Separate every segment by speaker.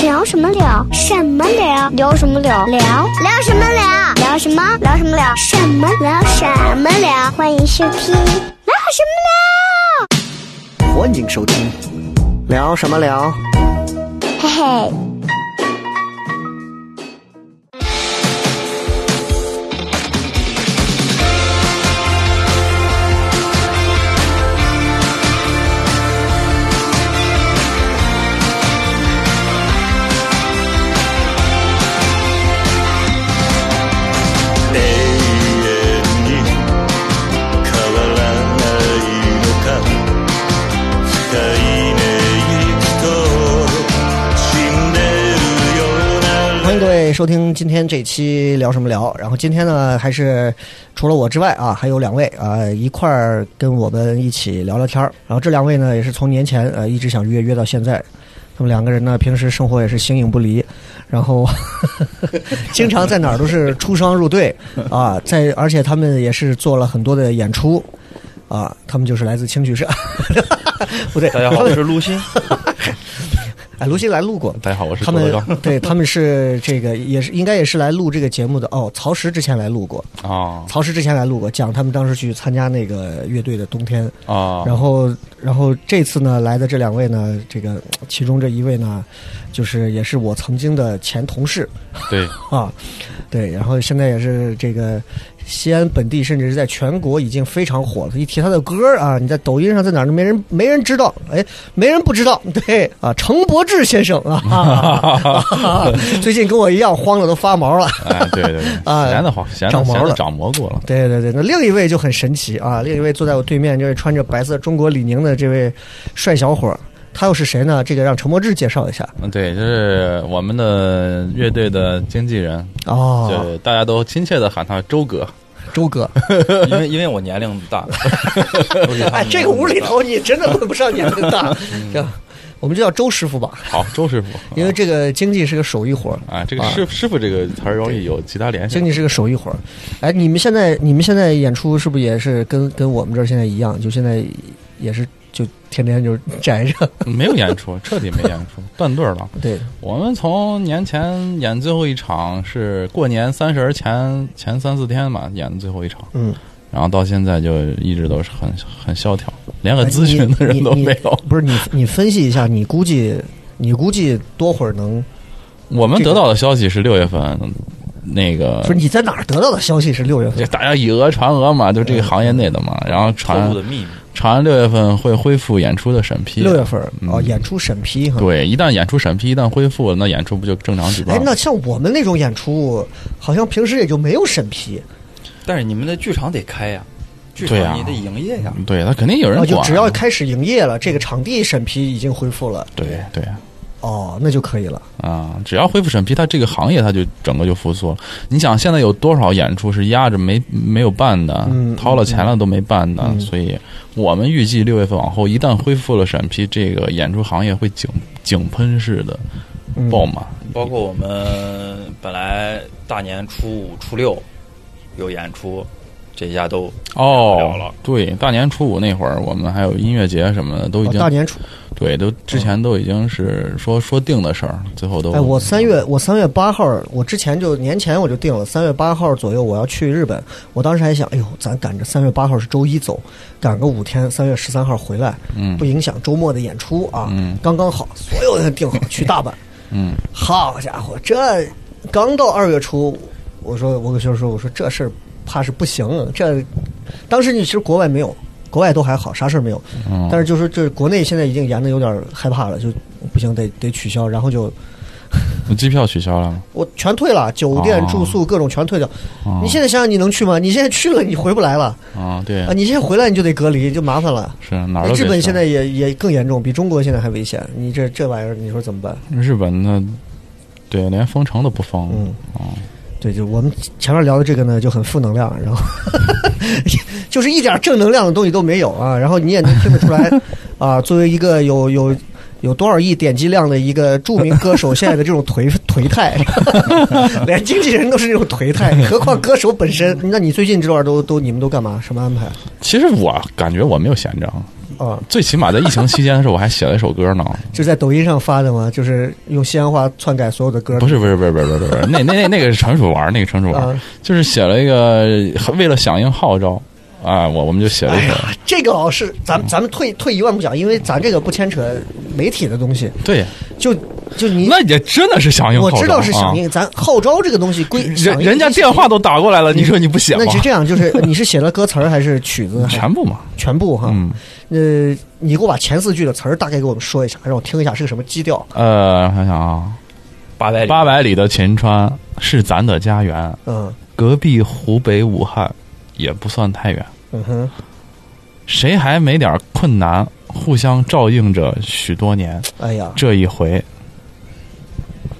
Speaker 1: 聊什么聊？什么聊？聊什么聊？聊聊什么聊？聊什么？聊什么聊？什么聊？什么聊？欢迎收听聊什么
Speaker 2: 欢迎收听。聊什么聊？
Speaker 1: 聊？嘿嘿，
Speaker 3: 永遠に変わらないのか深いねきっと死んでるような
Speaker 2: 欢迎各位收听今天这期聊什么聊。然后今天呢，还是除了我之外啊，还有两位啊、一块儿跟我们一起聊聊天儿。然后这两位呢，也是从年前呃一直想约约到现在。他们两个人呢，平时生活也是形影不离，然后经常在哪儿都是出双入对啊，在而且他们也是做了很多的演出啊，他们就是来自青曲社， 不对，
Speaker 4: 大家好，我是陆鑫。
Speaker 2: 哎，卢鑫来录过，
Speaker 4: 大家好，我是
Speaker 2: 他
Speaker 4: 郭德
Speaker 2: 们
Speaker 4: 纲。
Speaker 2: 对他们是这个也是应该也是来录这个节目的哦。曹石之前来录过，
Speaker 4: 啊
Speaker 2: 曹石之前来录过，讲他们当时去参加那个乐队的冬天。
Speaker 4: 啊，
Speaker 2: 然后，然后这次呢来的这两位呢，这个其中这一位呢，就是也是我曾经的前同事
Speaker 4: 对，
Speaker 2: 啊，对，然后现在也是这个西安本地，甚至是在全国已经非常火了。一提他的歌儿啊，你在抖音上在哪儿都没人没人知道，哎，没人不知道。对啊，程伯志先生啊啊，最近跟我一样慌的都发毛了。
Speaker 4: 哎，对对对，
Speaker 2: 啊
Speaker 4: 闲的好，闲的
Speaker 2: 长毛
Speaker 4: 闲
Speaker 2: 了
Speaker 4: 的长蘑菇了。
Speaker 2: 对对对，那另一位就很神奇啊，另一位坐在我对面这位穿着白色中国李宁的这位帅小伙儿，他又是谁呢？这个让程伯志介绍一下
Speaker 4: 嗯，对，就是我们的乐队的经纪人，
Speaker 2: 哦，
Speaker 4: 就大家都亲切的喊他周哥。
Speaker 2: 周哥。
Speaker 5: 因为因为我年龄大，都是他们
Speaker 2: 哎，这个屋里头你真的论不上年龄 大，这我们就叫周师傅吧。
Speaker 4: 好，周师傅，
Speaker 2: 因为这个经济是个手艺活儿，
Speaker 4: 啊，这个师师傅这个词儿容易有其他联
Speaker 2: 经
Speaker 4: 系。
Speaker 2: 济是个手艺活儿。哎，你们现在你们现在演出是不是也是跟跟我们这儿现在一样？就现在也是就天天就宅着，
Speaker 4: 没有演出，彻底没演出， 断队儿了。
Speaker 2: 对，
Speaker 4: 我们从年前演最后一场是过年三十儿前前三四天吧，演的最后一场，
Speaker 2: 嗯，
Speaker 4: 然后到现在就一直都是很很萧条，连个
Speaker 2: 哎
Speaker 4: 咨询的人都没有。
Speaker 2: 你你你不是你你分析一下，你估计你估计多会儿能？
Speaker 4: 我们得到的消息是六月份，那个
Speaker 2: 不是你在哪儿得到的消息是六月份
Speaker 4: 就？大家以讹传讹嘛，就这个行
Speaker 2: 嗯
Speaker 4: 业内的嘛。然后
Speaker 5: 透
Speaker 4: 传
Speaker 5: 露的秘密。
Speaker 4: 传六月份会恢复演出的审批，
Speaker 2: 六月份儿
Speaker 4: 嗯
Speaker 2: 哦，演出审批哈。
Speaker 4: 对，一旦演出审批一旦恢复，那演出不就正常举办
Speaker 2: 哎，
Speaker 4: 了？
Speaker 2: 那像我们那种演出，好像平时也就没有审批，
Speaker 5: 但是你们的剧场得开呀，剧
Speaker 4: 对啊呀
Speaker 5: 场你得营业呀。
Speaker 4: 对他肯定有人
Speaker 2: 啊，
Speaker 4: 管，
Speaker 2: 就只要开始营业了，这个场地审批已经恢复了，
Speaker 4: 对对
Speaker 2: 哦，那就可以了。
Speaker 4: 啊、只要恢复审批，他这个行业他就整个就复苏了。你想现在有多少演出是压着没没有办的，
Speaker 2: 嗯
Speaker 4: 掏了钱了都没办的，所以我们预计六月份往后一旦恢复了审批，这个演出行业会井井喷式的
Speaker 2: 嗯
Speaker 4: 爆满。
Speaker 5: 包括我们本来大年初五、初六有演出，这下都
Speaker 4: 哦
Speaker 5: 了了
Speaker 4: 对，大年初五那会儿，我们还有音乐节什么的，都已
Speaker 2: 哦
Speaker 4: 经、
Speaker 2: 大年初，
Speaker 4: 对，都之前都已经是说说定的事儿，最后都
Speaker 2: 哎，我三
Speaker 4: 啊
Speaker 2: 月我三月八号，我之前就年前我就定了，三月八号左右我要去日本。我当时还想，哎呦，咱赶着三月八号是周一走，赶个五天，三月十三号回来，
Speaker 4: 嗯
Speaker 2: 不影响周末的演出啊，
Speaker 4: 嗯
Speaker 2: 刚刚好，所有人定好去大阪。
Speaker 4: 嗯，
Speaker 2: 好家伙，这刚到二月初，我说我跟学生说，我说这事儿怕是不行。这当时你其实国外没有，国外都还好，啥事儿没有。
Speaker 4: 嗯
Speaker 2: 但是就是这国内现在已经严的有点害怕了，就不行得得取消，然后就
Speaker 4: 机票取消了吗？
Speaker 2: 我全退了，酒店
Speaker 4: 哦
Speaker 2: 住宿各种全退掉。
Speaker 4: 哦
Speaker 2: 你现在想想你能去吗？你现在去了你回不来了
Speaker 4: 啊，对
Speaker 2: 啊！，你现在回来你就得隔离，就麻烦了。
Speaker 4: 是哪儿都
Speaker 2: 日本
Speaker 4: 别去
Speaker 2: 现在也也更严重，比中国现在还危险。你这这玩意儿，你说怎么办？
Speaker 4: 日本呢，对，连封城都不封，
Speaker 2: 嗯
Speaker 4: 哦
Speaker 2: 对，就我们前面聊的这个呢，就很负能量，然后 就是一点正能量的东西都没有啊。然后你也能听得出来啊，作为一个有有有多少亿点击量的一个著名歌手，现在的这种颓颓态， 连经纪人都是这种颓态，何况歌手本身？那你最近这段都都你们都干嘛？什么安排？
Speaker 4: 其实我感觉我没有闲着，
Speaker 2: 啊，
Speaker 4: 最起码在疫情期间的时候，我还写了一 首歌呢。
Speaker 2: 就在抖音上发的嘛，就是用西安话篡改所有的歌。
Speaker 4: 不是不是不是不是不是不是，那那那那个是纯属玩儿，那个纯属玩儿
Speaker 2: 啊，
Speaker 4: 就是写了一个为了响应号召啊，我我们就写了
Speaker 2: 哎
Speaker 4: 一首。
Speaker 2: 呀，这个老师，咱们咱们退退一万步讲，因为咱这个不牵扯媒体的东西，
Speaker 4: 对，
Speaker 2: 就就你
Speaker 4: 那也真的是响应号
Speaker 2: 我
Speaker 4: 召，
Speaker 2: 知道是响
Speaker 4: 啊。
Speaker 2: 应，咱号召这个东西归
Speaker 4: 人人家电。
Speaker 2: 响应嗯
Speaker 4: 话都打过来了，你说你不写吗
Speaker 2: 那？是这样，就是你是写了歌词儿还是曲子？还
Speaker 4: 啊全部嘛，
Speaker 2: 全部哈。
Speaker 4: 嗯，
Speaker 2: 呃，你给我把前四句的词儿大概给我们说一下，让我听一下是个什么基调。
Speaker 4: 呃，我想想啊，
Speaker 5: 八百里，
Speaker 4: 八百里的秦川是咱的家园，
Speaker 2: 嗯
Speaker 4: 隔壁湖北武汉也不算太远，
Speaker 2: 嗯哼，
Speaker 4: 谁还没点困难？互相照应着许多年，
Speaker 2: 哎呀，
Speaker 4: 这一回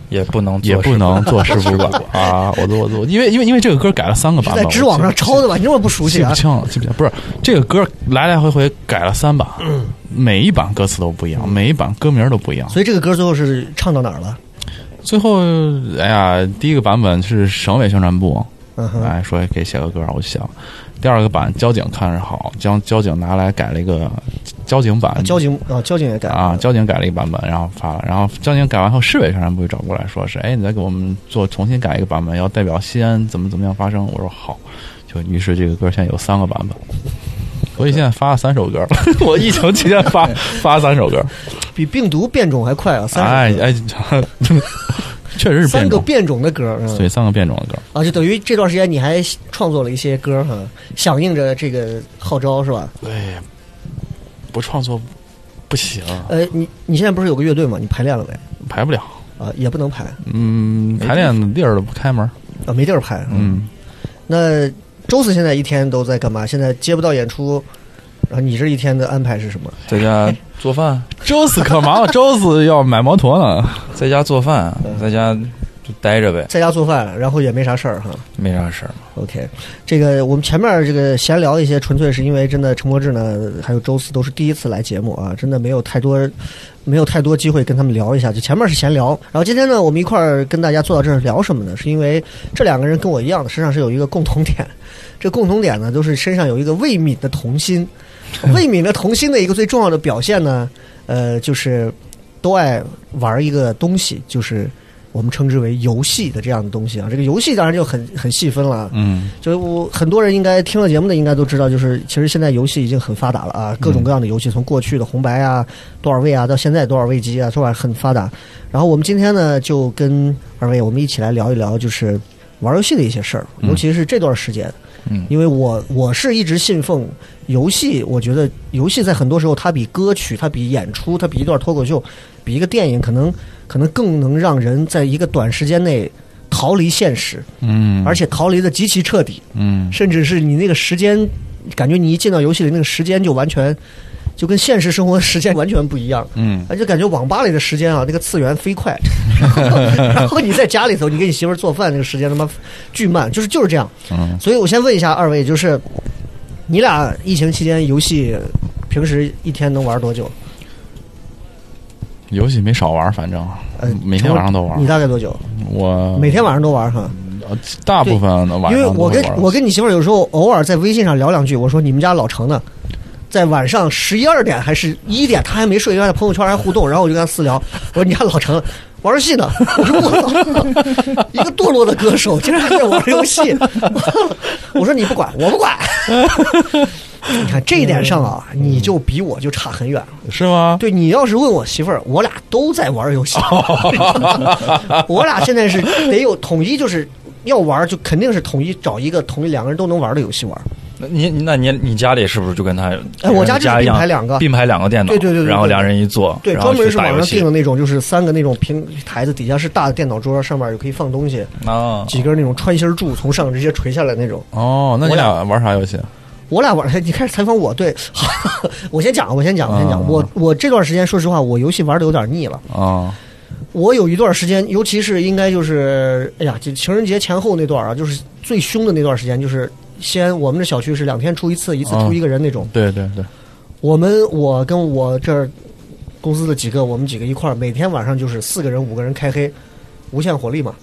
Speaker 5: 也不能
Speaker 4: 也
Speaker 5: 做
Speaker 4: 不
Speaker 5: 事
Speaker 4: 能做师傅管 啊！我都我都，因为因为因为这个歌改了三个
Speaker 2: 是
Speaker 4: 版
Speaker 2: 在
Speaker 4: 本，
Speaker 2: 知网上抄的吧？你这么不熟
Speaker 4: 我记
Speaker 2: 悉
Speaker 4: 记不
Speaker 2: 啊？
Speaker 4: 清了，记不清不是这个歌来来回回改了三版，每一版歌词都不一样，每一版歌名都不一样。
Speaker 2: 所以这个歌最后嗯是唱到哪儿了？
Speaker 4: 最后，哎呀，第一个版本是省委宣传部，
Speaker 2: 嗯哼，
Speaker 4: 哎，说给写个歌，我就想。第二个版交警看着好，将交警拿来改了一个交警版，
Speaker 2: 交警啊，交警也改了
Speaker 4: 哎啊，交警改了一个版本，然后发了，然后交警改完后，市委宣传部就找过来说是，哎，你再给我们做重新改一个版本，要代表西安怎么怎么样发声。我说好，就于是这个歌现在有三个版本，所以现在发了 三首歌，我疫情期间 发发了三首歌，
Speaker 2: 比病毒变种还快啊！
Speaker 4: 哎
Speaker 2: 三首歌
Speaker 4: 哎， 确实是
Speaker 2: 三
Speaker 4: 变
Speaker 2: 个
Speaker 4: 种，
Speaker 2: 变种的歌，嗯
Speaker 4: 对，三个变种的歌，
Speaker 2: 啊，就等于这段时间你还创作了一些歌哈，响应着这个号召是吧？
Speaker 4: 对，哎不创作不行，
Speaker 2: 呃，你你现在不是有个乐队吗？你排练了没？
Speaker 4: 排不了，
Speaker 2: 啊，也不能排
Speaker 4: 嗯，排练的地儿都不开门，
Speaker 2: 啊，没地儿排。，
Speaker 4: 嗯，
Speaker 2: 那周四现在一天都在干嘛？现在接不到演出，然后你这一天的安排是什么？
Speaker 5: 在家 做饭，
Speaker 4: 周四可忙了，周四要买摩托呢。
Speaker 5: 在家做饭，
Speaker 4: 嗯
Speaker 5: 在家就待着呗，
Speaker 2: 在家做饭，然后也没啥事儿哈。
Speaker 5: 没啥事儿。
Speaker 2: OK，这个我们前面这个闲聊一些，纯粹是因为真的陈柏志呢，还有周四都是第一次来节目啊，真的没有太多，没有太多机会跟他们聊一下。就前面是闲聊，然后今天呢，我们一块儿跟大家坐到这儿聊什么呢？是因为这两个人跟我一样的，身上是有一个共同点，这共同点呢，都是身上有一个未泯的童心。未泯的童心的一个最重要的表现呢，呃，就是都爱玩一个东西，就是。我们称之为游戏的这样的东西啊，这个游戏当然就很很细分了啊，
Speaker 4: 嗯，
Speaker 2: 就是我很多人应该听了节目的应该都知道，就是其实现在游戏已经很发达了啊，各种各样的游戏，从过去的红白啊、多少位啊，到现在多少位机啊，是吧？很发达。然后我们今天呢，就跟二位我们一起来聊一聊，就是玩游戏的一些事儿，尤其是这段时间。
Speaker 5: 嗯
Speaker 2: 因为我我是一直信奉游戏，我觉得游戏在很多时候它比歌曲、它比演出、它比一段脱口秀、比一个电影，可能可能更能让人在一个短时间内逃离现实，
Speaker 4: 嗯，
Speaker 2: 而且逃离的极其彻底。
Speaker 4: 嗯，
Speaker 2: 甚至是你那个时间，感觉你一进到游戏里，那个时间就完全就跟现实生活的时间完全不一样。
Speaker 4: 嗯，
Speaker 2: 而且感觉网吧里的时间啊，那个次元飞 快，然后然后你在家里头，你给你媳妇儿做饭，那个时间他妈巨慢，就是就是这样。
Speaker 4: 嗯
Speaker 2: 所以我先问一下二位，就是你俩疫情期间游戏平时一天能玩多久？
Speaker 4: 游戏没少玩，反正
Speaker 2: 呃，
Speaker 4: 每天晚上都
Speaker 2: 你
Speaker 4: 玩。
Speaker 2: 大概多久？
Speaker 4: 我
Speaker 2: 每天晚上都玩哈？
Speaker 4: 呃大部分的晚
Speaker 2: 因为
Speaker 4: 上都
Speaker 2: 我
Speaker 4: 会
Speaker 2: 跟
Speaker 4: 玩。
Speaker 2: 我跟你媳妇儿有时候偶尔在微信上聊两句，我说你们家老程呢，在晚上十一二点还是一点，他还没睡，他在朋友圈还互动，然后我就跟他私聊，我说你家老程玩游戏呢，我说我 操，一个堕落的歌手竟然还在玩游戏， 我说你不管，我不管。 你看这一点上啊，你就比我就差很远。
Speaker 4: 是吗？
Speaker 2: 对你要是问我媳妇儿，我俩都在玩 游戏，我俩现在是得有统一，就是要玩就肯定是统一找一个统一两个人都能玩的游戏玩。
Speaker 5: 那你那你你家里是不是就跟他？
Speaker 2: 哎我家
Speaker 5: 跟他
Speaker 2: 就是
Speaker 5: 一
Speaker 2: 并
Speaker 5: 样
Speaker 2: 排两个
Speaker 5: 并排两个电脑，
Speaker 2: 对对对对对
Speaker 5: 然后两人一坐，
Speaker 2: 对，
Speaker 5: 然
Speaker 2: 专
Speaker 5: 后
Speaker 2: 门
Speaker 5: 去
Speaker 2: 是
Speaker 5: 打
Speaker 2: 网
Speaker 5: 游
Speaker 2: 上
Speaker 5: 戏
Speaker 2: 订的那种，就是三个那种平台子底下是大的电脑桌，上面也可以放东西，
Speaker 5: 啊，
Speaker 2: 几根那种穿心柱从上直接垂下来那种。
Speaker 4: 哦，那你
Speaker 2: 我俩
Speaker 4: 俩玩啥游戏？
Speaker 2: 我俩玩，你开始采访我，对， 我先讲，我先讲，我先讲，
Speaker 5: 哦
Speaker 4: 啊
Speaker 2: 我我这段时间说实话，我游戏玩的有点腻了。
Speaker 4: 啊，
Speaker 2: 我有一段时间，尤其是应该就是，哎呀，就情人节前后那段啊，就是最凶的那段时间，就是先我们这小区是两天出一次，一次出一个人那种。
Speaker 4: 对对对，
Speaker 2: 我们我跟我这儿公司的几个，我们几个一块儿，每天晚上就是四个人、五个人开黑，无限火力嘛，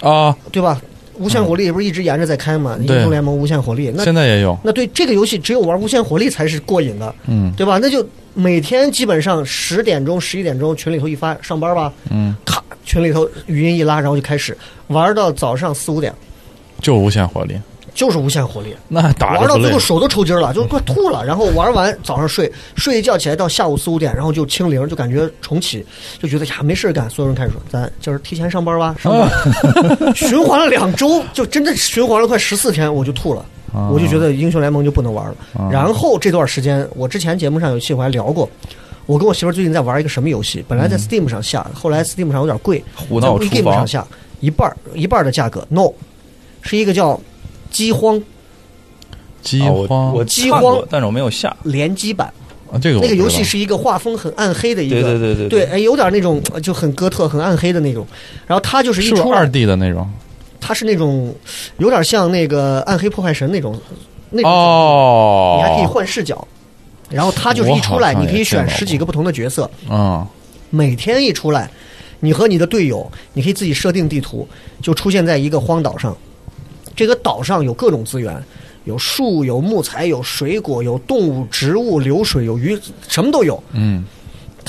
Speaker 4: 啊，
Speaker 2: 对吧？无限火力不是一直沿着在开吗？英
Speaker 4: 对
Speaker 2: 雄联盟无限火力，那
Speaker 4: 现在也有，
Speaker 2: 那对这个游戏只有玩无限火力才是过瘾的，
Speaker 4: 嗯
Speaker 2: 对吧？那就每天基本上十点钟、十一点钟群里头一发上班吧，
Speaker 4: 嗯，
Speaker 2: 咔群里头语音一拉，然后就开始玩到早上四五点，
Speaker 4: 就无限火力，
Speaker 2: 就是无限火力，
Speaker 4: 那打
Speaker 2: 玩
Speaker 4: 着
Speaker 2: 到
Speaker 4: 不累
Speaker 2: 最后，手都抽筋了，就快吐了。然后玩完早上睡，睡一觉起来到下午四五点，然后就清零，就感觉重启，就觉得呀没事儿干。所有人开始说咱就是提前上班吧，上 班循环了两周，就真的循环了快十四天，我就吐了。
Speaker 4: 啊
Speaker 2: 我就觉得英雄联盟就不能玩了。
Speaker 4: 啊
Speaker 2: 然后这段时间，我之前节目上有一期我还聊过，我跟我媳妇儿最近在玩一个什么游戏，本来在 Steam 上下，后来 Steam 上有点贵，
Speaker 4: 嗯胡闹
Speaker 2: 在
Speaker 4: 厨
Speaker 2: Steam
Speaker 4: 房
Speaker 2: 上下一半儿一半儿的价格，no，是一个叫饥荒
Speaker 4: 饥
Speaker 5: 啊我
Speaker 4: 荒，
Speaker 5: 我
Speaker 2: 饥
Speaker 5: 看过
Speaker 2: 荒
Speaker 5: 但是我没有下。
Speaker 2: 联机版。
Speaker 4: 啊这个我
Speaker 2: 那个
Speaker 4: 不知
Speaker 2: 游戏
Speaker 4: 道
Speaker 2: 是一个画风很暗黑的一个，
Speaker 5: 对对对
Speaker 2: 对
Speaker 5: 对，
Speaker 2: 哎，有点那种呃就很哥特、很暗黑的那种。然后它就是一
Speaker 4: 是不
Speaker 2: 出
Speaker 4: 是
Speaker 2: 来，
Speaker 4: 二 D 的那种？
Speaker 2: 它是那种有点像那个《暗黑破坏神》那种，那种、
Speaker 4: 哦，
Speaker 2: 你还可以换视角。然后它就是一出来，
Speaker 4: 我好像
Speaker 2: 你
Speaker 4: 也
Speaker 2: 可以选
Speaker 4: 见到过
Speaker 2: 十几个不同的角色，
Speaker 4: 嗯，
Speaker 2: 每天一出来，你和你的队友，你可以自己设定地图，就出现在一个荒岛上。这个岛上有各种资源，有树、有木材、有水果、有动物、植物、流水、有鱼，什么都有。
Speaker 4: 嗯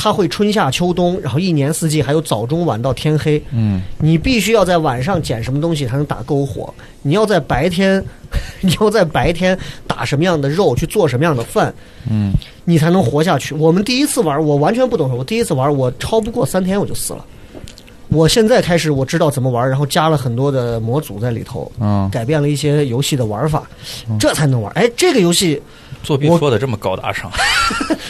Speaker 2: 它会春夏秋冬，然后一年四季还有早中晚到天黑。
Speaker 4: 嗯，
Speaker 2: 你必须要在晚上捡什么东西才能打篝火，你要在白天， 你要在白天打什么样的肉去做什么样的饭，
Speaker 4: 嗯，
Speaker 2: 你才能活下去。我们第一次玩，我完全不懂，我第一次玩，我超不过三天我就死了。我现在开始我知道怎么玩，然后加了很多的模组在里头，
Speaker 4: 嗯
Speaker 2: 改变了一些游戏的玩法，这才能玩。哎，这个游戏
Speaker 5: 作弊
Speaker 2: 我
Speaker 5: 说的这么高大上，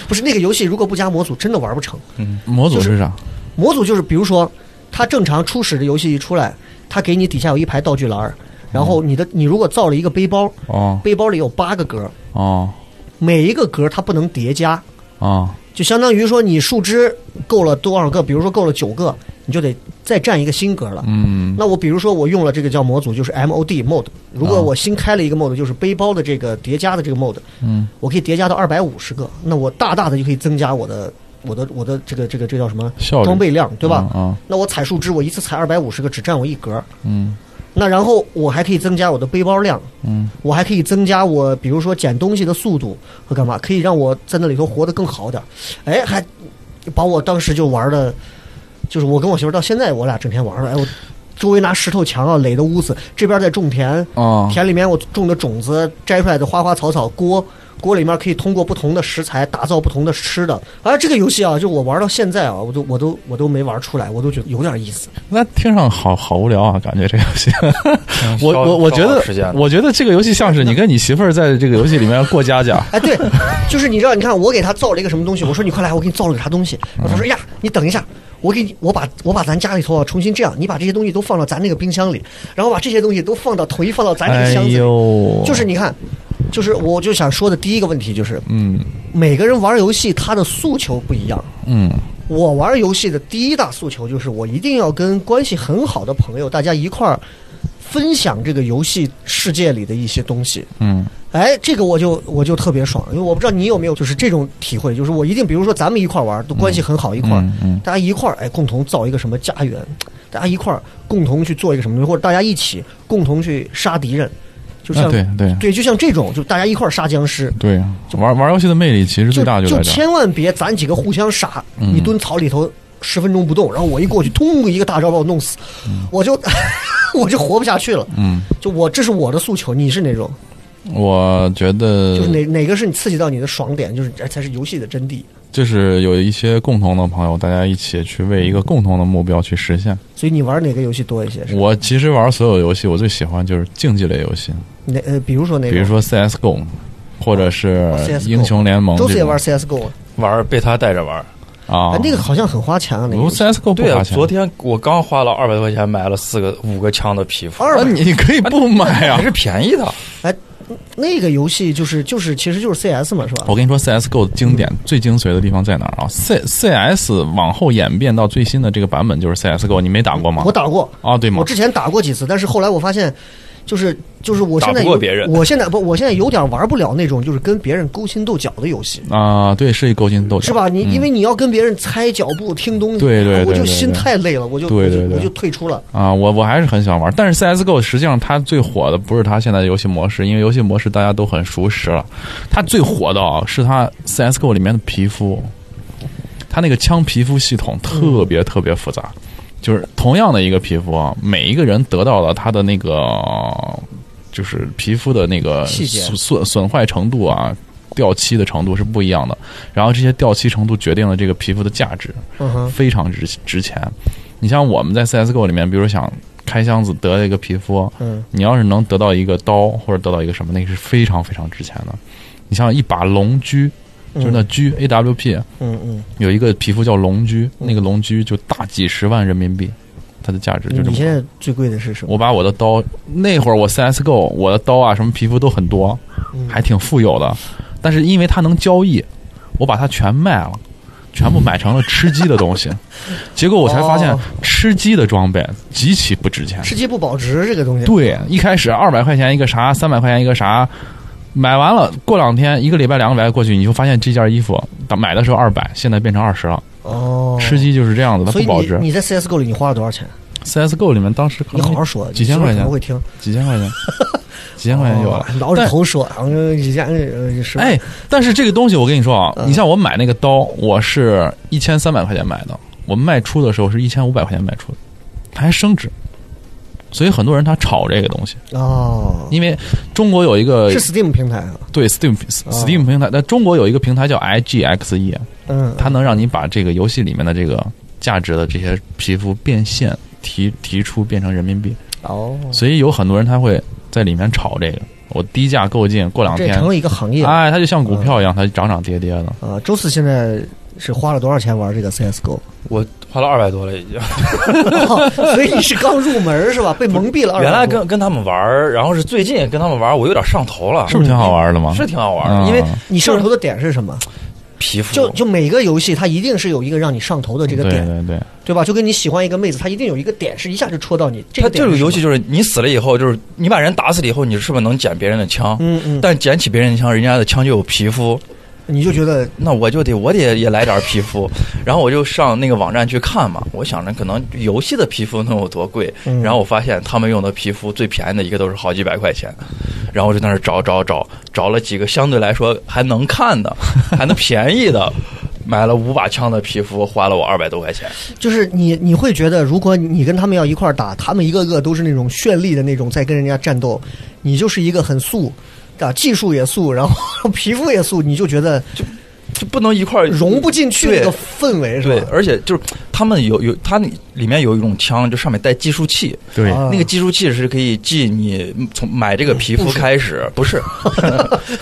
Speaker 2: 不是那个游戏，如果不加模组，真的玩不成。
Speaker 4: 模组
Speaker 2: 就是
Speaker 4: 啥？
Speaker 2: 模组就是比如说，它正常初始的游戏一出来，它给你底下有一排道具栏儿，然后你的你如果造了一个背包，
Speaker 5: 嗯
Speaker 4: 哦
Speaker 2: 背包里有八个格，
Speaker 4: 哦
Speaker 2: 每一个格它不能叠加，
Speaker 4: 哦
Speaker 2: 就相当于说你树枝够了多少个，比如说够了九个，你就得再占一个新格了。
Speaker 4: 嗯
Speaker 2: 那我比如说我用了这个叫模组，就是 MOD mode，如
Speaker 4: 哦
Speaker 2: 果我新开了一个 mode，就是背包的这个叠加的这个 mode，
Speaker 4: 嗯
Speaker 2: 我可以叠加到二百五十个，那我大大的就可以增加我的我的我的这个这个这叫什么
Speaker 4: 效率
Speaker 2: 装备量，对吧？
Speaker 4: 嗯
Speaker 2: 那我采树枝，我一次采二百五十个，只占我一格。
Speaker 4: 嗯
Speaker 2: 那然后我还可以增加我的背包量，
Speaker 4: 嗯
Speaker 2: 我还可以增加我比如说捡东西的速度和干嘛，可以让我在那里头活得更好点儿。哎，还把我当时就玩的，就是我跟我媳妇儿到现在我俩整天玩的，哎我。周围拿石头墙啊垒的屋子，这边在种田，
Speaker 5: 啊
Speaker 4: 哦
Speaker 2: 田里面我种的种子摘出来的花花草草，锅锅里面可以通过不同的食材打造不同的吃的。啊，这个游戏啊，就我玩到现在啊，我都我都我都没玩出来，我都觉得有点意思。。
Speaker 4: 那听上好好无聊啊，感觉这个游戏。 我
Speaker 5: 消
Speaker 4: 我我
Speaker 5: 嗯消
Speaker 4: 觉
Speaker 5: 耗
Speaker 4: 得
Speaker 5: 时间，
Speaker 4: 我觉得这个游戏像 是你跟你媳妇儿在这个游戏里面过家家
Speaker 2: 哎，对，就是你知道，你看我给他造了一个什么东西，我说你快来，我给你造了个啥东西。然后他说哎呀，你等一下，我给你，我把我把咱家里头啊重新这样，你把这些东西都放到咱那个冰箱里，然后把这些东西都放到统一放到咱这
Speaker 4: 哎
Speaker 2: 个箱子里。
Speaker 4: 呦，
Speaker 2: 就是你看，就是我就想说的第一个问题就是，
Speaker 4: 嗯
Speaker 2: 每个人玩游戏他的诉求不一样。
Speaker 4: 嗯
Speaker 2: 我玩游戏的第一大诉求就是，我一定要跟关系很好的朋友，大家一块儿分享这个游戏世界里的一些东西。
Speaker 4: 嗯
Speaker 2: 哎，这个我就我就特别爽，因为我不知道你有没有就是这种体会，就是我一定，比如说咱们一块儿玩儿，都关系很好一块儿，
Speaker 4: 嗯嗯
Speaker 2: 大家一块儿哎共同造一个什么家园，大家一块儿共同去做一个什么东西，或者大家一起共同去杀敌人，就像、
Speaker 4: 啊对对
Speaker 2: 就像这种，就大家一块儿杀僵尸。
Speaker 4: 对呀，玩玩游戏的魅力其实最
Speaker 2: 就
Speaker 4: 大就在这儿。嗯
Speaker 2: 千万别咱几个互相杀，你蹲草里头十分钟不动，然后我一过去，通一个大招把我弄死，我就 我就活不下去了。
Speaker 4: 嗯，
Speaker 2: 就我这是我的诉求，你是哪种？
Speaker 4: 我觉得
Speaker 2: 就是哪哪个是你刺激到你的爽点，就是这才是游戏的真谛。
Speaker 4: 就是有一些共同的朋友，大家一起去为一个共同的目标去实现。
Speaker 2: 所以你玩哪个游戏多一些？是吧
Speaker 4: 我其实玩所有游戏，我最喜欢就是竞技类游戏，
Speaker 2: 哪呃，比如说哪
Speaker 4: 比
Speaker 2: 个？
Speaker 4: 如说 CS:GO，或者是
Speaker 2: 哦，CS:GO
Speaker 4: 英雄联盟这
Speaker 2: 周
Speaker 4: 种。
Speaker 2: 四也玩 CSGO 啊，
Speaker 5: 玩儿被他带着玩儿。
Speaker 4: 啊
Speaker 2: 哎，那个好像很花钱啊，那个游
Speaker 4: 不
Speaker 2: 戏。
Speaker 4: ，CS:GO 不
Speaker 5: 对啊，
Speaker 4: 花钱。
Speaker 5: 昨天我刚花了二百多块钱买了四个五个枪的皮肤，
Speaker 2: 二
Speaker 4: 啊，你可以不买啊
Speaker 5: 还！是便宜的。
Speaker 2: 哎，那个游戏就是就是其实就是 CS 嘛，是吧
Speaker 4: 我？跟你说，CS:GO 经典最精髓的地方在哪儿啊？C CS 往后演变到最新的这个版本就是 CS:GO，你没打过吗
Speaker 2: 我？打过，
Speaker 4: 啊，对吗
Speaker 2: 我？之前打过几次，但是后来我发现，就是就是我现在
Speaker 5: 打不过别人
Speaker 2: 我现在不，我现在有点玩不了那种就是跟别人勾心斗角的游戏，
Speaker 4: 啊，对，是一勾心斗角，
Speaker 2: 是吧？你
Speaker 4: 嗯
Speaker 2: 因为你要跟别人猜脚步、听东西，
Speaker 4: 对对对
Speaker 2: 我就
Speaker 4: 对
Speaker 2: 心
Speaker 4: 对
Speaker 2: 太累了，我就
Speaker 4: 对对
Speaker 2: 我就
Speaker 4: 对
Speaker 2: 我就退出了。
Speaker 4: 啊，我我还是很想玩，但是 CS:GO 实际上它最火的不是它现在的游戏模式，因为游戏模式大家都很熟识了。它最火的啊是它 CS:GO 里面的皮肤，它那个枪皮肤系统
Speaker 2: 嗯
Speaker 4: 特别特别复杂，就是同样的一个皮肤啊，每一个人得到了他的那个就是皮肤的那个
Speaker 2: 细节
Speaker 4: 损损损坏程度啊。掉漆的程度是不一样的，然后这些掉漆程度决定了这个皮肤的价值。
Speaker 2: 嗯哼，
Speaker 4: 非常值值钱。你像我们在 CSGO 里面，比如想开箱子得一个皮肤，
Speaker 2: 嗯，
Speaker 4: 你要是能得到一个刀或者得到一个什么，那个是非常非常值钱的。你像一把龙狙，就是那狙 AWP
Speaker 2: 嗯嗯，
Speaker 4: 有一个皮肤叫龙狙，那个龙狙就大几十万人民币，它的价值就
Speaker 2: 你
Speaker 4: 这
Speaker 2: 你
Speaker 4: 么
Speaker 2: 现
Speaker 4: 高。
Speaker 2: 在最贵的是什么？
Speaker 4: 我把我的刀，那会儿我 CSGO 我的刀啊什么皮肤都很多，
Speaker 2: 嗯
Speaker 4: 还挺富有的，但是因为它能交易，我把它全卖了。全部买成了吃鸡的 东西，结果我才发现
Speaker 2: 哦
Speaker 4: 吃鸡的装备极其不值钱。
Speaker 2: 吃鸡不保值这个东西，
Speaker 4: 对，一开始二百块钱一个啥，三百块钱一个啥，买完了过两天一个礼拜两个礼拜过去，你就发现这件衣服当买的时候二百，现在变成二十了。
Speaker 2: 哦，
Speaker 4: 吃鸡就是这样子，它
Speaker 2: 所
Speaker 4: 不
Speaker 2: 以
Speaker 4: 保值
Speaker 2: 你。你在 CSGO 里你花了多少钱？
Speaker 4: CSGO 里面当时可
Speaker 2: 你
Speaker 4: 能
Speaker 2: 好好说，
Speaker 4: 几千
Speaker 2: 你媳妇儿可
Speaker 4: 块钱
Speaker 2: 能，会听，
Speaker 4: 几千块钱，几千块钱有了
Speaker 2: 哦。挠着
Speaker 4: 但
Speaker 2: 头说，然后一下呃是吧
Speaker 4: 哎，但是这个东西我跟你说啊，
Speaker 2: 嗯
Speaker 4: 你像我买那个刀，我是一千三百块钱买的，我卖出的时候是一千五百块钱卖出的，它还升值。所以很多人他炒这个东西，
Speaker 2: 哦，
Speaker 4: 因为中国有一个
Speaker 2: 是 Steam 平台啊，
Speaker 4: 对 Steam Steam 平台，那中国有一个平台叫 IGXE，
Speaker 2: 嗯，
Speaker 4: 啊它能让你把这个游戏里面的这个价值的这些皮肤变现提提出变成人民币，
Speaker 2: 哦，
Speaker 4: 所以有很多人他会在里面炒这个，我低价购进，过两
Speaker 2: 这
Speaker 4: 天
Speaker 2: 成了一个行业
Speaker 5: 啊
Speaker 4: 哎，它就像股票一样，它就涨涨跌跌的。
Speaker 2: 啊。周四现在是花了多少钱玩这个 CSGO？
Speaker 5: 我花了二百多了已经。
Speaker 2: 哦 所以你是刚入门是吧？被蒙蔽了200多。
Speaker 5: 原来跟跟他们玩儿，然后是最近跟他们玩儿，我有点上头了，
Speaker 4: 是不是挺好玩的吗？
Speaker 5: 是挺好玩
Speaker 4: 嗯
Speaker 5: 的，因为
Speaker 2: 你上头的点是什么？
Speaker 5: 皮肤
Speaker 2: 就就每个游戏它一定是有一个让你上头的这个
Speaker 4: 对
Speaker 2: 点，
Speaker 4: 对对，
Speaker 2: 对吧？就跟你喜欢一个妹子，她一定有一个点是一下就戳到你。这
Speaker 5: 它
Speaker 2: 个点
Speaker 5: 这
Speaker 2: 是
Speaker 5: 个
Speaker 2: 什么
Speaker 5: 游戏就是你死了以后，就是你把人打死了以后，你是不是能捡别人的枪？
Speaker 2: 嗯嗯
Speaker 5: 但捡起别人的枪，人家的枪就有皮肤，
Speaker 2: 你就觉得
Speaker 5: 那我就得我得也来点皮肤。然后我就上那个网站去看嘛，我想着可能游戏的皮肤能有多贵。
Speaker 2: 嗯
Speaker 5: 然后我发现他们用的皮肤最便宜的一个都是好几百块钱，然后我就在那儿找找找，找了几个相对来说还能 看的，还能便宜的。买了五把枪的皮肤，花了我二百多块钱。
Speaker 2: 就是你你会觉得，如果你跟他们要一块儿打，他们一个个都是那种绚丽的那种在跟人家战斗，你就是一个很素。啊，技术也素，然后 皮肤也素，你就觉得
Speaker 5: 就不能一块儿
Speaker 2: 融不进去
Speaker 5: 对
Speaker 2: 那个氛围，是
Speaker 5: 对，
Speaker 2: 吧？
Speaker 5: 而且就是他们有有，它那里面有一种枪，就上面带计数器，
Speaker 4: 对
Speaker 2: 啊
Speaker 5: 那个计数器是可以记你从买这个皮肤开始，不是，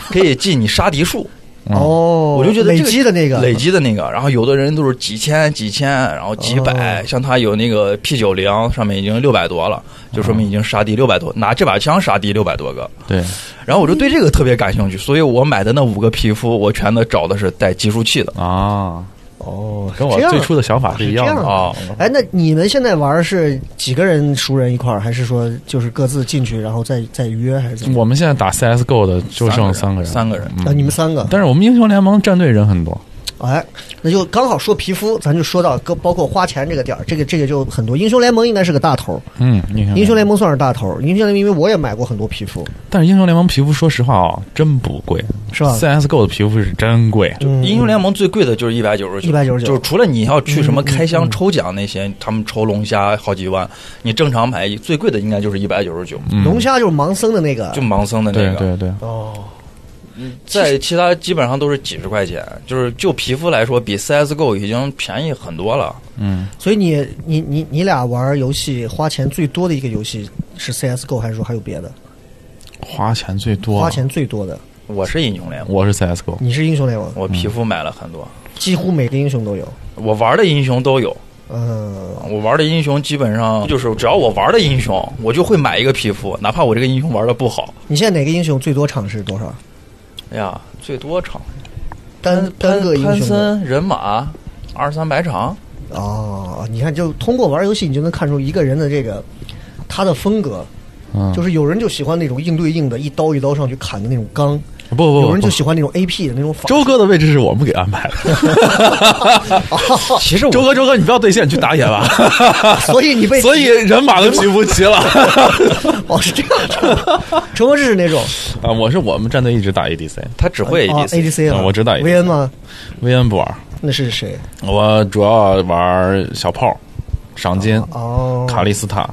Speaker 5: 可以记你杀敌数。
Speaker 4: 嗯
Speaker 2: 哦，
Speaker 5: 我就觉得
Speaker 2: 累
Speaker 5: 这个
Speaker 2: 积的那个
Speaker 5: 累积的那个，然后有的人都是几千、几千，然后几百，
Speaker 2: 哦
Speaker 5: 像他有那个 P 九零上面已经六百多了，就说明已经杀敌六百
Speaker 2: 嗯
Speaker 5: 多，拿这把枪杀敌六百多个。
Speaker 4: 对，
Speaker 5: 然后我就对这个特别感兴趣，所以我买的那五个皮肤，我全都找的是带计数器的。
Speaker 4: 啊，
Speaker 2: 哦，
Speaker 4: 跟我
Speaker 2: 这样
Speaker 4: 最初的想法是一样
Speaker 2: 是
Speaker 4: 的
Speaker 2: 这样
Speaker 5: 啊，
Speaker 2: 哎，那你们现在玩是几个人熟人一块儿，还是说就是各自进去然后再再约，还是怎么？
Speaker 4: 我们现在打 CS:GO 的就剩三个人，
Speaker 5: 三个人
Speaker 4: 嗯
Speaker 2: 啊，你们三个，
Speaker 4: 但是我们英雄联盟战队人很多，
Speaker 2: 哎，那就刚好说皮肤，咱就说到各包括花钱这个点儿，这个这个就很多。英雄联盟应该是个大头儿，
Speaker 4: 嗯，英雄
Speaker 2: 英雄联盟算是大头儿。英雄联盟因为我也买过很多皮肤，
Speaker 4: 但是英雄联盟皮肤说实话啊，真不贵，
Speaker 2: 是吧
Speaker 4: CS:GO 的皮肤是真贵，
Speaker 2: 嗯
Speaker 5: 英雄联盟最贵的嗯就是一百九十九，嗯
Speaker 2: 199
Speaker 5: 就是除了你要去什么开箱抽奖那些，他们抽龙虾好几万，你正常买最贵的应该就是一百九十九，
Speaker 4: 嗯
Speaker 2: 龙虾就是盲僧的那个，
Speaker 5: 就盲僧的那
Speaker 4: 对
Speaker 5: 个，
Speaker 4: 对对，
Speaker 2: 哦，
Speaker 5: 在其他基本上都是几十块钱，就是就皮肤来说，比 CSGO 已经便宜很多了。
Speaker 4: 嗯，
Speaker 2: 所以你你你你俩玩游戏花钱最多的一个游戏是 CS:GO 还是说还有别的？
Speaker 4: 花钱最多，
Speaker 2: 花钱最多的，
Speaker 5: 我是英雄联盟，
Speaker 4: 我是 CS:GO，
Speaker 2: 你是英雄联盟，
Speaker 5: 我皮肤买了很多，
Speaker 2: 几乎每个英雄都有。
Speaker 5: 我玩的英雄都有，
Speaker 2: 嗯，
Speaker 5: 我玩的英雄基本上就是只要我玩的英雄，我就会买一个皮肤，哪怕我这个英雄玩的不好。
Speaker 2: 你现在哪个英雄最多场是多少？
Speaker 5: 哎呀，最多场
Speaker 2: 单单
Speaker 5: 潘
Speaker 2: 个英
Speaker 5: 潘
Speaker 2: 雄的
Speaker 5: 森人马二三百场。
Speaker 2: 哦，你看，就通过玩游戏，你就能看出一个人的这个他的风格，
Speaker 4: 嗯
Speaker 2: 就是有人就喜欢那种硬对硬的，一刀一刀上去砍的那种刚。
Speaker 4: 不不
Speaker 2: 有
Speaker 4: 不
Speaker 2: 人就
Speaker 4: 不，
Speaker 2: 喜欢那种 A P 的那种法。
Speaker 4: 周哥的位置是我们给安排的。
Speaker 2: 哦
Speaker 5: 其实
Speaker 4: 周
Speaker 5: 我
Speaker 4: 哥，周哥，你不要对线，你去打野吧。
Speaker 2: 所以 你被
Speaker 4: 所以人马都齐不齐了
Speaker 2: 哦是这样的， 陈国志是那种
Speaker 4: 啊！我是我们战队一直打 ADC，
Speaker 5: 他只会
Speaker 2: 啊 A D
Speaker 5: ADC，
Speaker 2: C 啊，
Speaker 4: 嗯我知道 ADC
Speaker 2: V N 吗？
Speaker 4: 薇恩不玩，
Speaker 2: 那是谁？
Speaker 4: 我主要玩小炮、赏金、
Speaker 2: 哦，
Speaker 4: 卡莉斯塔。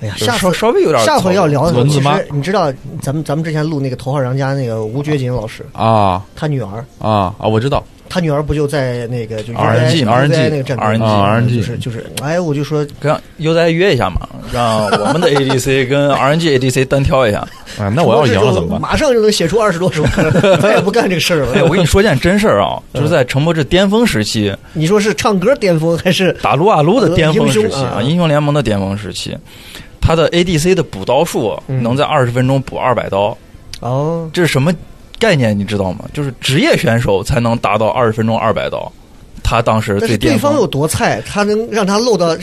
Speaker 2: 哎呀，
Speaker 5: 就是
Speaker 2: 下
Speaker 5: 稍稍微有点
Speaker 2: 下回要聊的时候，
Speaker 4: 轮子
Speaker 2: 其
Speaker 4: 妈
Speaker 2: 实你知道，咱们咱们之前录那个《头号玩家》那个吴觉锦老师，
Speaker 4: 啊
Speaker 2: 他女儿，
Speaker 4: 啊啊！我知道，
Speaker 2: 他女儿不就在那个就
Speaker 4: RNG
Speaker 2: UVI 那
Speaker 4: RNG
Speaker 2: 个战队
Speaker 5: RNG
Speaker 2: 吗
Speaker 4: RNG
Speaker 2: 就是就是，哎，我就说
Speaker 5: 跟悠哉约一下嘛，让我们的 ADC 跟 RNG ADC 单挑一下。
Speaker 4: 啊，那我要赢了怎么办？
Speaker 2: 马上就能写出二十多 首歌，咱也不干这个事儿
Speaker 5: 哎，
Speaker 2: 了。
Speaker 5: 我跟你说件真事 儿啊，就是在陈柏志巅峰时期，
Speaker 2: 你说是唱歌巅峰还是
Speaker 5: 打撸啊撸的巅峰时
Speaker 2: 英
Speaker 5: 期
Speaker 2: 雄啊
Speaker 5: 啊，英雄联盟的巅峰时期，他的 ADC 的补刀数
Speaker 2: 嗯
Speaker 5: 能在二十分钟补二百刀，
Speaker 2: 哦？
Speaker 5: 这是什么概念？你知道吗？就是职业选手才能达到二十分钟二百刀，他当时
Speaker 2: 但是
Speaker 5: 最
Speaker 2: 对
Speaker 5: 巅
Speaker 2: 方
Speaker 5: 峰
Speaker 2: 有。多菜，他能让他漏到，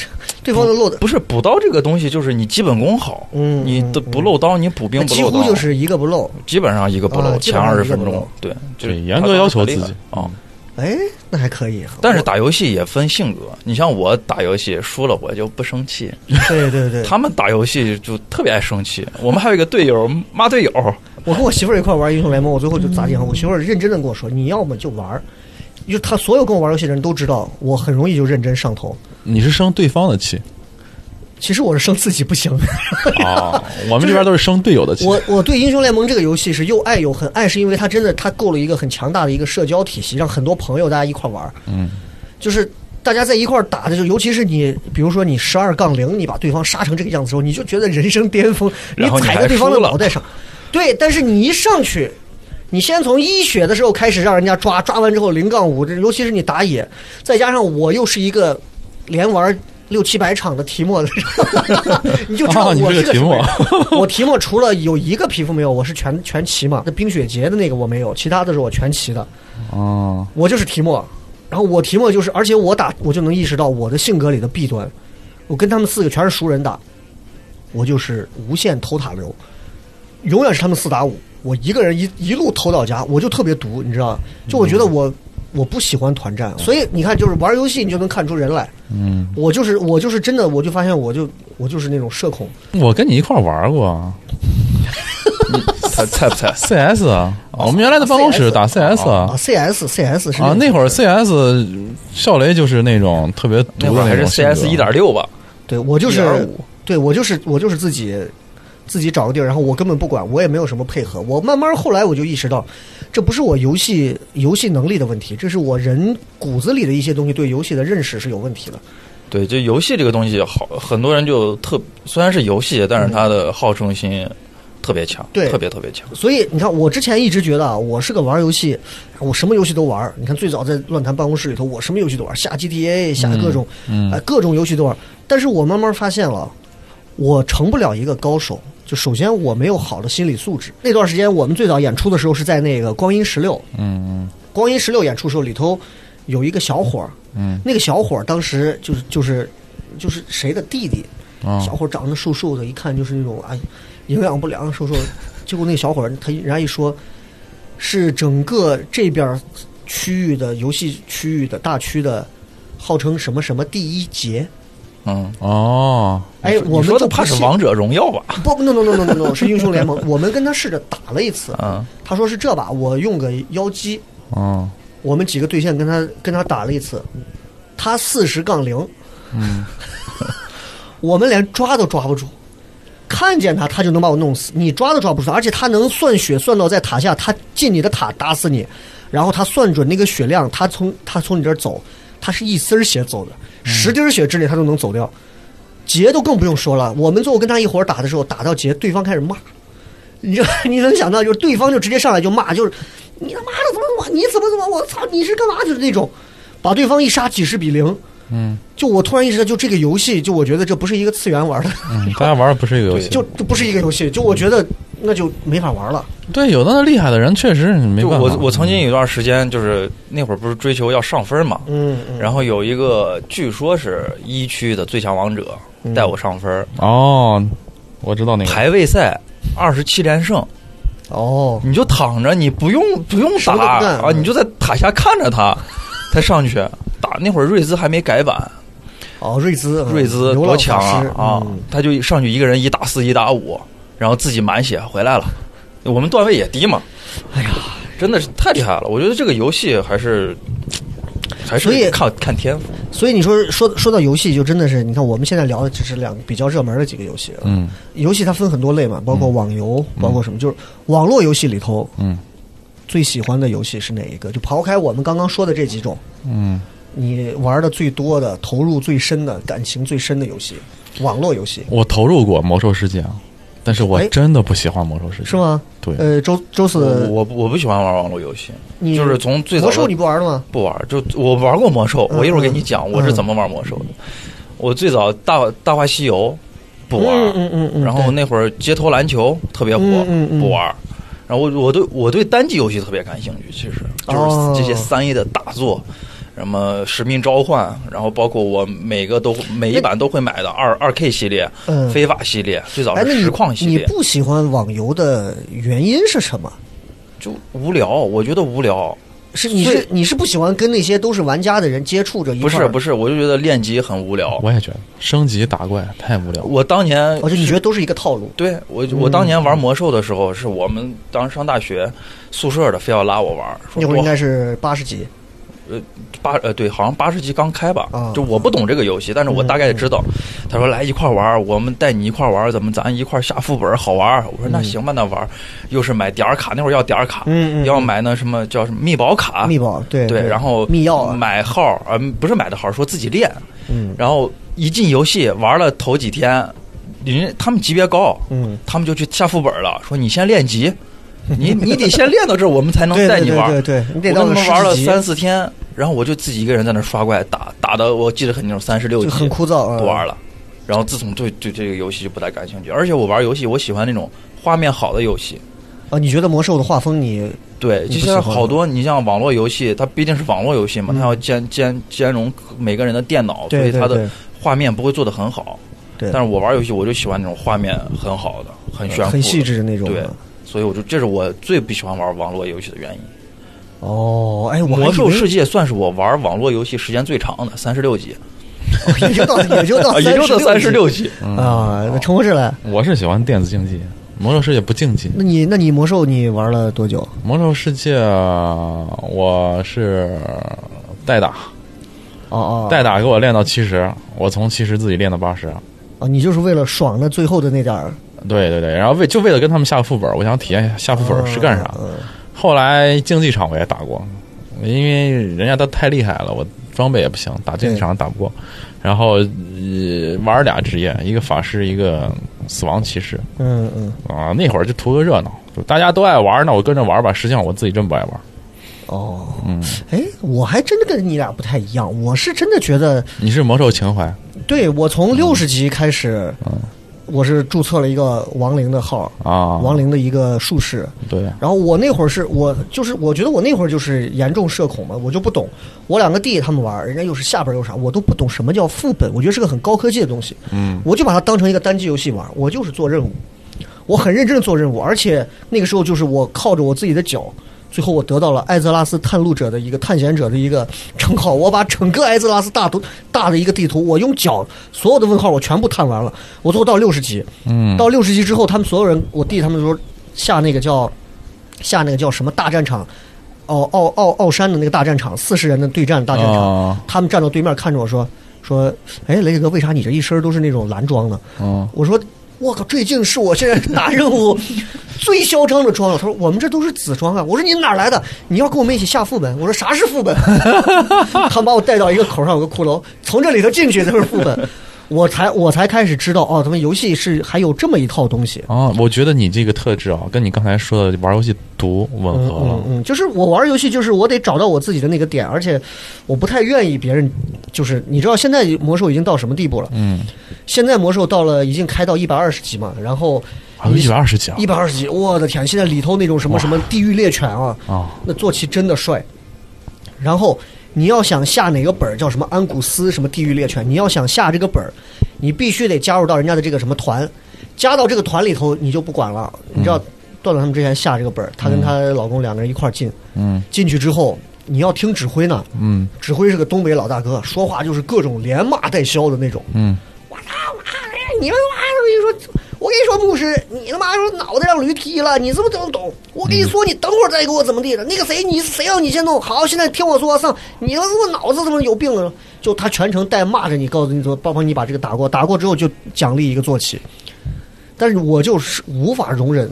Speaker 2: 对方能漏到，
Speaker 5: 不是补刀这个东西，就是你基本功好，
Speaker 2: 嗯
Speaker 5: 你的不漏刀，你补兵不
Speaker 2: 几
Speaker 5: 漏刀，啊
Speaker 2: 乎就是一个不漏。
Speaker 5: 基本上一个不漏，
Speaker 2: 啊基
Speaker 5: 前
Speaker 2: 本上
Speaker 5: 二
Speaker 2: 一个
Speaker 5: 十
Speaker 2: 不漏
Speaker 5: 分钟，对，就是
Speaker 4: 对严格要求自己
Speaker 5: 啊。嗯
Speaker 2: 哎，那还可以。
Speaker 5: 但是打游戏也分性格，你像我打游戏输了我就不生气，
Speaker 2: 对对对，
Speaker 5: 他们打游戏就特别爱生气。我们还有一个队友骂队友，
Speaker 2: 我跟我媳妇儿一块玩英雄联盟，我最后就砸地上。我媳妇儿认真的跟我说：“你要么就玩儿。”就她所有跟我玩游戏的人都知道，我很容易就认真上头。
Speaker 4: 你是生对方 的气
Speaker 2: 其实我是生自己不行，
Speaker 4: 啊，我们这边都是生队友的气。
Speaker 2: 我我对英雄联盟这个游戏是又爱又恨，爱是因为它真的它构了一个很强大的一个社交体系，让很多朋友大家一块玩儿，
Speaker 4: 嗯，
Speaker 2: 就是大家在一块儿打的时候，尤其是你比如说你十二杠零，你把对方杀成这个样子的时候，你就觉得人生巅峰，你
Speaker 5: 然后你
Speaker 2: 踩在
Speaker 5: 还
Speaker 2: 对方的
Speaker 5: 输了
Speaker 2: 脑袋上，对，但是你一上去。你先从一血的时候开始让人家抓，抓完之后零杠五，这尤其是你打野，再加上我又是一个连玩六七百场的提莫的 人，你就知道
Speaker 4: 啊你
Speaker 2: 我
Speaker 4: 是个
Speaker 2: 是个
Speaker 4: 提
Speaker 2: 什么
Speaker 4: 莫
Speaker 2: 人。我提莫除了有一个皮肤没有，我是全全齐嘛。那冰雪节的那个我没有，其他的是我全齐的。
Speaker 4: 哦，
Speaker 2: 我就是提莫，然后我提莫就是，而且我打我就能意识到我的性格里的弊端。我跟他们四个全是熟人打，我就是无限偷塔流，永远是他们四打五，我一个人一一路偷到家，我就特别毒，你知道吗？就我觉
Speaker 4: 嗯
Speaker 2: 得我。我不喜欢团战，啊所以你看，就是玩游戏你就能看出人来。
Speaker 4: 嗯，
Speaker 2: 我就是我就是真的，我就发现我就我就是那种社恐，
Speaker 4: 我跟你一块儿玩过
Speaker 5: 他菜不菜？
Speaker 4: CS 啊，
Speaker 2: 哦
Speaker 4: 我们原来的办公室打 CS
Speaker 2: 啊
Speaker 4: 啊。
Speaker 2: ，CS CS 是
Speaker 4: 啊，那会
Speaker 2: 儿
Speaker 4: 儿 CS 笑雷就是那种特别
Speaker 5: 那
Speaker 4: 毒
Speaker 5: 会
Speaker 4: 的
Speaker 5: 儿还是
Speaker 4: 种性格啊
Speaker 5: CS 一点六吧，
Speaker 2: 对我就
Speaker 5: 1.25
Speaker 2: 是对我就是我就是自己自己找个地儿，然后我根本不管，我也没有什么配合。我慢慢后来我就意识到，这不是我游戏游戏能力的问题，这是我人骨子里的一些东西对游戏的认识是有问题的。
Speaker 5: 对，就游戏这个东西好，很多人就特虽然是游戏，但是他的好胜心特别强，
Speaker 2: 嗯对
Speaker 5: 特别特别强。
Speaker 2: 所以你看，我之前一直觉得啊，我是个玩游戏，我什么游戏都玩儿。你看最早在乱谈办公室里头，我什么游戏都玩儿，下 GTA，下各种，
Speaker 4: 嗯嗯
Speaker 2: 哎各种游戏都玩儿。但是我慢慢发现了，我成不了一个高手。就首先我没有好的心理素质。那段时间我们最早演出的时候是在那个光阴十六，
Speaker 4: 嗯嗯
Speaker 2: 光阴十六演出时候里头有一个小伙儿，
Speaker 4: 嗯
Speaker 2: 那个小伙儿当时就是就是就是谁的弟弟，
Speaker 4: 啊
Speaker 2: 小伙儿长得瘦瘦的，一看就是那种啊营养不良瘦瘦的。结果那个小伙儿他人家一说，是整个这边儿区域的游戏区域的大区的，号称什么什么第一杰。
Speaker 5: 嗯，
Speaker 4: 哦，
Speaker 2: 哎，我
Speaker 5: 你
Speaker 2: 们
Speaker 5: 说的
Speaker 2: 就
Speaker 5: 怕
Speaker 2: 不
Speaker 5: 是
Speaker 2: 信
Speaker 5: 王者荣耀吧？
Speaker 2: 不不 no no no no no no 是英雄联 盟。我们跟他试着打了一次，
Speaker 5: 嗯，
Speaker 2: 他说是这把，我用个妖姬，
Speaker 4: 嗯
Speaker 2: 我们几个对线跟他跟他打了一次，他四十杠零，
Speaker 4: 嗯，
Speaker 2: 我们连抓都抓不住，看见他他就能把我弄死，你抓都抓不住他，而且他能算血算到在塔下，他进你的塔打死你，然后他算准那个血量，他从他从你这儿走，他是一丝儿血走的，十滴儿血之内他都能走掉，劫都更不用说了，我们最后跟他一伙儿打的时候，打到劫，对方开始骂。你这 你能想到，就是对方就直接上来就骂，就是你他妈的怎么我你怎么怎么我操你是干嘛就是那种，把对方一杀几十比零。
Speaker 4: 嗯，
Speaker 2: 就我突然意识到，就这个游戏，就我觉得这不是一个次元玩的，
Speaker 4: 嗯大家玩的不是一个游 戏，
Speaker 2: 就这不是一个游戏，就我觉得那就没法玩了。
Speaker 4: 对，有的那厉害的人确实你没
Speaker 5: 就
Speaker 4: 办法。嗯
Speaker 5: 我我曾经有一段时间，就是那会儿不是追求要上分嘛，
Speaker 2: 嗯嗯，
Speaker 5: 然后有一
Speaker 2: 嗯
Speaker 5: 个据说是一区的最强王者带我上分儿，
Speaker 4: 哦，我知道那个，
Speaker 5: 排位赛二十七连胜，
Speaker 2: 哦，
Speaker 5: 你就躺着，你不用不用
Speaker 2: 什么都
Speaker 5: 打
Speaker 2: 不干
Speaker 5: 啊，
Speaker 2: 嗯
Speaker 5: 你就在塔下看着 他，他上去打。那会儿瑞兹还没改版，
Speaker 2: 哦，瑞兹，嗯
Speaker 5: 瑞兹
Speaker 2: 流
Speaker 5: 多
Speaker 2: 浪
Speaker 5: 强
Speaker 2: 法
Speaker 5: 啊
Speaker 2: 师
Speaker 5: 啊
Speaker 2: 嗯！
Speaker 5: 他就上去一个人一打四一打五，然后自己满血回来了。我们段位也低嘛，哎呀，真的是太厉害了！我觉得这个游戏还是还
Speaker 2: 所以
Speaker 5: 是看看天赋。
Speaker 2: 所以你说说说到游戏，就真的是你看我们现在聊的只是两比较热门的几个游戏，啊
Speaker 4: 嗯，
Speaker 2: 游戏它分很多类嘛，包
Speaker 5: 嗯
Speaker 2: 括网游，包括什么，就是网络游戏里头，
Speaker 4: 嗯，
Speaker 2: 最喜欢的游戏是哪一个？就刨开我们刚刚说的这几种，
Speaker 4: 嗯，
Speaker 2: 你玩的最多的、投入最深的、感情最深的游戏，网络游戏
Speaker 4: 我投入过《魔兽世界》啊，但是我
Speaker 2: 哎
Speaker 4: 真的不喜欢《魔兽世界》，
Speaker 2: 是？吗？
Speaker 4: 对
Speaker 2: 呃，周周
Speaker 5: 我
Speaker 2: 四，
Speaker 5: 我不我不喜欢玩网络游戏，
Speaker 2: 你
Speaker 5: 就是从最早
Speaker 2: 魔兽
Speaker 5: 的
Speaker 2: 你不玩了吗？
Speaker 5: 不玩，就我玩过魔兽，
Speaker 2: 嗯
Speaker 5: 我一会儿给你讲
Speaker 2: 嗯
Speaker 5: 我是怎么玩魔兽的。我最早大大话西游不玩，
Speaker 2: 嗯嗯嗯嗯
Speaker 5: 然后那会儿街头篮球特别火，
Speaker 2: 嗯嗯嗯
Speaker 5: 不玩。然后我我对我对单机游戏特别感兴趣，其实
Speaker 2: 哦
Speaker 5: 就是这些三 A 的大作，什么《使命召唤》，然后包括我每个都每一版都会买的二二 K 系列、
Speaker 2: 嗯
Speaker 5: 非法系列，最早
Speaker 2: 哎，那
Speaker 5: 是
Speaker 2: 你
Speaker 5: 实况系
Speaker 2: 你
Speaker 5: 列，
Speaker 2: 不喜欢网游的原因是什么？
Speaker 5: 就无聊，我觉得无聊。
Speaker 2: 是你
Speaker 5: 所
Speaker 2: 是
Speaker 5: 以
Speaker 2: 你是不喜欢跟那些都是玩家的人接触着一
Speaker 5: 不
Speaker 2: 块
Speaker 5: 是
Speaker 2: 儿？
Speaker 5: 不是，我就觉得练级很无聊。
Speaker 4: 我也觉得升级打怪太无聊了。
Speaker 5: 我当年
Speaker 2: 哦，就你觉得都嗯是一个套路？
Speaker 5: 对我，我当年玩魔兽的时候，是我们当时上大学宿舍的，非要拉我玩儿，说
Speaker 2: 那会儿应
Speaker 5: 多
Speaker 2: 该是八十级，
Speaker 5: 八呃对，好像八十级刚开吧
Speaker 2: 啊，嗯
Speaker 5: 就我不懂这个游戏，但是我大概也知道。他说来一块儿玩儿，我们带你一块儿玩儿，怎么咱一块儿下副本儿好玩儿？我说那行吧，那玩儿，又是买点儿卡，那会儿要点儿卡
Speaker 2: 嗯嗯嗯，
Speaker 5: 要买那什么叫什么密保卡，
Speaker 2: 密宝对
Speaker 5: 啊对，然后
Speaker 2: 密钥啊，
Speaker 5: 买号儿，呃，不是买的号儿，说自己练，
Speaker 2: 嗯
Speaker 5: 然后一进游戏玩了头几天，人家他们级别高，
Speaker 2: 嗯，
Speaker 5: 他们就去下副本了，说你先练级，你你得先练到这儿，我们才能
Speaker 2: 对
Speaker 5: 带
Speaker 2: 对
Speaker 5: 你
Speaker 2: 对
Speaker 5: 玩。
Speaker 2: 对对你得
Speaker 5: 我
Speaker 2: 到
Speaker 5: 跟他
Speaker 2: 个
Speaker 5: 们玩
Speaker 2: 10
Speaker 5: 了
Speaker 2: 级
Speaker 5: 三四天，然后我就自己一个人在那儿刷怪，打打的我记得很清楚，三十六级
Speaker 2: 就很枯燥啊
Speaker 5: 不玩了。然后自从对对这个游戏就不太感兴趣，而且我玩游戏我喜欢那种画面好的游戏。
Speaker 2: 啊，你觉得魔兽的画风你
Speaker 5: 对，
Speaker 2: 你
Speaker 5: 就
Speaker 2: 不
Speaker 5: 像
Speaker 2: 喜欢
Speaker 5: 好
Speaker 2: 吗
Speaker 5: 多你像网络游戏，它毕竟是网络游戏嘛，它要兼兼兼容每个人的电脑，
Speaker 2: 对对
Speaker 5: 所以它
Speaker 2: 对
Speaker 5: 的画面不会做得很好。
Speaker 2: 对
Speaker 5: 但是我玩游戏，我就喜欢那种画面很好的、很炫酷的、
Speaker 2: 很细致的那种啊
Speaker 5: 对
Speaker 2: 吗，
Speaker 5: 所以我就这是我最不喜欢玩网络游戏的原因。
Speaker 2: 哦，哎，我还以为
Speaker 5: 魔兽世界算是我玩网络游戏时间最长的，三十六级，
Speaker 2: 也就到也就到
Speaker 5: 啊 也就到三十
Speaker 2: 级
Speaker 5: 六级。嗯
Speaker 2: 啊，那陈博士来，
Speaker 4: 我是喜欢电子竞技，魔兽世界不竞技。
Speaker 2: 那你那你魔兽你玩了多久？
Speaker 4: 魔兽世界我是代打，
Speaker 2: 哦哦，
Speaker 4: 代打给我练到七十，我从七十自己练到八十。
Speaker 2: 哦，你就是为了爽那最后的那点儿
Speaker 4: 对对对，然后为就为了跟他们下副本，我想体验一下下副本是干啥。
Speaker 2: 嗯
Speaker 4: 后来竞技场我也打过，因为人家都太厉害了，我装备也不行，打竞技场打不过。然后、呃、玩俩职业，一个法师，一个死亡骑士
Speaker 2: 嗯嗯，
Speaker 4: 啊。那会儿就图个热闹，就大家都爱玩，那我跟着玩吧。实际上我自己真不爱玩。
Speaker 2: 哦，哎，我还真的跟你俩不太一样，我是真的觉得。
Speaker 4: 你是魔兽情怀，
Speaker 2: 对我
Speaker 4: 嗯
Speaker 2: 从六十级开始，我是注册了一个亡灵的号
Speaker 4: 啊
Speaker 2: 亡灵的一个术士。
Speaker 4: 对呀、
Speaker 2: 然后我那会儿是我就是我觉得我那会儿就是严重社恐嘛，我就不懂。我两个弟他们玩儿，人家又是下本儿又啥，我都不懂什么叫副本，我觉得是个很高科技的东西。嗯，我就把它当成一个单机游戏玩儿，我就是做任务，我很认真的做任务，而且那个时候就是我靠着我自己的脚。最后我得到了艾泽拉斯探路者的一个探险者的一个称号，我把整个艾泽拉斯大都大的一个地图，我用脚所有的问号我全部探完了，我最后到六十级，嗯，到六十级之后，他们所有人，我弟他们说下那个叫下那个叫什么大战场，奥哦奥奥奥山的那个大战场，四十人的对战大战场，
Speaker 4: 哦
Speaker 2: 他们站到对面看着我说说，哎，雷哥，为啥你这一身都是那种蓝装呢？
Speaker 4: 嗯，
Speaker 2: 我说。我靠，这竟是我现在打任务最嚣张的装了。他说我们这都是紫装啊。我说你哪儿来的？你要跟我们一起下副本。我说啥是副本？ 他们把我带到一个口上有个骷髅，从这里头进去就是副本。我才我才开始知道哦，他们游戏是还有这么一套东西。
Speaker 4: 啊，我觉得你这个特质啊，跟你刚才说的玩游戏毒吻
Speaker 2: 嗯
Speaker 4: 合了。
Speaker 2: 嗯嗯，就是我玩游戏，就是我得找到我自己的那个点，而且我不太愿意别人，就是你知道现在魔兽已经到什么地步了？嗯，现在魔兽到了已经开到一百二十级嘛，然后
Speaker 4: 啊，一百二十级啊
Speaker 2: 一！百二十级，我的天！现在里头那种什么什么地狱猎犬啊，
Speaker 4: 啊
Speaker 2: 那坐骑真的帅。然后你要想下哪个本儿叫什么安古斯什么地狱猎犬，你要想下这个本儿，你必须得加入到人家的这个什么团。加到这个团里头，你就不管了。你知道，段段他们之前下这个本儿，她跟她老公两个人一块儿进，
Speaker 6: 嗯
Speaker 2: 进去之后你要听指挥呢，
Speaker 6: 嗯
Speaker 2: 指挥是个东北老大哥，说话就是各种连骂带削的那种。
Speaker 6: 嗯
Speaker 2: 我操！我操！你们他妈的，我跟你说，我跟你说，牧师，你他妈说脑袋让驴踢了，你是不是都懂？我跟你说，你等会儿再给我怎么地的？那个谁，你谁让你先弄？好，现在听我说，上，你他妈脑子怎么有病啊？就他全程带骂着你，告诉你说，帮帮你把这个打过，打过之后就奖励一个坐骑。但是我就是无法容忍，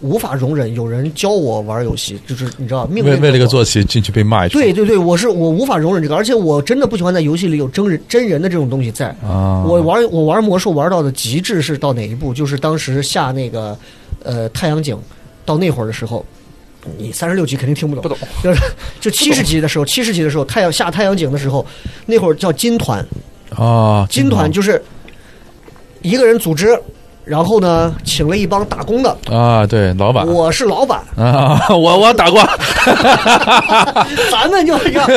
Speaker 2: 无法容忍有人教我玩游戏，就是你知道，命
Speaker 4: 为
Speaker 2: 令
Speaker 4: 为了一个
Speaker 2: 我
Speaker 4: 坐骑进去被骂一顿，
Speaker 2: 对对对，我是我无法容忍这个，而且我真的不喜欢在游戏里有真人真人的这种东西在。
Speaker 6: 啊，
Speaker 2: 我玩我玩魔兽玩到的极致是到哪一步？就是当时下那个呃太阳井，到那会儿的时候，你三十六级肯定听不懂，
Speaker 5: 不懂
Speaker 2: 就是就七十级的时候，七十级的时候太阳下太阳井的时候，那会儿叫金团，
Speaker 4: 啊，
Speaker 2: 金团就是一个人组织，然后呢请了一帮打工的，
Speaker 4: 啊，对，老板
Speaker 2: 我是老板，
Speaker 4: 啊， 我我打过，
Speaker 2: 咱们就是这样，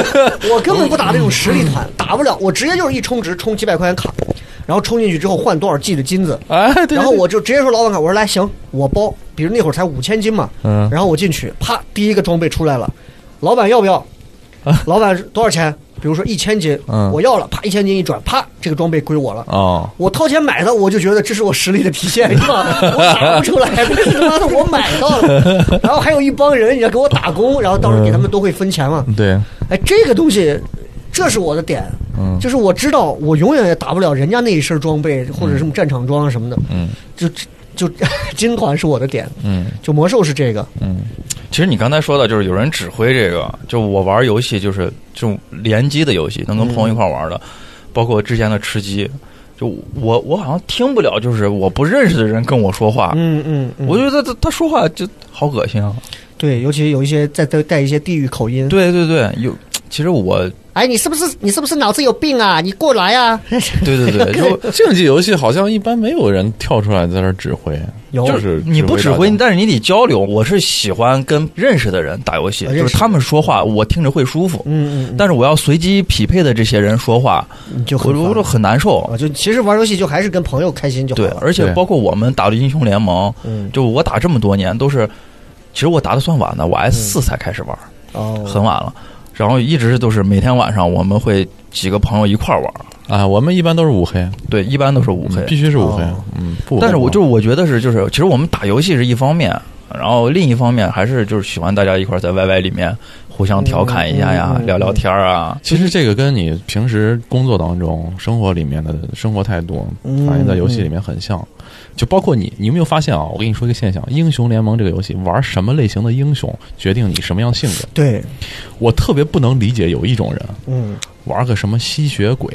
Speaker 2: 我根本不打那种实力团，打不了，我直接就是一充值充几百块钱卡，然后充进去之后换多少 G 的金子，
Speaker 4: 哎，对对
Speaker 2: 然后我就直接说老板卡，我说来行，我包，比如那会儿才五千斤嘛，
Speaker 4: 嗯
Speaker 2: 然后我进去，啪，第一个装备出来了，老板要不要？老板多少钱？比如说一千斤，
Speaker 4: 啊嗯
Speaker 2: 我要了，啪，一千斤一转，啪，这个装备归我了。
Speaker 4: 哦，
Speaker 2: 我掏钱买的，我就觉得这是我实力的体现，是吧？我打不出来，这是他妈的我买到了。然后还有一帮人，你要给我打工，然后到时候给他们都会分钱嘛。
Speaker 4: 对，
Speaker 2: 哎，这个东西，这是我的点，
Speaker 4: 嗯
Speaker 2: 就是我知道我永远也打不了人家那一身装备或者什么战场装啊什么的，
Speaker 4: 嗯
Speaker 2: 就就金团是我的点，
Speaker 4: 嗯
Speaker 2: 就魔兽是这个，
Speaker 4: 嗯
Speaker 5: 其实你刚才说的，就是有人指挥这个，就我玩游戏就是这种联机的游戏，能跟朋友一块玩的，包括之前的吃鸡，就我我好像听不了，就是我不认识的人跟我说话，
Speaker 2: 嗯嗯，嗯
Speaker 5: 我觉得他他说话就好恶心啊！
Speaker 2: 对，尤其有一些再带带一些地域口音，
Speaker 5: 对对对，有。其实我，
Speaker 2: 哎，你是不是你是不是脑子有病啊？你过来啊！
Speaker 5: 对对 对，就
Speaker 4: 竞技游戏好像一般没有人跳出来在那儿指挥，
Speaker 2: 有
Speaker 4: 就
Speaker 5: 就是你不指
Speaker 4: 大
Speaker 5: 挥
Speaker 4: 家，
Speaker 5: 但是你得交流。我是喜欢跟认识的人打游戏，
Speaker 2: 啊认识
Speaker 5: 就是他们说话，我听着会舒服。
Speaker 2: 嗯嗯，
Speaker 5: 但是我要随机匹配的这些人说话，
Speaker 2: 你就
Speaker 5: 我
Speaker 2: 很
Speaker 5: 我
Speaker 2: 烦
Speaker 5: 就很难受。
Speaker 2: 啊，就其实玩游戏就还是跟朋友开心就好
Speaker 5: 对，
Speaker 2: 了，
Speaker 5: 而且
Speaker 4: 对
Speaker 5: 包括我们打的英雄联盟，
Speaker 2: 嗯，
Speaker 5: 就我打这么多年都是，其实我打的算晚的，我 S 四才开始玩，
Speaker 2: 嗯哦，
Speaker 5: 很晚了。然后一直都是每天晚上我们会几个朋友一块儿玩，
Speaker 4: 啊，我们一般都是五黑，
Speaker 5: 对，一般都是五黑
Speaker 4: 嗯。必须是五黑
Speaker 2: 哦，
Speaker 4: 嗯，不，
Speaker 5: 但是我就是我觉得是就是，其实我们打游戏是一方面，然后另一方面还是就是喜欢大家一块儿在 YY 里面互相调侃一下呀
Speaker 2: 嗯嗯嗯，嗯
Speaker 5: 聊聊天儿啊。
Speaker 4: 其实这个跟你平时工作当中、生活里面的生活态度
Speaker 2: 嗯
Speaker 4: 嗯反映在游戏里面很像，就包括你，你有没有发现啊？我跟你说一个现象，《英雄联盟》这个游戏玩什么类型的英雄，决定你什么样性格。
Speaker 2: 对，
Speaker 4: 我特别不能理解有一种人
Speaker 2: 嗯，
Speaker 4: 玩个什么吸血鬼，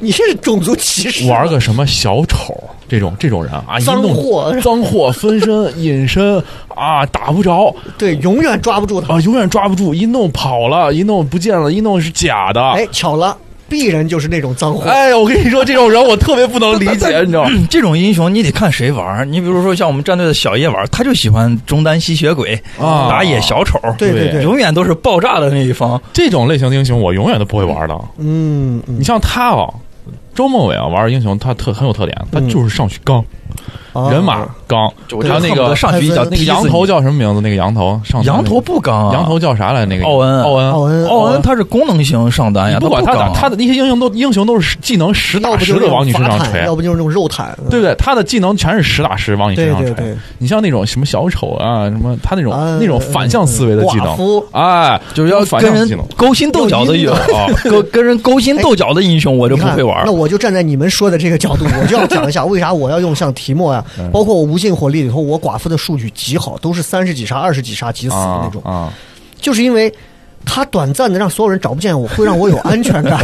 Speaker 2: 你是种族歧视，
Speaker 4: 玩个什么小丑这种这种人啊，一
Speaker 2: 脏
Speaker 4: 弄
Speaker 2: 货
Speaker 4: 脏货分身隐身啊，打不着
Speaker 2: 对，永远抓不住他。
Speaker 4: 啊，永远抓不住，一弄跑了，一弄不见了，一弄是假的。
Speaker 2: 哎，巧了鄙人就是那种脏货。
Speaker 4: 哎，我跟你说，这种人我特别不能理解，你知道吗？
Speaker 5: 哎嗯这种英雄你得看谁玩儿，你比如说像我们战队的小叶玩儿，他就喜欢中单吸血鬼、
Speaker 4: 啊
Speaker 5: 打野小丑，
Speaker 2: 对对
Speaker 4: 对
Speaker 2: 对，
Speaker 5: 永远都是爆炸的那一方。
Speaker 4: 这种类型的英雄我永远都不会玩的。
Speaker 2: 嗯嗯
Speaker 4: 你像他哦，周梦伟啊，玩英雄他特很有特点，
Speaker 5: 嗯
Speaker 4: 他就是上去刚，
Speaker 2: 啊
Speaker 4: 人马刚，还有那
Speaker 5: 恨不
Speaker 4: 个
Speaker 5: 得上去一脚
Speaker 2: 那
Speaker 4: 那个
Speaker 5: 踢死
Speaker 4: 羊
Speaker 5: 你
Speaker 4: 头叫什么名字？那个羊头上
Speaker 5: 羊头不刚啊，
Speaker 4: 羊头叫啥来？那个
Speaker 5: 奥恩啊
Speaker 4: 奥恩，
Speaker 2: 奥恩
Speaker 5: 奥恩他是功能型上单呀，
Speaker 4: 你不哎管他
Speaker 5: 他
Speaker 4: 咋，
Speaker 5: 刚啊
Speaker 4: 他的那些英雄都英雄都是技能实
Speaker 2: 要
Speaker 4: 打
Speaker 2: 不
Speaker 4: 实
Speaker 2: 就是那
Speaker 4: 的
Speaker 2: 种
Speaker 4: 往你身上
Speaker 2: 法
Speaker 4: 锤
Speaker 2: 坦，要不就是那种肉坦，
Speaker 4: 对不对？他的技能全是实打实往你身
Speaker 2: 对
Speaker 4: 上
Speaker 2: 对
Speaker 4: 锤
Speaker 2: 对。
Speaker 4: 你像那种什么小丑啊，什么他那种
Speaker 2: 啊
Speaker 4: 那种反向思维的技
Speaker 2: 寡
Speaker 4: 能，
Speaker 2: 妇
Speaker 4: 哎，就是要反
Speaker 5: 跟
Speaker 4: 向技
Speaker 5: 人
Speaker 4: 能。
Speaker 5: 勾心斗角的有啊，跟跟人勾心斗角的英雄我就
Speaker 2: 哎你
Speaker 5: 不
Speaker 2: 看
Speaker 5: 会玩
Speaker 2: 那。我就站在你们说的这个角度，我就要讲一下为啥我要用像提莫呀，包括我无尽火力里头，我寡妇的数据极好，都是三十几杀、二十几杀几死的那种，
Speaker 4: 啊
Speaker 2: 就是因为。他短暂的让所有人找不见我，会让我有安全 感，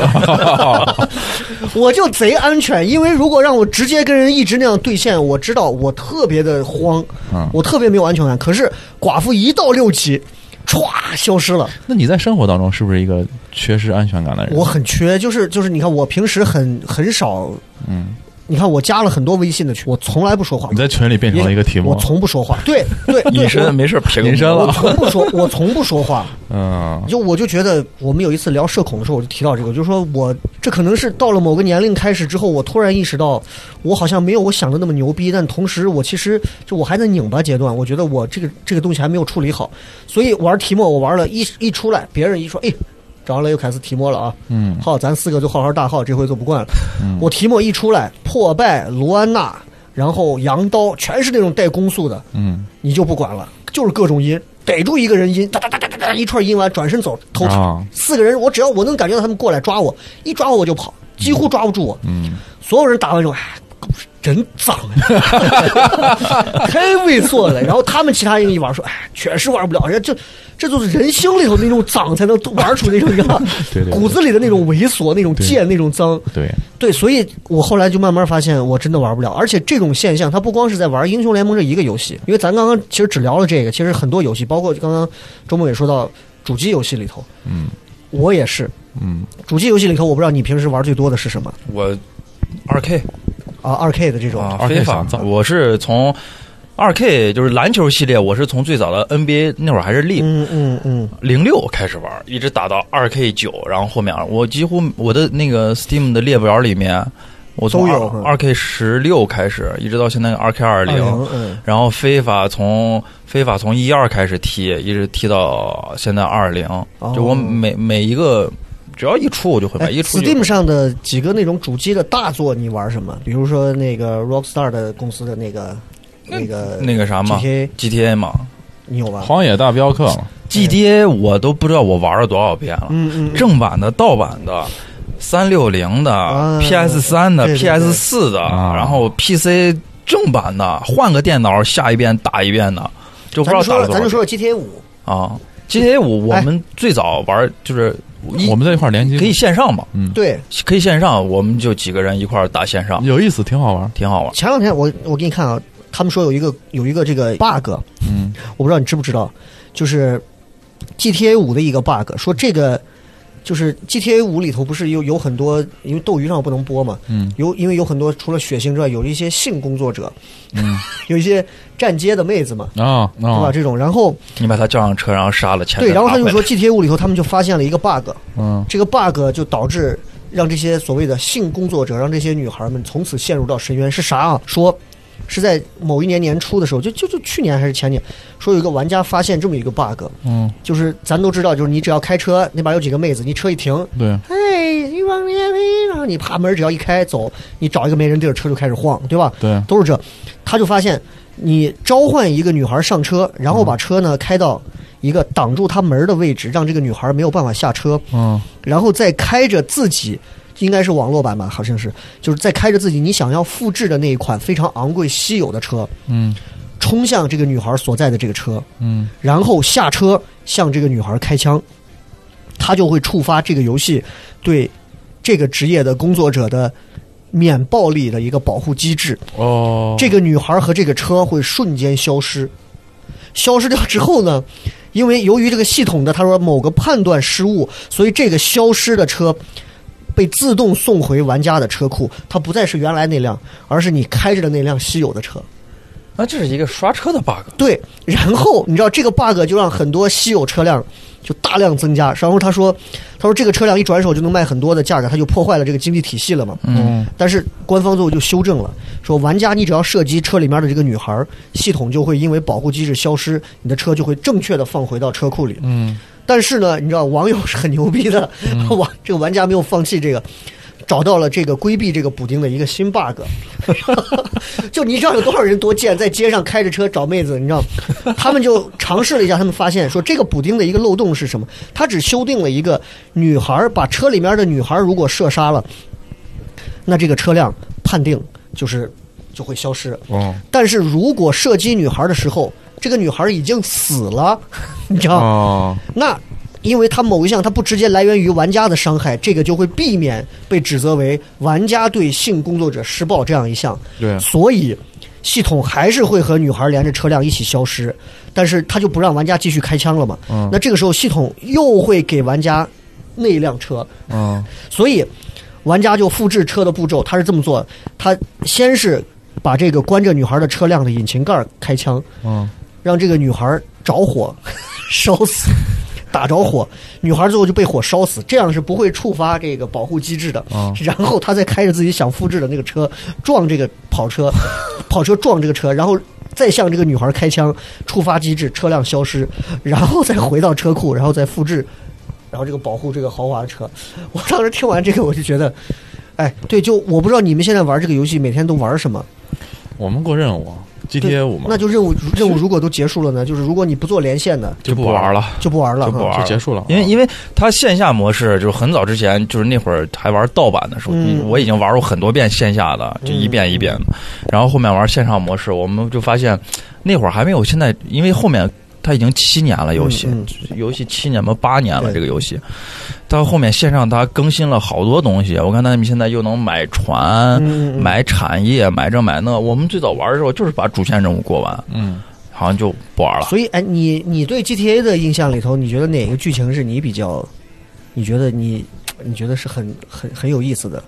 Speaker 2: 我就贼安全。因为如果让我直接跟人一直那样对线，我知道我特别的慌，
Speaker 4: 嗯
Speaker 2: 我特别没有安全感。可是寡妇一到六级，歘消失了，
Speaker 4: 那你在生活当中是不是一个缺失安全感的人？
Speaker 2: 我很缺，就是就是，你看我平时很很少，
Speaker 4: 嗯，
Speaker 2: 你看我加了很多微信的群，我从来不说话
Speaker 4: 你，在群里变成了一个题目
Speaker 2: 我，从不说话，对对 对，
Speaker 5: 隐身没事，撇个
Speaker 4: 隐身
Speaker 2: 我我
Speaker 4: 了
Speaker 2: 从不说，我从不说话，
Speaker 4: 嗯
Speaker 2: 就我就觉得我们有一次聊社恐的时候，我就提到这个，就说我这可能是到了某个年龄开始之后，我突然意识到，我好像没有我想的那么牛逼，但同时我其实就我还在拧巴阶段，我觉得我这个这个东西还没有处理好，所以玩提莫我玩了一一出来，别人一说，哎，着了又开始提莫了啊，
Speaker 7: 嗯
Speaker 2: 好，咱四个就浩浩大号，这回做不惯了，我提莫一出来，破败卢安娜，然后羊刀全是那种带攻速的，
Speaker 7: 嗯，
Speaker 2: 你就不管了，就是各种阴，逮住一个人阴，哒哒哒哒哒哒一串阴完，转身走偷塔。
Speaker 7: 啊
Speaker 2: 四个人，我只要我能感觉到他们过来抓我，一抓我我就跑，几乎抓不住我。
Speaker 7: 嗯，
Speaker 2: 所有人打完之后，哎，狗屎真脏、啊， 太猥琐了。然后他们其他人一玩说，哎，确实玩不了，人家这这就是人性里头那种脏才能玩出那种样，
Speaker 7: 对对对
Speaker 2: 骨子里的那种猥琐、那种贱、那种脏。
Speaker 7: 对，
Speaker 2: 对，所以我后来就慢慢发现，我真的玩不了。而且这种现象，它不光是在玩英雄联盟这一个游戏，因为咱刚刚其实只聊了这个，其实很多游戏，包括刚刚周末也说到主机游戏里头，嗯，我也是，
Speaker 7: 嗯，
Speaker 2: 主机游戏里头，我不知道你平时玩最多的是什么
Speaker 5: 我二 K
Speaker 2: 啊？二 K 的这种，
Speaker 5: 啊，
Speaker 7: 2K
Speaker 5: 非法
Speaker 7: 想造，
Speaker 5: 我是从二 K 就是篮球系列，我是从最早的 NBA 那会儿还是 League
Speaker 2: 嗯嗯嗯，
Speaker 5: 零六开始玩，一直打到二 K 九，然后后面我几乎我的那个 Steam 的列表里面，我从
Speaker 2: 都有嗯
Speaker 5: 二 K 十六开始，一直到现在二 K 二零。
Speaker 2: 20嗯，
Speaker 5: 然后非法从非法从一二开始踢，一直踢到现在二零、
Speaker 2: 哦
Speaker 5: 就我每每一个只要一出我就会买，
Speaker 2: 哎
Speaker 5: 一出就
Speaker 2: ，Steam 上的几个那种主机的大作，你玩什么？比如说那个 Rockstar 的公司的那个那个
Speaker 5: 那个啥嘛
Speaker 2: GTA，
Speaker 5: GTA 嘛
Speaker 2: 你有吧？
Speaker 7: 荒野大镖客嘛，
Speaker 5: GTA 我都不知道我玩了多少遍了，
Speaker 2: 嗯嗯，嗯
Speaker 5: 正版的、盗版的、三六零的、
Speaker 2: 啊
Speaker 5: PS 三的、
Speaker 2: 对对对
Speaker 5: PS 四的，
Speaker 7: 啊
Speaker 5: 然后 PC 正版的，换个电脑下一遍打一遍的，就不
Speaker 2: 咱
Speaker 5: 知道
Speaker 2: 就
Speaker 5: 打了
Speaker 2: 说
Speaker 5: 多少
Speaker 2: 咱就
Speaker 5: 遍
Speaker 2: 说 GTA 五，
Speaker 5: 啊。GTA 我我
Speaker 2: 哎
Speaker 5: 们最早玩就是一
Speaker 7: 我们在一块儿联机
Speaker 5: 可以线上嘛，
Speaker 2: 对，
Speaker 5: 可以线上，我们就几个人一块儿打线上，
Speaker 7: 有意思，挺好玩。
Speaker 5: 挺好玩。
Speaker 2: 前两天我我给你看啊，他们说有一个有一个这个 bug，
Speaker 7: 嗯，
Speaker 2: 我不知道你知不知道，就是 GTA 五的一个 bug，说这个就是 GTA 五里头不是有有很多，因为斗鱼上不能播嘛，
Speaker 7: 嗯，
Speaker 2: 有因为有很多除了血腥之外，有一些性工作者，嗯，有一些站街的妹子嘛，
Speaker 7: 啊
Speaker 4: 哦
Speaker 2: 对吧？
Speaker 7: 啊，
Speaker 2: 这种，然后
Speaker 5: 你把他叫上车，然后杀了前
Speaker 2: 对，然后他就
Speaker 5: 回来
Speaker 2: 说 GTA 五里头他们就发现了一个 bug，
Speaker 7: 嗯，
Speaker 2: 这个 bug 就导致让这些所谓的性工作者，让这些女孩们从此陷入到深渊。是啥啊？说是在某一年年初的时候，就就就去年还是前年，说有一个玩家发现这么一个 bug，
Speaker 7: 嗯，
Speaker 2: 就是咱都知道，就是你只要开车，那边有几个妹子，你车一停。
Speaker 7: 对，
Speaker 2: 哎，一往那边飞，然后你啪门只要一开走，你找一个没人地儿，车就开始晃，对吧？
Speaker 7: 对
Speaker 2: 都是这。他就发现，你召唤一个女孩上车，然后把车呢开到一个挡住她门的位置，让这个女孩没有办法下车。
Speaker 7: 嗯，
Speaker 2: 然后再开着自己，应该是网络版吧，好像是，就是再开着自己你想要复制的那一款非常昂贵稀有的车，
Speaker 7: 嗯，
Speaker 2: 冲向这个女孩所在的这个车，
Speaker 7: 嗯，
Speaker 2: 然后下车向这个女孩开枪，他就会触发这个游戏对这个职业的工作者的免暴力的一个保护机制，
Speaker 7: 哦，
Speaker 2: 这个女孩和这个车会瞬间消失。消失掉之后呢，因为由于这个系统的他说某个判断失误，所以这个消失的车被自动送回玩家的车库，它不再是原来那辆，而是你开着的那辆稀有的车。
Speaker 5: 那这是一个刷车的 bug，
Speaker 2: 对，然后你知道这个 bug 就让很多稀有车辆就大量增加，然后他说，他说这个车辆一转手就能卖很多的价格，他就破坏了这个经济体系了嘛。
Speaker 5: 嗯，
Speaker 2: 但是官方最后就修正了，说玩家你只要射击车里面的这个女孩，系统就会因为保护机制消失，你的车就会正确的放回到车库里。
Speaker 7: 嗯，
Speaker 2: 但是呢，你知道网友是很 牛逼的，网、这个玩家没有放弃这个。找到了这个规避这个补丁的一个新 bug，就你知道有多少人多贱，在街上开着车找妹子，你知道，他们就尝试了一下，他们发现说这个补丁的一个漏洞是什么？他只修订了一个女孩儿把车里面的女孩儿如果射杀了，那这个车辆判定就是就会消失。
Speaker 7: 哦
Speaker 2: 但是如果射击女孩的时候，这个女孩已经死了，你知
Speaker 4: 啊
Speaker 2: 道吗？
Speaker 7: 哦，
Speaker 2: 那因为它某一项它不直接来源于玩家的伤害，这个就会避免被指责为玩家对性工作者施暴这样一项。
Speaker 7: 对啊
Speaker 2: 所以系统还是会和女孩连着车辆一起消失，但是它就不让玩家继续开枪了嘛。
Speaker 7: 嗯
Speaker 2: 那这个时候系统又会给玩家那一辆车，
Speaker 7: 嗯
Speaker 2: 所以玩家就复制车的步骤，他是这么做：他先是把这个关着女孩的车辆的引擎盖儿开枪，
Speaker 7: 嗯，
Speaker 2: 让这个女孩着火烧死，打着火，女孩最后就被火烧死，这样是不会触发这个保护机制的。然后他再开着自己想复制的那个车撞这个跑车，跑车撞这个车，然后。再向这个女孩开枪，触发机制，车辆消失，然后再回到车库，然后再复制，然后这个保护这个豪华的车。我当时听完这个，我就觉得，哎，对，就我不知道你们现在玩这个游戏每天都玩什么，
Speaker 7: 我们过任务啊
Speaker 2: 对
Speaker 7: ，GTA 五嘛，
Speaker 2: 那就任 务任务如果都结束了呢？就是如果你不做连线的，
Speaker 7: 就
Speaker 5: 不
Speaker 7: 不
Speaker 5: 玩了。
Speaker 2: 就不玩了。
Speaker 5: 就不
Speaker 2: 哈
Speaker 5: 玩
Speaker 7: 就结束了，啊
Speaker 5: 因为因为它线下模式就是很早之前，就是那会儿还玩盗版的时候，
Speaker 2: 嗯
Speaker 5: 我已经玩过很多遍线下的，就一遍一遍的。然后后面玩线上模式，我们就发现那会儿还没有现在，因为后面它已经七年了，游戏、
Speaker 2: 嗯嗯
Speaker 5: 游戏七年吧八年了，
Speaker 2: 对
Speaker 5: 这个游戏。到后面线上它更新了好多东西，我看他们现在又能买船、
Speaker 2: 嗯嗯嗯
Speaker 5: 买产业、买这买那。我们最早玩的时候就是把主线任务过完，
Speaker 7: 嗯，
Speaker 5: 好像就不玩了。
Speaker 2: 所以，哎，你你对 GTA 的印象里头，你觉得哪个剧情是你比较，你觉得你你觉得是很很很有意思的？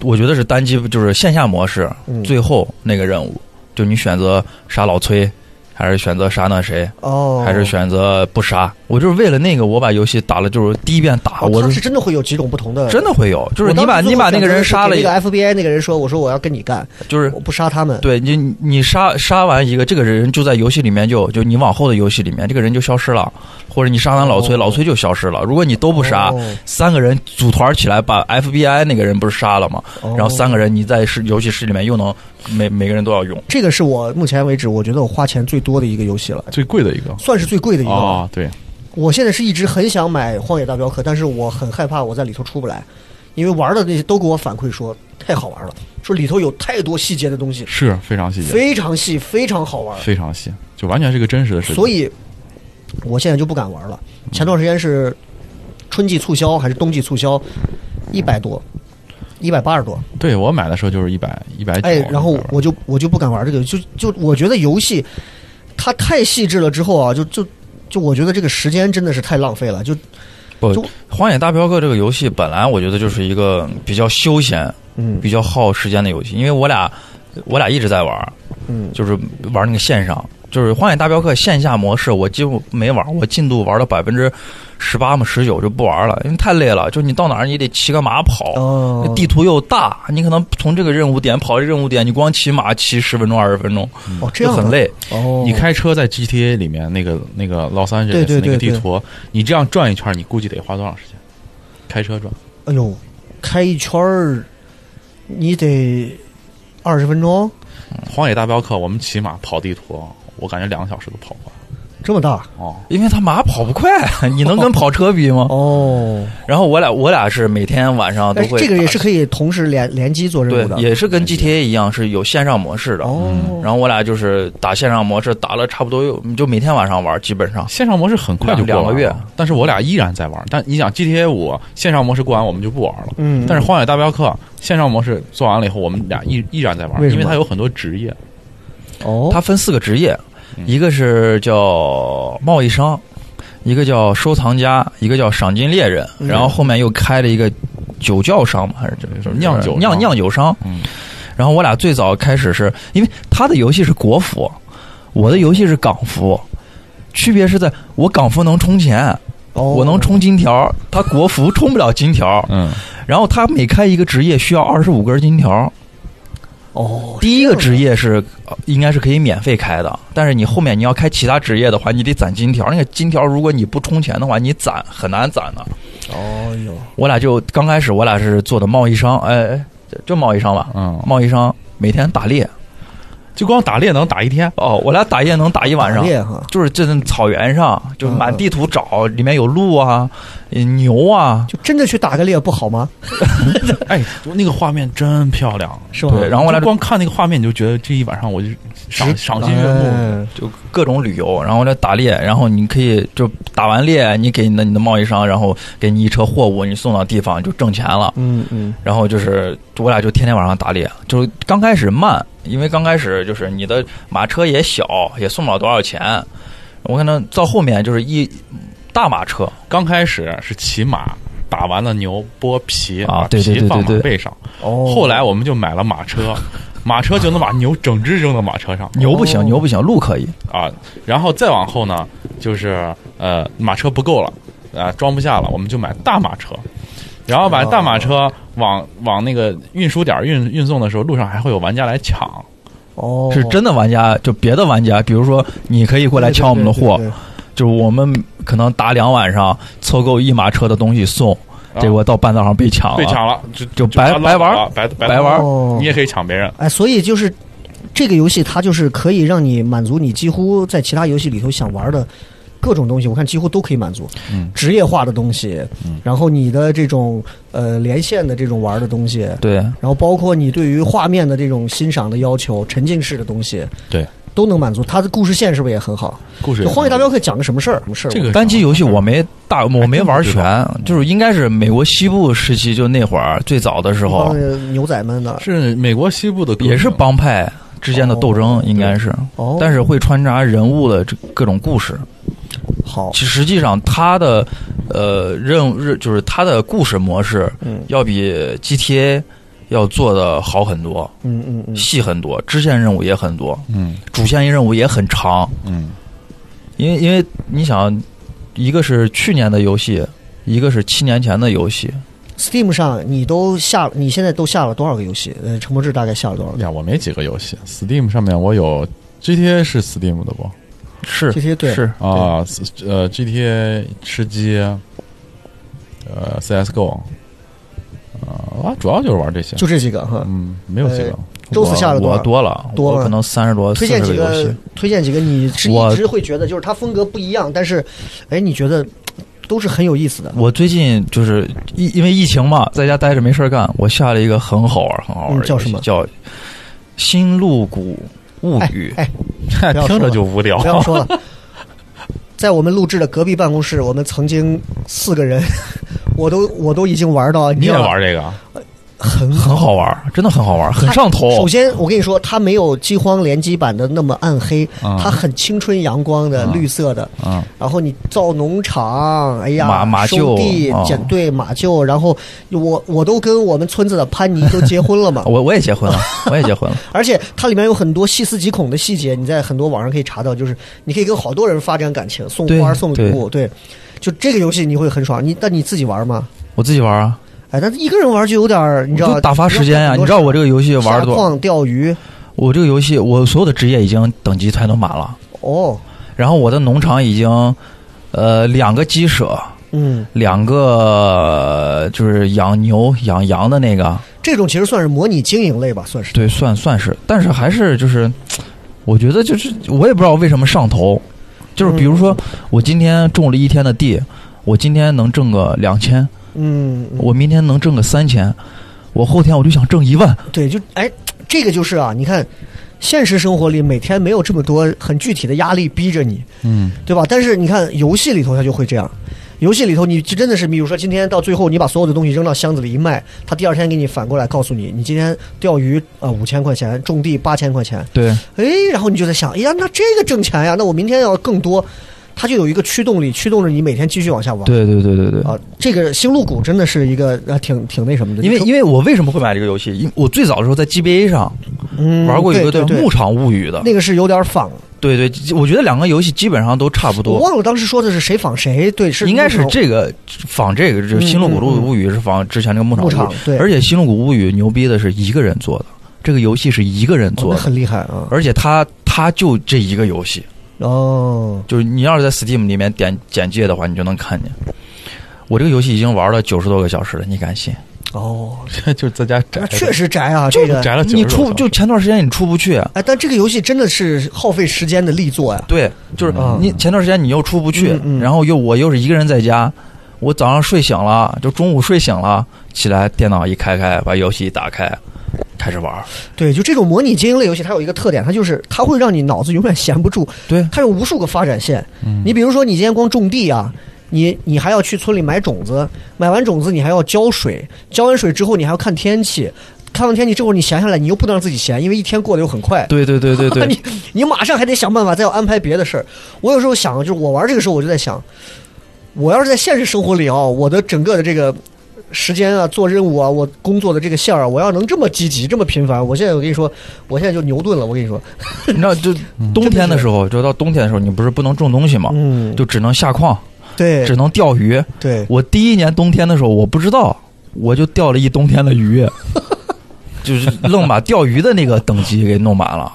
Speaker 5: 我觉得是单机，就是线下模式，
Speaker 2: 嗯
Speaker 5: 最后那个任务，就你选择杀老崔，还是选择杀那谁，
Speaker 2: 哦，
Speaker 5: 还是选择不杀。我就是为了那个，我把游戏打了，就是第一遍打，
Speaker 2: 哦
Speaker 5: 我
Speaker 2: 它
Speaker 5: 就是
Speaker 2: 真的会有几种不同的，
Speaker 5: 真的会有，就是
Speaker 2: 我当时
Speaker 5: 你把
Speaker 2: 最后
Speaker 5: 你把那个人
Speaker 2: 选择
Speaker 5: 杀
Speaker 2: 的
Speaker 5: 了
Speaker 2: 是
Speaker 5: 以
Speaker 2: 给，那个 FBI 那个人说，我说我要跟你干，
Speaker 5: 就是
Speaker 2: 我不杀他们。
Speaker 5: 对你你杀杀完一个，这个人就在游戏里面就就你往后的游戏里面，这个人就消失了，或者你杀完老崔，
Speaker 2: 哦
Speaker 5: 老崔就消失了。如果你都不杀，
Speaker 2: 哦
Speaker 5: 三个人组团起来把 FBI 那个人不是杀了吗？
Speaker 2: 哦
Speaker 5: 然后三个人你在是游戏室里面又能每每个人都要用。
Speaker 2: 这个是我目前为止我觉得我花钱最多的一个游戏了，
Speaker 7: 最贵的一个
Speaker 2: 算是最贵的一个了。
Speaker 7: 啊，
Speaker 5: 哦
Speaker 7: 对，
Speaker 2: 我现在是一直很想买《荒野大镖客》，但是我很害怕我在里头出不来，因为玩的那些都给我反馈说太好玩了，说里头有太多细节的东西，
Speaker 7: 是非常细节，
Speaker 2: 非常细，非常好玩，
Speaker 7: 非常细，就完全是一个真实的事情。
Speaker 2: 所以我现在就不敢玩了。前段时间是春季促销还是冬季促销，一百多，一百八十多，
Speaker 7: 对我买的时候就是一百一百九，
Speaker 2: 哎，然后我就我就不敢玩这个，就就我觉得游戏它太细致了之后啊，就就就我觉得这个时间真的是太浪费了，就
Speaker 5: 不，
Speaker 2: 就
Speaker 5: 《荒野大镖客》这个游戏本来我觉得就是一个比较休闲、
Speaker 2: 嗯
Speaker 5: 比较耗时间的游戏，因为我俩我俩一直在玩儿，
Speaker 2: 嗯
Speaker 5: 就是玩那个线上，就是《荒野大镖客》线下模式，我几乎没玩儿，我进度玩到百分之十八嘛十九就不玩了，因为太累了，就你到哪儿你得骑个马跑。
Speaker 2: 哦
Speaker 5: 那地图又大，你可能从这个任务点跑这任务点，你光骑马骑十分钟二十分钟，
Speaker 2: 哦这
Speaker 5: 就
Speaker 2: 样的
Speaker 5: 很累。
Speaker 2: 哦，
Speaker 7: 你开车在 GTA 里面那个那个 Los
Speaker 2: 对
Speaker 7: Angeles
Speaker 2: 对
Speaker 7: 那
Speaker 2: 对
Speaker 7: 个地图，你这样转一圈，你估计得花多长时间？开车转，
Speaker 2: 哎呦，开一圈儿，你得二十分钟，
Speaker 7: 《荒野大镖客》我们骑马跑地图，我感觉两个小时都跑不完。
Speaker 2: 这么大
Speaker 7: 哦，
Speaker 5: 因为他马跑不快， 你能跟跑车比吗？
Speaker 2: 哦。
Speaker 5: 然后我俩我俩是每天晚上都
Speaker 2: 但是
Speaker 5: 会
Speaker 2: 哎这个也是
Speaker 5: 打
Speaker 2: 可以同时联联机做任务的
Speaker 5: 对，也是跟 GTA 一样是有线上模式的。
Speaker 2: 哦。
Speaker 5: 然后我俩就是打线上模式，打了差不多有就每天晚上玩，基本
Speaker 2: 哦
Speaker 5: 上
Speaker 7: 线上模式很快就过
Speaker 5: 两
Speaker 7: 完了
Speaker 5: 两个月，
Speaker 7: 但是我俩依然在玩。但你想 GTA 五线上模式过完，我们就不玩了。
Speaker 2: 嗯
Speaker 7: 但是《荒野大镖客》线上模式做完了以后，我们俩依依然在玩，
Speaker 2: 为什
Speaker 7: 因
Speaker 2: 么
Speaker 7: 为它有很多职业。
Speaker 2: 哦，
Speaker 5: 它分四个职业，
Speaker 2: 嗯
Speaker 5: 一个是叫贸易商，一个叫收藏家，一个叫赏金猎人，
Speaker 2: 嗯
Speaker 5: 然后后面又开了一个酒窖商嘛，还是这
Speaker 2: 嗯
Speaker 7: 对
Speaker 5: 酿酒
Speaker 7: 酿酒商
Speaker 5: 酿酿酒商。
Speaker 7: 嗯
Speaker 5: 然后我俩最早开始是因为他的游戏是国服，我的游戏是港服，区别是在我港服能充钱。
Speaker 2: 哦
Speaker 5: 我能充金条，他国服充不了金条。
Speaker 7: 嗯，
Speaker 5: 然后他每开一个职业需要二十五根金条。
Speaker 2: 哦，
Speaker 5: 第一个职业是呃应该是可以免费开的，但是你后面你要开其他职业的话，你得攒金条。那个金条如果你不充钱的话，你攒很难攒的。
Speaker 2: 哦哟，
Speaker 5: 我俩就刚开始我俩是做的贸易商，哎，哎就贸易商吧，
Speaker 7: 嗯
Speaker 5: 啊贸易商每天打猎。
Speaker 7: 就光打猎能打一天。
Speaker 5: 哦，我俩打猎能打一晚上
Speaker 2: 打。猎哈，
Speaker 5: 就是这草原上，就是满地图找，里面有鹿啊、呃牛啊，
Speaker 2: 就真的去打个猎不好吗？
Speaker 7: 哎，那个画面真漂亮，
Speaker 2: 是吧
Speaker 5: 对然后我俩
Speaker 7: 就光看那个画面，你就觉得这一晚上我就赏赏心悦目。
Speaker 2: 哎
Speaker 5: 就各种旅游，然后来打猎，然后你可以就打完猎，你给你的你的贸易商，然后给你一车货物，你送到地方你就挣钱了。
Speaker 2: 嗯嗯，
Speaker 5: 然后就是我俩就天天晚上打猎，就是刚开始慢，因为刚开始就是你的马车也小，也送不了多少钱。我可能到后面就是一大马车，
Speaker 7: 刚开始是骑马，打完了牛剥皮，
Speaker 5: 啊
Speaker 7: 把
Speaker 5: 对对
Speaker 7: 皮
Speaker 5: 对
Speaker 7: 放马
Speaker 5: 对对
Speaker 7: 背上。
Speaker 2: 哦，
Speaker 7: 后来我们就买了马 车，马车就能把牛整只扔到马车上
Speaker 5: 牛不行，
Speaker 2: 哦
Speaker 5: 牛不行，鹿可以。
Speaker 7: 啊。然后再往后呢，就是呃马车不够了，啊装不下了，我们就买大马车，然后把大马车
Speaker 5: 哦
Speaker 7: 往往那个运输点运运送的时候，路上还会有玩家来抢。
Speaker 2: 哦，
Speaker 5: 是真的玩家，就别的玩家，比如说你可以过来抢我们的货
Speaker 2: 对，对对对
Speaker 5: 就是我们可能打两晚上凑够一马车的东西送，
Speaker 7: 啊
Speaker 5: 结果到半道上被抢了，
Speaker 7: 被抢了，就
Speaker 5: 就白
Speaker 7: 拉倒
Speaker 5: 白玩
Speaker 7: 了啊
Speaker 5: 儿
Speaker 7: 白白
Speaker 5: 白玩儿
Speaker 2: 哦
Speaker 7: 你也可以抢别人。
Speaker 2: 哎，所以就是这个游戏，它就是可以让你满足你几乎在其他游戏里头想玩的各种东西，我看几乎都可以满足。
Speaker 7: 嗯
Speaker 2: 职业化的东西，然后你的这种呃连线的这种玩的东西，
Speaker 5: 对，
Speaker 2: 然后包括你对于画面的这种欣赏的要求，沉浸式的东西，
Speaker 7: 对，
Speaker 2: 都能满足。它的故事线是不是也很好？
Speaker 7: 故事
Speaker 2: 就
Speaker 7: 也
Speaker 2: 《荒野大
Speaker 7: 很
Speaker 2: 镖客》讲个什么事儿？什么事儿？
Speaker 7: 这个哎
Speaker 5: 单机游戏我没大，我没玩
Speaker 7: 还真不知
Speaker 5: 全，就是应该是美国西部时期，就那会儿最早的时
Speaker 2: 一帮
Speaker 5: 候，
Speaker 2: 牛仔们的
Speaker 7: 是美国西部的歌手，
Speaker 5: 也是帮派之间的斗争，应该是，
Speaker 2: 哦，
Speaker 5: 但是会穿插人物的这各种故事。
Speaker 2: 好，
Speaker 5: 其实实际上，它的呃任务日就是它的故事模式
Speaker 2: 嗯
Speaker 5: 要比 GTA 要做的好很多，
Speaker 2: 嗯嗯嗯，
Speaker 5: 细很多，支线任务也很多，
Speaker 7: 嗯
Speaker 5: 主线任务也很长。
Speaker 7: 嗯，
Speaker 5: 因为因为你想，一个是去年的游戏，一个是七年前的游戏，
Speaker 2: Steam 上你都下，你现在都下了多少个游戏？呃，陈柏志大概下了多少个？
Speaker 7: 哎呀，我没几个游戏，Steam 上面我有 GTA 是 Steam 的不？
Speaker 5: 是
Speaker 2: 这些对
Speaker 5: 是
Speaker 7: 啊，是呃，GTA 吃鸡，呃，CSGO，呃啊，主要就是玩这些，
Speaker 2: 就这几个哈。
Speaker 7: 嗯，没有几个
Speaker 2: 呃。周四下了多
Speaker 5: 我
Speaker 2: 少？
Speaker 5: 多了，
Speaker 2: 多了
Speaker 5: 我可能三十多、
Speaker 2: 推
Speaker 5: 四十
Speaker 2: 荐几
Speaker 5: 游
Speaker 2: 个
Speaker 5: 戏。，
Speaker 2: 推荐几个你是
Speaker 5: 我
Speaker 2: 一直会觉得就是它风格不一样，但是，哎，你觉得都是很有意思的。
Speaker 5: 我最近就是疫，因为疫情嘛，在家待着没事儿干，我下了一个很好玩、很好玩
Speaker 2: 嗯
Speaker 5: 的游戏、
Speaker 2: 叫什么
Speaker 5: 叫《新露谷物语》
Speaker 2: 哎，
Speaker 7: 看
Speaker 2: 不要说
Speaker 7: 听着
Speaker 2: 了
Speaker 7: 就无聊
Speaker 2: 不。要说了，在我们录制的隔壁办公室，我们曾经四个人， 我都我都已经玩到
Speaker 7: 你也
Speaker 2: 知道吗
Speaker 7: 玩这个啊？
Speaker 2: 很
Speaker 5: 很好玩儿，真的很好玩儿，很上头。
Speaker 2: 首先，我跟你说，它没有《饥荒联机版》的那么暗黑，
Speaker 5: 啊
Speaker 7: 嗯
Speaker 2: 它很青春阳光的、绿色的。
Speaker 7: 嗯
Speaker 2: 然后你造农场，哎呀，
Speaker 5: 马马厩
Speaker 2: 收地
Speaker 5: 哦
Speaker 2: 捡对马厩，然后我我都跟我们村子的潘妮都结婚了 嘛，
Speaker 5: 我我也结婚了，我也结婚了。
Speaker 2: 而且它里面有很多细思极恐的细节，你在很多网上可以查到，就是你可以跟好多人发展感情，送花
Speaker 5: 对
Speaker 2: 送礼物，对，就这个游戏你会很爽，你但你自己玩吗？
Speaker 5: 我自己玩儿啊，
Speaker 2: 哎，但是一个人玩就有点儿，你知道
Speaker 5: 就打发时间呀、你知道我这个游戏玩
Speaker 2: 瞎
Speaker 5: 的多，
Speaker 2: 逛钓鱼
Speaker 5: 我这个游戏我所有的职业已经等级全都满了，
Speaker 2: 哦，
Speaker 5: 然后我的农场已经呃两个鸡舍，
Speaker 2: 嗯，
Speaker 5: 两个呃就是养牛养羊的那个，
Speaker 2: 这种其实算是模拟经营类吧，算是。
Speaker 5: 对，算算是，但是还是就是，我觉得就是我也不知道为什么上头，就是比如说我今天种了一天的地，我今天能挣个两千，
Speaker 2: 嗯，嗯
Speaker 5: 我明天能挣个三千，我后天我就想挣一万，
Speaker 2: 对，就哎，这个就是啊，你看，现实生活里每天没有这么多很具体的压力逼着你，
Speaker 7: 嗯，
Speaker 2: 对吧？但是你看游戏里头，它就会这样。游戏里头，你就真的是，比如说今天到最后，你把所有的东西扔到箱子里一卖，他第二天给你反过来告诉你，你今天钓鱼啊五千块钱，种地八千块钱，
Speaker 5: 对
Speaker 2: 哎，然后你就在想，哎呀，那这个挣钱呀，那我明天要更多，它就有一个驱动力，驱动着你每天继续往下玩。
Speaker 5: 对对对对对。
Speaker 2: 啊，这个星露谷真的是一个啊，挺挺那什么的，
Speaker 5: 因为
Speaker 2: 就
Speaker 5: 因为我为什么会买这个游戏？因我最早的时候在 GBA 上
Speaker 2: 嗯
Speaker 5: 玩过一个
Speaker 2: 对
Speaker 5: 叫《
Speaker 2: 对
Speaker 5: 牧场物语》的，
Speaker 2: 那个是有点仿，
Speaker 5: 对对，我觉得两个游戏基本上都差不
Speaker 2: 我
Speaker 5: 多，
Speaker 2: 忘了当时说的是谁仿谁，对，是嗯
Speaker 5: 应该是
Speaker 2: 牧场
Speaker 5: 这个仿这个，就是《新露谷物语》是仿之前那个牧场
Speaker 2: 牧
Speaker 5: 物语
Speaker 2: 场，对，
Speaker 5: 而且《新露谷物语》牛逼的是一个人做的，这个游戏是一个人
Speaker 2: 哦
Speaker 5: 做
Speaker 2: 那
Speaker 5: 的，
Speaker 2: 很厉害啊，
Speaker 5: 而且他他就这一个游戏，
Speaker 2: 哦，
Speaker 5: 就是你要是在 Steam 里面点简介的话，你就能看见。我这个游戏已经玩了九十多个小时了，你敢信？
Speaker 2: 哦，
Speaker 7: 就在家宅
Speaker 2: 那
Speaker 7: 着，
Speaker 2: 确实宅啊，这
Speaker 7: 就
Speaker 2: 个
Speaker 7: 宅了90
Speaker 5: 你
Speaker 7: 个小
Speaker 5: 出
Speaker 7: 时
Speaker 5: 就前段时间你出不去，啊
Speaker 2: 哎，但这个游戏真的是耗费时间的力作呀，
Speaker 5: 对，就是
Speaker 2: 嗯
Speaker 5: 你前段时间你又出不去，
Speaker 2: 嗯嗯
Speaker 5: 然后又我又是一个人在家，我早上睡醒了，就中午睡醒了，起来电脑一开开，把游戏一打开，开始玩儿。
Speaker 2: 对，就这种模拟经营类游戏，它有一个特点，它就是它会让你脑子永远闲不住，
Speaker 5: 对
Speaker 2: 它有无数个发展线。你比如说，你今天光种地啊，你你还要去村里买种子，买完种子你还要浇水，浇完水之后你还要看天气，看完天气之后你闲下来，你又不能让自己闲，因为一天过得又很快。
Speaker 5: 对对对对 对
Speaker 2: 你，你马上还得想办法再要安排别的事儿。我有时候想，就是我玩这个时候，我就在想，我要是在现实生活里啊，我的整个的这个时间啊、做任务啊、我工作的这个线儿啊，我要能这么积极、这么频繁，我现在我跟你说，我现在就牛顿了。我跟你说，
Speaker 5: 你知道就冬天的时候，就到冬天的时候，你不是不能种东西吗？
Speaker 2: 嗯，
Speaker 5: 就只能下矿，
Speaker 2: 对
Speaker 5: 只能钓鱼。
Speaker 2: 对，
Speaker 5: 我第一年冬天的时候，我不知道，我就钓了一冬天 的鱼，就是愣把钓鱼的那个等级给弄满了。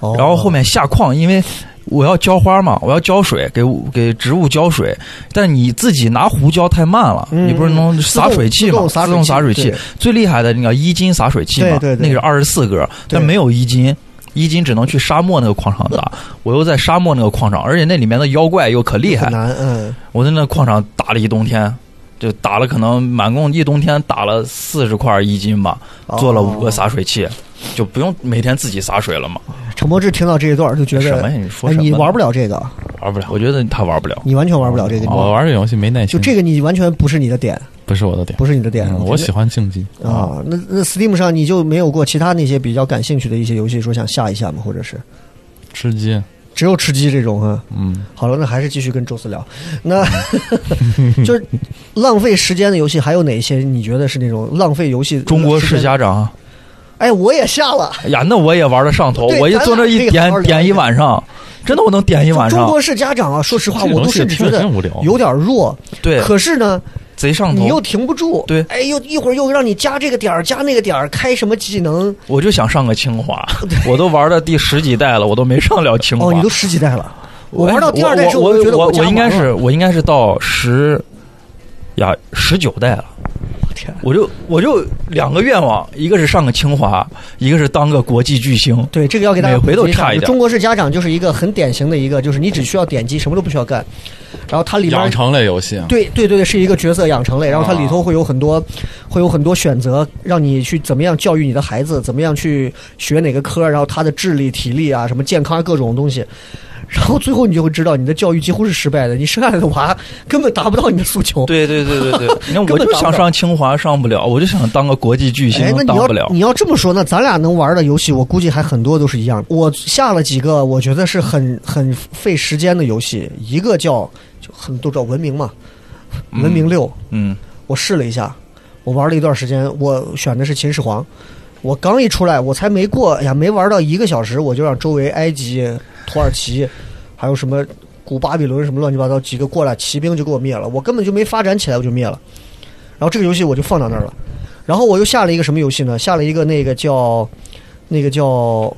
Speaker 2: 哦
Speaker 5: 然后后面下矿，因为我要浇花嘛，我要浇水，给物给植物浇水。但你自己拿壶浇太慢了，
Speaker 2: 嗯
Speaker 5: 你不是能洒水器嘛？
Speaker 2: 自动洒水器
Speaker 5: 自动洒水器
Speaker 2: 对
Speaker 5: 最厉害的那个一斤洒水器嘛，
Speaker 2: 对对对
Speaker 5: 那个是二十四格，
Speaker 2: 对嗯
Speaker 5: 但没有一斤。一斤只能去沙漠那个矿场打，我又在沙漠那个矿场，而且那里面的妖怪又可厉害
Speaker 2: 很，难，嗯，
Speaker 5: 我在那矿场打了一冬天，就打了可能满共一冬天打了四十块一斤吧，
Speaker 2: 哦
Speaker 5: 做了五个
Speaker 2: 啥？
Speaker 5: 洒水器，就不用每天自己洒水了嘛。
Speaker 2: 陈柏志听到这一段就觉得
Speaker 5: 什么呀？你说
Speaker 2: 哎
Speaker 5: 什么呢？
Speaker 2: 你玩不了这个，
Speaker 5: 玩不了，我觉得他玩不了。
Speaker 2: 你完全玩不了这个，
Speaker 5: 哦
Speaker 7: 我玩这游戏没耐
Speaker 2: 就
Speaker 7: 心，
Speaker 2: 这个你完全不是你的点，
Speaker 7: 不是我的点。
Speaker 2: 不是你的点。
Speaker 7: 嗯
Speaker 2: 觉得
Speaker 7: 我喜欢竞技，
Speaker 2: 啊，那那 Steam 上你就没有过其他那些比较感兴趣的一些游戏，说想下一下吗？或者是
Speaker 7: 吃鸡，
Speaker 2: 只有吃鸡这种啊？
Speaker 7: 嗯，
Speaker 2: 好了，那还是继续跟周四聊。那就是浪费时间的游戏，还有哪些你觉得是那种浪费游戏？
Speaker 5: 中国式
Speaker 2: 家，
Speaker 5: 家长啊，
Speaker 2: 哎，我也下了。
Speaker 5: 哎呀，那我也玩的上头，
Speaker 2: 对
Speaker 5: 我一
Speaker 2: 咱俩
Speaker 5: 坐那
Speaker 2: 可
Speaker 5: 一
Speaker 2: 以好好
Speaker 5: 点
Speaker 2: 聊
Speaker 5: 点一晚上，真的我能点一哎晚
Speaker 2: 中
Speaker 5: 上，
Speaker 2: 国式家长啊，说实话，
Speaker 7: 这
Speaker 2: 我
Speaker 7: 游
Speaker 2: 都
Speaker 7: 戏
Speaker 2: 甚至觉
Speaker 7: 听着
Speaker 2: 得
Speaker 7: 真无聊，
Speaker 2: 有点弱。
Speaker 5: 对，
Speaker 2: 可是呢，
Speaker 5: 贼上
Speaker 2: 你又
Speaker 5: 头。
Speaker 2: 停不住。
Speaker 5: 对
Speaker 2: 哎，又一会儿又让你加这个点儿，加那个点儿，开什么技能？
Speaker 5: 我就想上个清 华，我都玩到第十几代了，我都没上了清华。
Speaker 2: 哦，你都十几代了。我玩到第二代
Speaker 5: 我
Speaker 2: 之后，
Speaker 5: 我
Speaker 2: 就觉得
Speaker 5: 我
Speaker 2: 加
Speaker 5: 我应该
Speaker 2: 完了
Speaker 5: 是我应该是到十呀十九代了。
Speaker 2: 我天，
Speaker 5: 我就我就两个愿望，一个是上个清华，一个是当个国际巨星。
Speaker 2: 对，这个要给大家
Speaker 5: 每回都
Speaker 2: 普及一下
Speaker 5: 差一点
Speaker 2: 中国式家长就是一个很典型的一个，就是你只需要点击，什么都不需要干。然后它里
Speaker 7: 养
Speaker 2: 面
Speaker 7: 成类游戏啊，
Speaker 2: 对对对对，是一个角色养成类，然后它里头会有很
Speaker 5: 啊
Speaker 2: 多，会有很多选择，让你去怎么样教育你的孩子，怎么样去学哪个科，然后他的智力、体力啊，什么健康啊各种东西。然后最后你就会知道，你的教育几乎是失败的，你生下来的娃根本达不到你的诉求。
Speaker 5: 对对对对 对，你看
Speaker 2: 根本
Speaker 5: 我就
Speaker 2: 当不
Speaker 5: 想
Speaker 2: 了
Speaker 5: 上清华上不了，我就想当个国际巨星
Speaker 2: 哎，那，你
Speaker 5: 当
Speaker 2: 要
Speaker 5: 不了。
Speaker 2: 你要这么说，那咱俩能玩的游戏，我估计还很多都是一样。我下了几个，我觉得是很很费时间的游戏，一个叫就很都叫文明嘛，文明六、
Speaker 5: 嗯，
Speaker 2: 我试了一下，我玩了一段时间，我选的是秦始皇。我刚一出来，我才没过，哎呀，没玩到一个小时，我就让周围埃及、土耳其，还有什么古巴比伦什么乱七八糟几个过来骑兵就给我灭了，我根本就没发展起来，我就灭了。然后这个游戏我就放到那儿了。然后我又下了一个什么游戏呢？下了一个那个叫那个叫《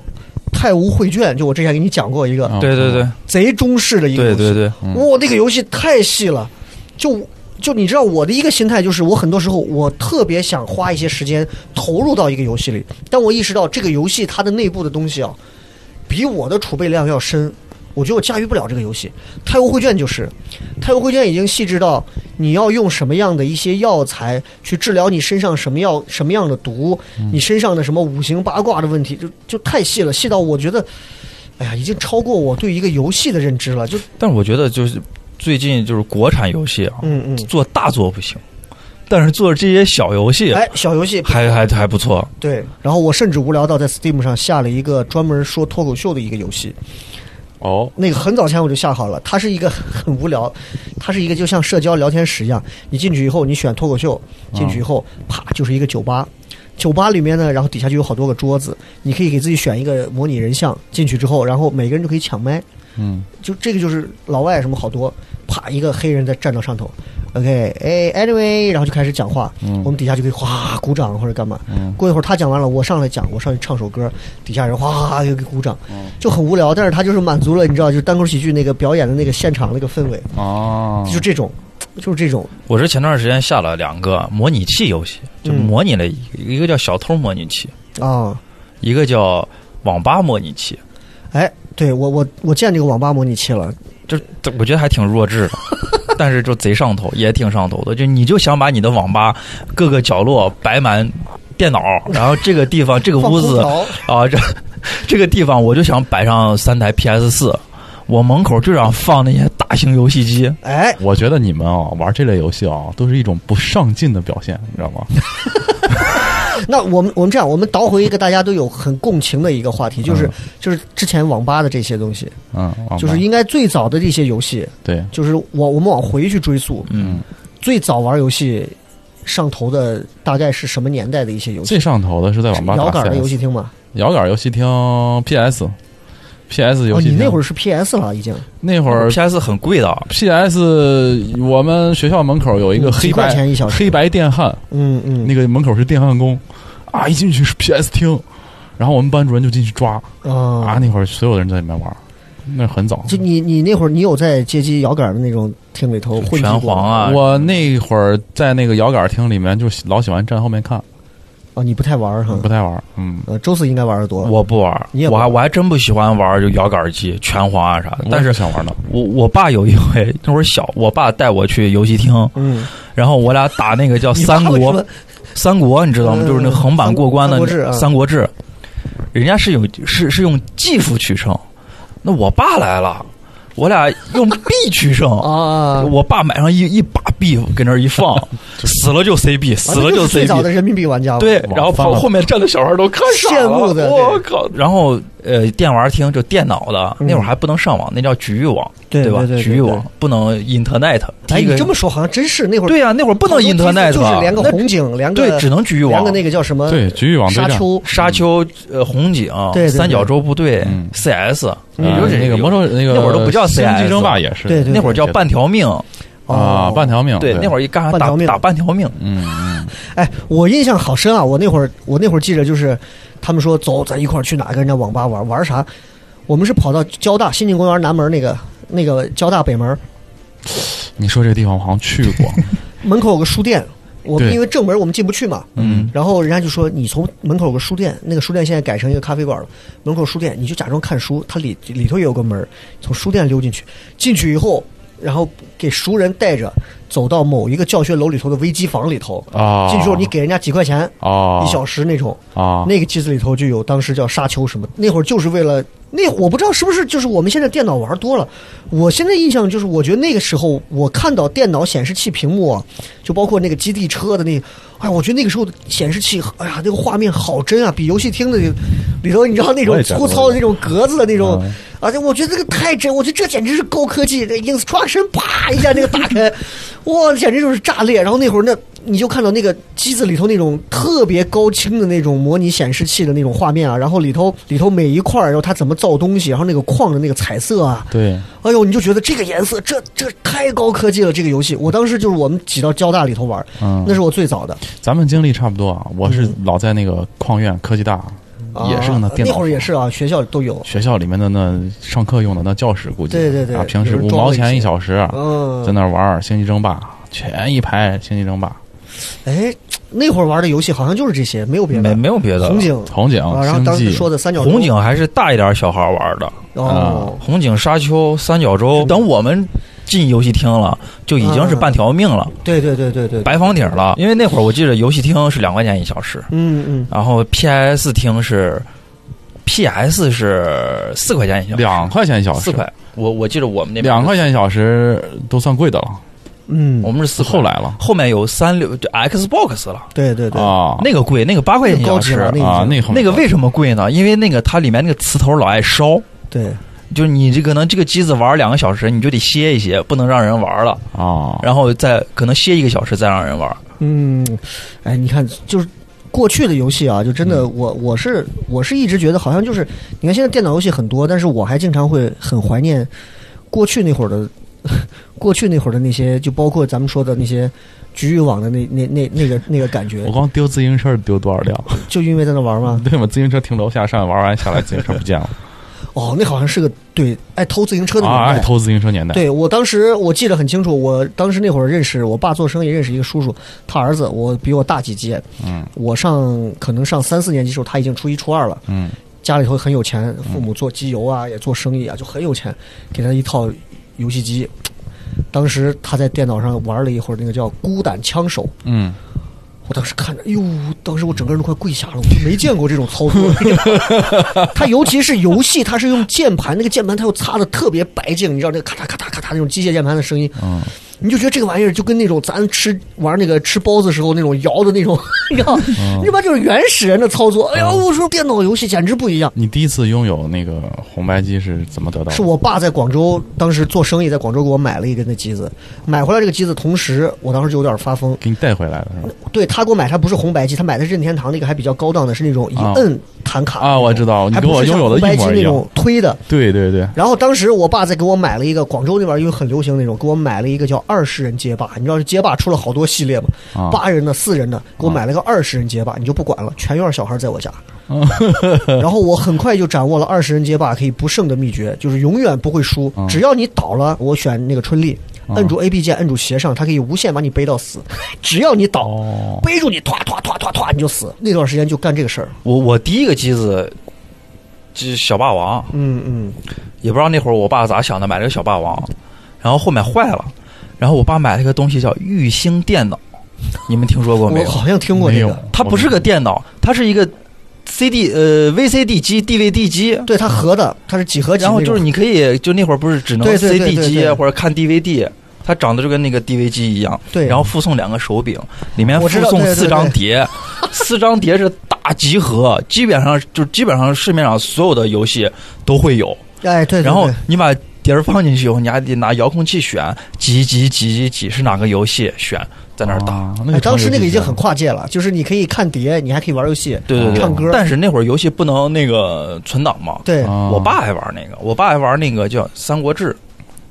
Speaker 2: 太无绘卷》，就我之前给你讲过一个、
Speaker 7: 啊
Speaker 5: 对对对
Speaker 2: 贼中式的一个游
Speaker 5: 对
Speaker 2: 戏。
Speaker 5: 对对，嗯
Speaker 2: 哇，那个游戏太细了，就就你知道我的一个心态就是，我很多时候我特别想花一些时间投入到一个游戏里，但我意识到这个游戏它的内部的东西啊，比我的储备量要深。我觉得我驾驭不了这个游戏，《太湖绘卷》就是，《太湖绘卷》已经细致到你要用什么样的一些药材去治疗你身上什么药什么样的毒，你身上的什么五行八卦的问题，就就太细了，细到我觉得，哎呀，已经超过我对一个游戏的认知了。就
Speaker 5: 但是我觉得就是最近就是国产游戏啊，
Speaker 2: 嗯嗯，
Speaker 5: 做大作不行，但是做这些小游戏啊
Speaker 2: 哎，小游戏
Speaker 5: 还还还不错。
Speaker 2: 对。然后我甚至无聊到在 Steam 上下了一个专门说脱口秀的一个游戏，
Speaker 7: 哦，
Speaker 2: 那个很早前我就下好了。它是一个很无聊，它是一个就像社交聊天室一样，你进去以后你选脱口秀，进去以后啪就是一个酒吧。酒吧里面呢，然后底下就有好多个桌子，你可以给自己选一个模拟人像，进去之后，然后每个人就可以抢麦，
Speaker 7: 嗯，
Speaker 2: 就这个就是老外什么好多，啪一个黑人在站到上头，OK，哎，anyway，然后就开始讲话，我们底下就可以哗鼓掌或者干嘛。过一会儿他讲完了，我上来讲，我上去唱首歌，底下人哗又给鼓掌，就很无聊，但是他就是满足了，你知道，就是单口喜剧那个表演的那个现场那个氛围，
Speaker 7: 哦，
Speaker 2: 就这种，就是这种，
Speaker 5: 我是前段时间下了两个模拟器游戏，就
Speaker 2: 嗯
Speaker 5: 模拟了一个一个叫小偷模拟器，
Speaker 2: 啊，
Speaker 5: 一个叫网吧模拟器。
Speaker 2: 哎，对我我我见这个网吧模拟器了，
Speaker 5: 就是我觉得还挺弱智的， 但是就贼上头，也挺上头的。就你就想把你的网吧各个角落摆满电脑，然后这个地方这个
Speaker 2: 放
Speaker 5: 屋
Speaker 2: 空
Speaker 5: 子
Speaker 2: 调，
Speaker 5: 啊，这这个地方我就想摆上三台 PS 四，我门口就想放那些大型游戏机。
Speaker 2: 哎，
Speaker 7: 我觉得你们啊、玩这类游戏啊、都是一种不上进的表现，你知道吗？
Speaker 2: 那我们我们这样，我们倒回一个大家都有很共情的一个话题，就是
Speaker 7: 嗯
Speaker 2: 就是之前网吧的这些东西，
Speaker 7: 嗯，网吧
Speaker 2: 就是应该最早的这些游戏，
Speaker 7: 对，
Speaker 2: 就是我我们往回去追溯，
Speaker 5: 嗯，
Speaker 2: 最早玩游戏上头的大概是什么年代的一些游戏？
Speaker 7: 最上头的是在网吧
Speaker 2: 摇
Speaker 7: 打
Speaker 2: 杆的游
Speaker 7: CS，
Speaker 2: 戏厅嘛，
Speaker 7: 摇杆游戏厅 PS，
Speaker 4: PS 游
Speaker 2: 哦，
Speaker 4: 戏
Speaker 2: 你
Speaker 4: 厅、
Speaker 2: 那会儿是 PS 了，已经
Speaker 4: 那
Speaker 2: 嗯
Speaker 4: 会儿
Speaker 5: PS 很贵的，
Speaker 4: PS 我们学校门口有一个
Speaker 2: 几
Speaker 4: 黑
Speaker 2: 块
Speaker 4: 白
Speaker 2: 钱一小时
Speaker 4: 黑白电焊，
Speaker 2: 嗯嗯，
Speaker 4: 那个门口是电焊工，啊，一进去是 PS 厅，然后我们班主任就进去抓啊，
Speaker 2: 啊，
Speaker 4: 那会儿所有人在里面玩，那很早。
Speaker 2: 就你你那会儿你有在街机摇杆的那种厅里头混迹
Speaker 5: 拳
Speaker 2: 过
Speaker 5: 皇
Speaker 2: 吗？
Speaker 5: 啊，
Speaker 4: 我那会儿在那个摇杆厅里面，就老喜欢站后面看，
Speaker 2: 哦，你不太玩儿哈
Speaker 4: 不？太玩。嗯，
Speaker 2: 呃，周四应该玩的多。
Speaker 5: 我不玩儿
Speaker 2: 你也，不
Speaker 5: 我还
Speaker 2: 玩
Speaker 5: 我还真不喜欢玩儿就摇杆机、拳皇啊啥的。但
Speaker 4: 我也
Speaker 5: 是
Speaker 4: 想玩的，
Speaker 5: 我我爸有一回那会儿小，我爸带我去游戏厅，
Speaker 2: 嗯，
Speaker 5: 然后我俩打那个叫
Speaker 2: 你爸
Speaker 5: 三
Speaker 2: 为什
Speaker 5: 国
Speaker 2: 么，
Speaker 5: 三国你知道吗？
Speaker 2: 嗯
Speaker 5: 就是那个横版过关的
Speaker 2: 三国志啊
Speaker 5: 三国志，人家是有是是用 G 符取胜，那我爸来了，我俩用 B 取 胜。
Speaker 2: 啊，
Speaker 5: 我爸买上一一把币，搁那儿 一放，死了就 CB，
Speaker 2: 啊
Speaker 5: 死
Speaker 2: 那
Speaker 5: 了
Speaker 2: 就是最
Speaker 5: CB
Speaker 2: 早。的人民币玩家嘛。
Speaker 5: 对，
Speaker 4: 往
Speaker 5: 然后
Speaker 4: 翻
Speaker 5: 跑
Speaker 4: 了
Speaker 5: 后面站的小孩都看傻了，
Speaker 2: 羡慕的
Speaker 5: 我靠！然后呃，电玩厅就电脑的，
Speaker 2: 嗯
Speaker 5: 那会儿还不能上网，那叫局域网，
Speaker 2: 对
Speaker 5: 吧
Speaker 2: 对对？对
Speaker 5: 局域网不能 internet。
Speaker 2: 哎，
Speaker 5: 第一个
Speaker 2: 你这么说好像真是那会儿
Speaker 5: 对啊呀，那会儿不能
Speaker 2: 好多地方
Speaker 5: internet，
Speaker 2: 就是连个
Speaker 5: 啊那
Speaker 2: 红警，连个
Speaker 5: 对，只能局域
Speaker 2: 连
Speaker 5: 网
Speaker 2: 个。那个叫什么
Speaker 4: 对，局域网对
Speaker 2: 呃沙
Speaker 4: 战，
Speaker 2: 丘，
Speaker 5: 沙丘、呃，红警
Speaker 2: 对、对对
Speaker 5: 三角洲部队
Speaker 4: 嗯、
Speaker 5: CS，
Speaker 4: 嗯
Speaker 5: 也就是
Speaker 4: 那个魔兽那个
Speaker 5: 那会儿都不叫
Speaker 4: 星际
Speaker 5: CS
Speaker 4: 争霸也是，
Speaker 2: 对对哦
Speaker 5: 那会儿叫半条命，
Speaker 4: 啊，半条命，
Speaker 5: 对，那会
Speaker 4: 儿，
Speaker 5: 儿一干啥
Speaker 2: 半
Speaker 5: 打
Speaker 2: 条命
Speaker 5: 打半条命，
Speaker 4: 嗯嗯，
Speaker 2: 哎，我印象好深啊！我那会儿，我那会儿记着就是，他们说走，咱一块儿去哪个人家网吧玩玩啥？我们是跑到交大新进公园南门那个那个交大北门
Speaker 4: 你说这个地方我好像去 过，
Speaker 2: 门口有个书店，我们
Speaker 4: 对
Speaker 2: 因为正门我们进不去嘛，
Speaker 4: 嗯，
Speaker 2: 然后人家就说你从门口有个书店，那个书店现在改成一个咖啡馆了，门口书店你就假装看书，它里里头也有个门儿，从书店溜进去，进去以后。然后给熟人带着走到某一个教学楼里头的危机房里头，
Speaker 4: 哦
Speaker 2: 进去之后你给人家几块钱，
Speaker 4: 哦，
Speaker 2: 一小时那种，
Speaker 4: 啊，
Speaker 2: 那个机子里头就有当时叫沙丘什么，那会儿就是为了那我不知道是不是就是我们现在电脑玩多了，我现在印象就是我觉得那个时候我看到电脑显示器屏幕啊，就包括那个基地车的那，哎呀，我觉得那个时候的显示器，哎呀，那个画面好真啊，比游戏厅的里头你知道那
Speaker 4: 我
Speaker 2: 种
Speaker 4: 也觉得嗯
Speaker 2: 粗糙的那种格子的那种，而且我觉得这个太真，我觉得这简直是高科技，这 instruction 啪一下那个打开，哇，简直就是炸裂。然后那会儿那你就看到那个机子里头那种特别高清的那种模拟显示器的那种画面啊，然后里头里头每一块儿，然后它怎么造东西，然后那个矿的那个彩色啊，
Speaker 4: 对，
Speaker 2: 哎呦，你就觉得这个颜色，这这太高科技了，这个游戏。我当时就是我们挤到交大里头玩，
Speaker 4: 嗯
Speaker 2: 那是我最早的，
Speaker 4: 咱们经历差不多啊，我是老在那个矿院科技大，也是用的
Speaker 2: 嗯啊
Speaker 4: 电脑，
Speaker 2: 那会儿也是啊，学校都有，
Speaker 4: 学校里面的那上课用的那教室，估计
Speaker 2: 对对对
Speaker 4: 啊，平时
Speaker 2: 有人
Speaker 4: 五
Speaker 2: 装
Speaker 4: 毛
Speaker 2: 了一
Speaker 4: 钱
Speaker 2: 些
Speaker 4: 一小时，
Speaker 2: 嗯
Speaker 4: 在那儿玩儿《星际争霸》，全一排《星际争霸》，
Speaker 2: 哎，那会儿玩的游戏好像就是这些，没有别
Speaker 5: 没
Speaker 2: 的，
Speaker 5: 没有别的了。
Speaker 2: 红警
Speaker 4: 红警
Speaker 2: 啊，然后
Speaker 4: 星
Speaker 2: 当时
Speaker 4: 际
Speaker 2: 说的三角洲
Speaker 5: 红警还是大一点小孩玩的，啊
Speaker 2: 哦，
Speaker 5: 红警、沙丘、三角洲，等我们进游戏厅了，就已
Speaker 2: 嗯
Speaker 5: 经是半条命了，
Speaker 2: 对对对对对，
Speaker 5: 白房顶了。因为那会儿我记得游戏厅是两块钱一小时，
Speaker 2: 嗯嗯，
Speaker 5: 然后 PS 厅是 PS 是四块钱一小时，
Speaker 4: 两块钱一小时，
Speaker 5: 四块。我我记得我们那边
Speaker 4: 两块，钱一小时都算贵的了，
Speaker 2: 嗯，
Speaker 5: 我们是四块
Speaker 4: 后来了
Speaker 5: 后面有三六就 Xbox 了，
Speaker 2: 对对对，
Speaker 4: 啊，
Speaker 5: 那个贵，那个八块钱一
Speaker 2: 那个
Speaker 5: 小
Speaker 2: 高级
Speaker 5: 时
Speaker 2: 了。那
Speaker 4: 啊
Speaker 2: 已经
Speaker 4: 那后
Speaker 5: 那
Speaker 4: 面
Speaker 5: 个为什么贵呢？因为那个它里面那个磁头老爱烧，
Speaker 2: 对，
Speaker 5: 就是你这个能这个机子玩两个小时，你就得歇一歇，不能让人玩了。
Speaker 4: 啊，
Speaker 5: 然后再可能歇一个小时再让人玩。
Speaker 2: 嗯，哎，你看，就是过去的游戏啊，就真的，我我是我是一直觉得好像就是，你看现在电脑游戏很多，但是我还经常会很怀念过去那会儿的， 过去那会儿的那些，就包括咱们说的那些局域网的那那那那个那个感觉
Speaker 4: 我，嗯光丢自行车丢多少辆？
Speaker 2: 就因为在那玩嘛。
Speaker 4: 对吗？自行车停楼下上玩完下来，自行车不见了
Speaker 2: 哦，那好像是个对爱偷自行车的年
Speaker 4: 啊！
Speaker 2: 代
Speaker 4: 爱。偷自行车年代，
Speaker 2: 对我当时我记得很清楚，我当时那会儿认识我爸做生意，认识一个叔叔，他儿子我比我大几届，
Speaker 4: 嗯
Speaker 2: 我上可能上三四年级时候，他已经初一初二了，
Speaker 4: 嗯，
Speaker 2: 家里头很有钱，父母做机油啊，也做生意啊，就很有钱，给他一套游戏机。当时他在电脑上玩了一会儿那个叫《孤胆枪手》，
Speaker 4: 嗯，
Speaker 2: 我当时看着，哎呦，当时我整个人都快跪下了，我就没见过这种操作。 它尤其是游戏，它是用键盘，那个键盘它又擦的特别白净，你知道那个咔嚓咔嚓咔嚓那种机械键盘的声音。嗯，你就觉得这个玩意儿就跟那种咱吃玩那个吃包子时候那种摇的那种， 你知道，你他妈就是原始人的操作。哎呀，我说电脑游戏简直不一
Speaker 4: 嗯
Speaker 2: 样。
Speaker 7: 你第一次拥有那个红白机是怎么得到的？
Speaker 2: 是我爸在广州，当时做生意，在广州给我买了一个那机子，买回来这个机子，同时我当时就有点发疯。
Speaker 7: 给你带回来的是吧？
Speaker 2: 对他给我买，他不是红白机，他买的是任天堂那个还比较高档的，是那种一摁弹卡的那
Speaker 7: 啊
Speaker 2: 种
Speaker 7: 我知道你
Speaker 2: 还
Speaker 7: 跟
Speaker 2: 不
Speaker 7: 我
Speaker 2: 是像
Speaker 7: 拥有的
Speaker 2: 红白
Speaker 7: 一模
Speaker 2: 机
Speaker 7: 一
Speaker 2: 那
Speaker 7: 样
Speaker 2: 种推的。
Speaker 7: 对对对，
Speaker 2: 然后当时我爸在给我买了一个广州那边，因为很流行那种，给我买了一个叫二十人街霸。你知道是街霸出了好多系列嘛
Speaker 7: 啊？
Speaker 2: 八人的、四人的，给我买了个二十人街霸，你就不管了，全院小孩在我家。然后我很快就掌握了二十人街霸可以不胜的秘诀，就是永远不会输，只要你倒了，我选那个春丽。摁住 A B 键，摁住斜上，它可以无限把你背到死，只要你倒，背住你，唰唰唰唰唰，你就死。那段时间就干这个事儿，
Speaker 5: 我我第一个机子，就是小霸王，
Speaker 2: 嗯嗯，
Speaker 5: 也不知道那会儿我爸咋想的，买了个小霸王，然后后面坏了，然后我爸买了一个东西叫玉星电脑，你们听说过没
Speaker 2: 我
Speaker 5: 有？
Speaker 2: 好像听过
Speaker 7: 没
Speaker 2: 那
Speaker 7: 有哦
Speaker 2: 个，，
Speaker 5: 它不是个电脑，它是一个 CD 呃 VCD 机、DVD 机，
Speaker 2: 对，它合的，它是几何级那
Speaker 5: 然
Speaker 2: 种。
Speaker 5: 后就是你可以就那会儿不是只能
Speaker 2: 对对对
Speaker 5: CD
Speaker 2: 对
Speaker 5: 机
Speaker 2: 对
Speaker 5: 啊或者看 DVD。它长得就跟那个 DV 机一样，
Speaker 2: 对
Speaker 5: 然后附送两个手柄，里面
Speaker 2: 我
Speaker 5: 附
Speaker 2: 知道
Speaker 5: 送
Speaker 2: 对对
Speaker 5: 四
Speaker 2: 对
Speaker 5: 张
Speaker 2: 对
Speaker 5: 碟，四张碟是大集合，基本上就基本上市面上所有的游戏都会有，
Speaker 2: 哎，对对对
Speaker 5: 然后你把碟儿放进去以后，你还得拿遥控器选几几几几几是哪个游戏，选在那儿打。
Speaker 7: 啊那
Speaker 2: 哎
Speaker 7: 个
Speaker 2: 当时那个已经很
Speaker 7: 长
Speaker 2: 跨界了，就是你可以看碟，你还可以玩游戏，
Speaker 5: 对对对，
Speaker 2: 唱歌，
Speaker 5: 但是那会儿游戏不能那个存档嘛。
Speaker 2: 对
Speaker 7: 时间啊
Speaker 5: 我爸还玩那个，我爸还玩那个叫《三国志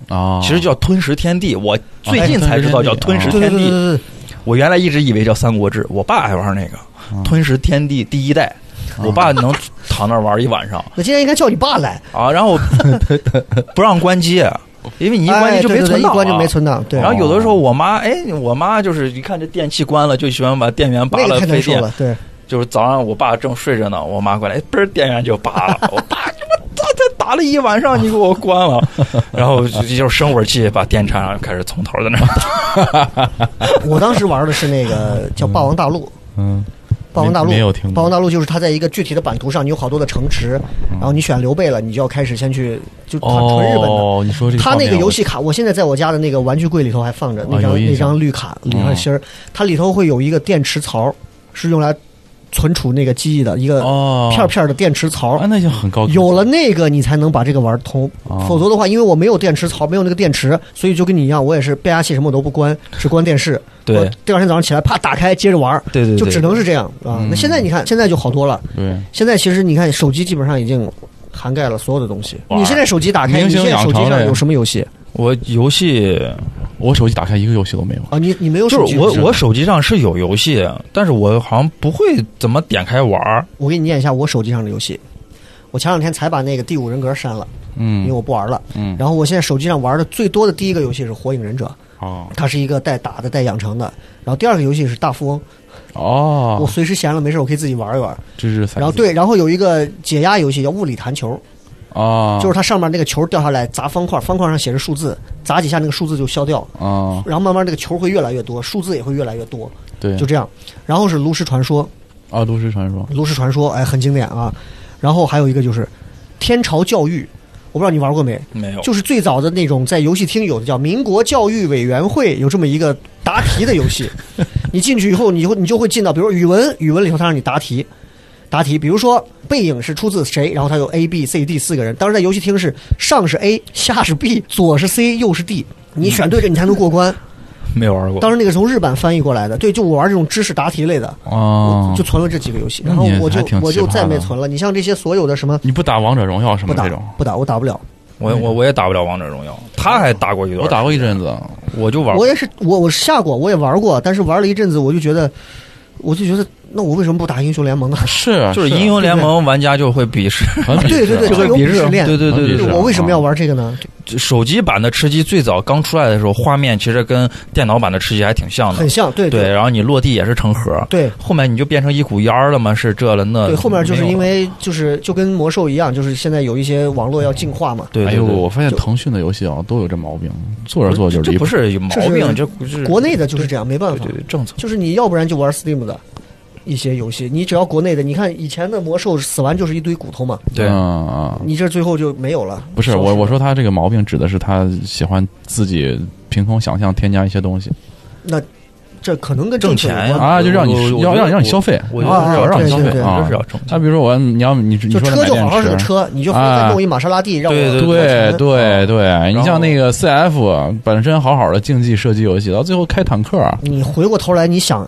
Speaker 7: 啊，》，
Speaker 5: 其实叫《吞食天地》，我最近才知道叫《哦哎吞食
Speaker 2: 对对
Speaker 5: 天
Speaker 2: 对
Speaker 5: 地》，哦
Speaker 2: 对对，
Speaker 5: 我原来一直以为叫《三国志》，我爸还玩那个《吞食天地》第一代，我爸能躺那儿玩一晚上。
Speaker 2: 我今天应该叫你爸来，
Speaker 5: 啊， 然后不让关机，啊因为你一关机就
Speaker 2: 哎对
Speaker 5: 没
Speaker 2: 对对
Speaker 5: 存档、啊
Speaker 2: 一关就没存档对
Speaker 5: 然后有的时候我妈，哎，我妈就是一看这电器关了，就喜欢把电源拔
Speaker 2: 那个
Speaker 5: 了
Speaker 2: 太
Speaker 5: 费
Speaker 2: 难受
Speaker 5: 电。
Speaker 2: 了，对，
Speaker 5: 就是早上我爸正睡着呢，我妈过来，哎嘣儿电源就拔了。 我爸你妈打他打了一晚上，你给我关 了。然后就就生火气，把电插上，开始从头在那儿打。
Speaker 2: 我当时玩的是那个叫《霸王大陆》。
Speaker 7: 嗯，
Speaker 2: 霸王大陆
Speaker 7: 没没有听过
Speaker 2: 霸王大陆就是它在一个具体的版图上，你有好多的城池，
Speaker 5: 嗯
Speaker 2: 然后你选刘备了，你就要开始先去就它纯日本的。
Speaker 7: 哦，你说这个
Speaker 2: 它
Speaker 7: 画面
Speaker 2: 那个游戏卡，我现在在我家的那个玩具柜里头还放着那
Speaker 7: 啊有
Speaker 2: 张
Speaker 7: 印象
Speaker 2: 那张绿卡，里头芯儿，它里头会有一个电池槽，是用来存储那个记忆的一个
Speaker 7: 哦
Speaker 2: 片儿片儿的电池槽。
Speaker 7: 啊，那就很高科技
Speaker 2: 有了那个，你才能把这个玩通。
Speaker 7: 哦
Speaker 2: 否则的话，因为我没有电池槽，没有那个电池，所以就跟你一样，我也是变压器什么我都不关，只关电视。
Speaker 5: 对
Speaker 2: 我第二天早上起来，啪打开接着玩。
Speaker 5: 对对对
Speaker 2: 就只能是这样啊。
Speaker 7: 嗯
Speaker 2: 那现在你看，现在就好多了。
Speaker 7: 对。
Speaker 2: 现在其实你看，手机基本上已经涵盖了所有的东西。你现在手机打开，
Speaker 7: 明
Speaker 2: 你
Speaker 7: 星
Speaker 2: 现在手机
Speaker 7: 养成
Speaker 2: 上
Speaker 7: 了
Speaker 2: 有什么游戏
Speaker 5: 我游戏
Speaker 7: 我手机打开一个游戏都没有。
Speaker 2: 啊？你你没有手
Speaker 5: 就
Speaker 2: 机？
Speaker 5: 是我我手机上是有游戏，但是我好像不会怎么点开玩儿。
Speaker 2: 我给你念一下我手机上的游戏。我前两天才把那个《第五人格》删了，因为
Speaker 7: 嗯，
Speaker 2: 我不玩了。
Speaker 7: 嗯
Speaker 2: 然后我现在手机上玩的最多的第一个游戏是《火影忍者》。
Speaker 7: 哦
Speaker 2: 它是一个带打的、带养成的。然后第二个游戏是大富翁，我
Speaker 7: 哦，
Speaker 2: 随时闲了没事，我可以自己玩一玩。
Speaker 7: 这是三
Speaker 2: 然后对，然后有一个解压游戏叫物理弹
Speaker 7: 哦
Speaker 2: 球，
Speaker 7: 啊，
Speaker 2: 就是它上面那个球掉下来砸方块，方块上写着数字，砸几下那个数字就消掉，
Speaker 7: 啊，
Speaker 2: 然后慢慢那个球会越来越多，数字也会越来越多，
Speaker 7: 对，
Speaker 2: 就这样。然后是炉石传说，
Speaker 7: 啊，都市传说
Speaker 2: 炉石传说哎很经典啊。然后还有一个就是天朝教育，我不知道你玩过没？
Speaker 5: 没有，
Speaker 2: 就是最早的那种在游戏厅有的叫民国教育委员会有这么一个答题的游戏，你进去以后，你会你就会进到，比如语文，语文里头他让你答题，答题，比如说背影是出自谁，然后他有 A、B、C、D 四个人，当时在游戏厅是上是 A，下是 B，左是 C，右是 D，你选对了你才能过关。
Speaker 5: 没玩过。
Speaker 2: 当时那个从日版翻译过来的，对，就我玩这种知识答题类的，
Speaker 7: 啊
Speaker 5: 哦
Speaker 2: 我，就存了这几个游戏，
Speaker 7: 那
Speaker 2: 然后
Speaker 7: 你
Speaker 2: 我就
Speaker 7: 还挺
Speaker 2: 我就
Speaker 7: 奇葩
Speaker 2: 再没
Speaker 7: 的
Speaker 2: 存了。你像这些所有的什么
Speaker 7: 你不打王者荣耀什
Speaker 2: 不
Speaker 7: 么
Speaker 2: 打
Speaker 7: 这种？
Speaker 2: 不打，我打不了。
Speaker 5: 我我我也打不了王者荣耀，他还打过一段，
Speaker 7: 我打过一阵子，
Speaker 5: 我就玩
Speaker 2: 我也是，我我下过，我也玩过，但是玩了一阵子，我就觉得，我就觉得，那我为什么不打英雄联盟呢？
Speaker 7: 是啊
Speaker 5: 就是英雄联盟玩家就会鄙视，
Speaker 7: 很鄙视
Speaker 2: 对对对，
Speaker 5: 就
Speaker 2: 这
Speaker 5: 会
Speaker 2: 有
Speaker 5: 鄙
Speaker 2: 鄙视
Speaker 5: 视，
Speaker 2: 链。
Speaker 5: 对对对
Speaker 7: 很鄙视
Speaker 5: 对
Speaker 7: 啊
Speaker 2: 我为什么要玩这个呢？
Speaker 5: 对，手机版的吃鸡最早刚出来的时候，画面其实跟电脑版的吃鸡还挺像的
Speaker 2: 很，像，对
Speaker 5: 对，然后你落地也是成盒，
Speaker 2: 对
Speaker 5: 后面你就变成一股烟儿了嘛，是这了那，
Speaker 2: 对，后面就是
Speaker 5: 呃没有
Speaker 2: 因为就是就跟魔兽一样，就是现在有一些网络要进化嘛。
Speaker 5: 对，
Speaker 7: 哎
Speaker 5: 对
Speaker 7: 呦，
Speaker 5: 对
Speaker 7: 我发现腾讯的游戏啊都有这毛病，做着做着就
Speaker 5: 这
Speaker 7: 离
Speaker 5: 这
Speaker 7: 谱
Speaker 5: 不。是有毛
Speaker 2: 这
Speaker 5: 病，
Speaker 2: 是
Speaker 5: 这不是
Speaker 2: 国内的就是这样，没办
Speaker 5: 对
Speaker 2: 法
Speaker 5: 对，对政策，
Speaker 2: 就是你要不然就玩 Steam 的，一些游戏。你只要国内的，你看以前的魔兽死完就是一堆骨头嘛，
Speaker 5: 对
Speaker 7: 嗯嗯，
Speaker 2: 你这最后就没有了。
Speaker 7: 不是
Speaker 2: 消失
Speaker 7: 我
Speaker 2: 了
Speaker 7: 我说他这个毛病指的是他喜欢自己凭空想象添加一些东西
Speaker 2: 那这可能跟
Speaker 5: 挣
Speaker 2: 政策有
Speaker 5: 钱呀
Speaker 2: 关
Speaker 7: 啊，就让
Speaker 5: 我
Speaker 7: 你
Speaker 5: 我
Speaker 7: 要
Speaker 5: 我
Speaker 7: 让让你消费，
Speaker 5: 我
Speaker 7: 啊
Speaker 5: 觉得是
Speaker 7: 要
Speaker 5: 要
Speaker 7: 让你
Speaker 5: 挣
Speaker 7: 消
Speaker 2: 对
Speaker 5: 钱，
Speaker 7: 费
Speaker 2: 对
Speaker 5: 我觉
Speaker 7: 啊
Speaker 5: 得是要。挣
Speaker 7: 他
Speaker 5: 钱。
Speaker 7: 比如说我你要你你
Speaker 2: 就
Speaker 7: 说的
Speaker 2: 车
Speaker 7: 买
Speaker 2: 就
Speaker 7: 电
Speaker 2: 好好是
Speaker 7: 池
Speaker 2: 个，车，你就非
Speaker 7: 哎
Speaker 2: 得弄一玛莎拉蒂让我
Speaker 5: 啊对对
Speaker 2: 多掏
Speaker 7: 对
Speaker 2: 钱啊
Speaker 7: 对对，你
Speaker 5: 然后
Speaker 7: 像那个 CF 本身好好的竞技射击游戏，到最后开坦克，啊
Speaker 2: 你回过头来，你想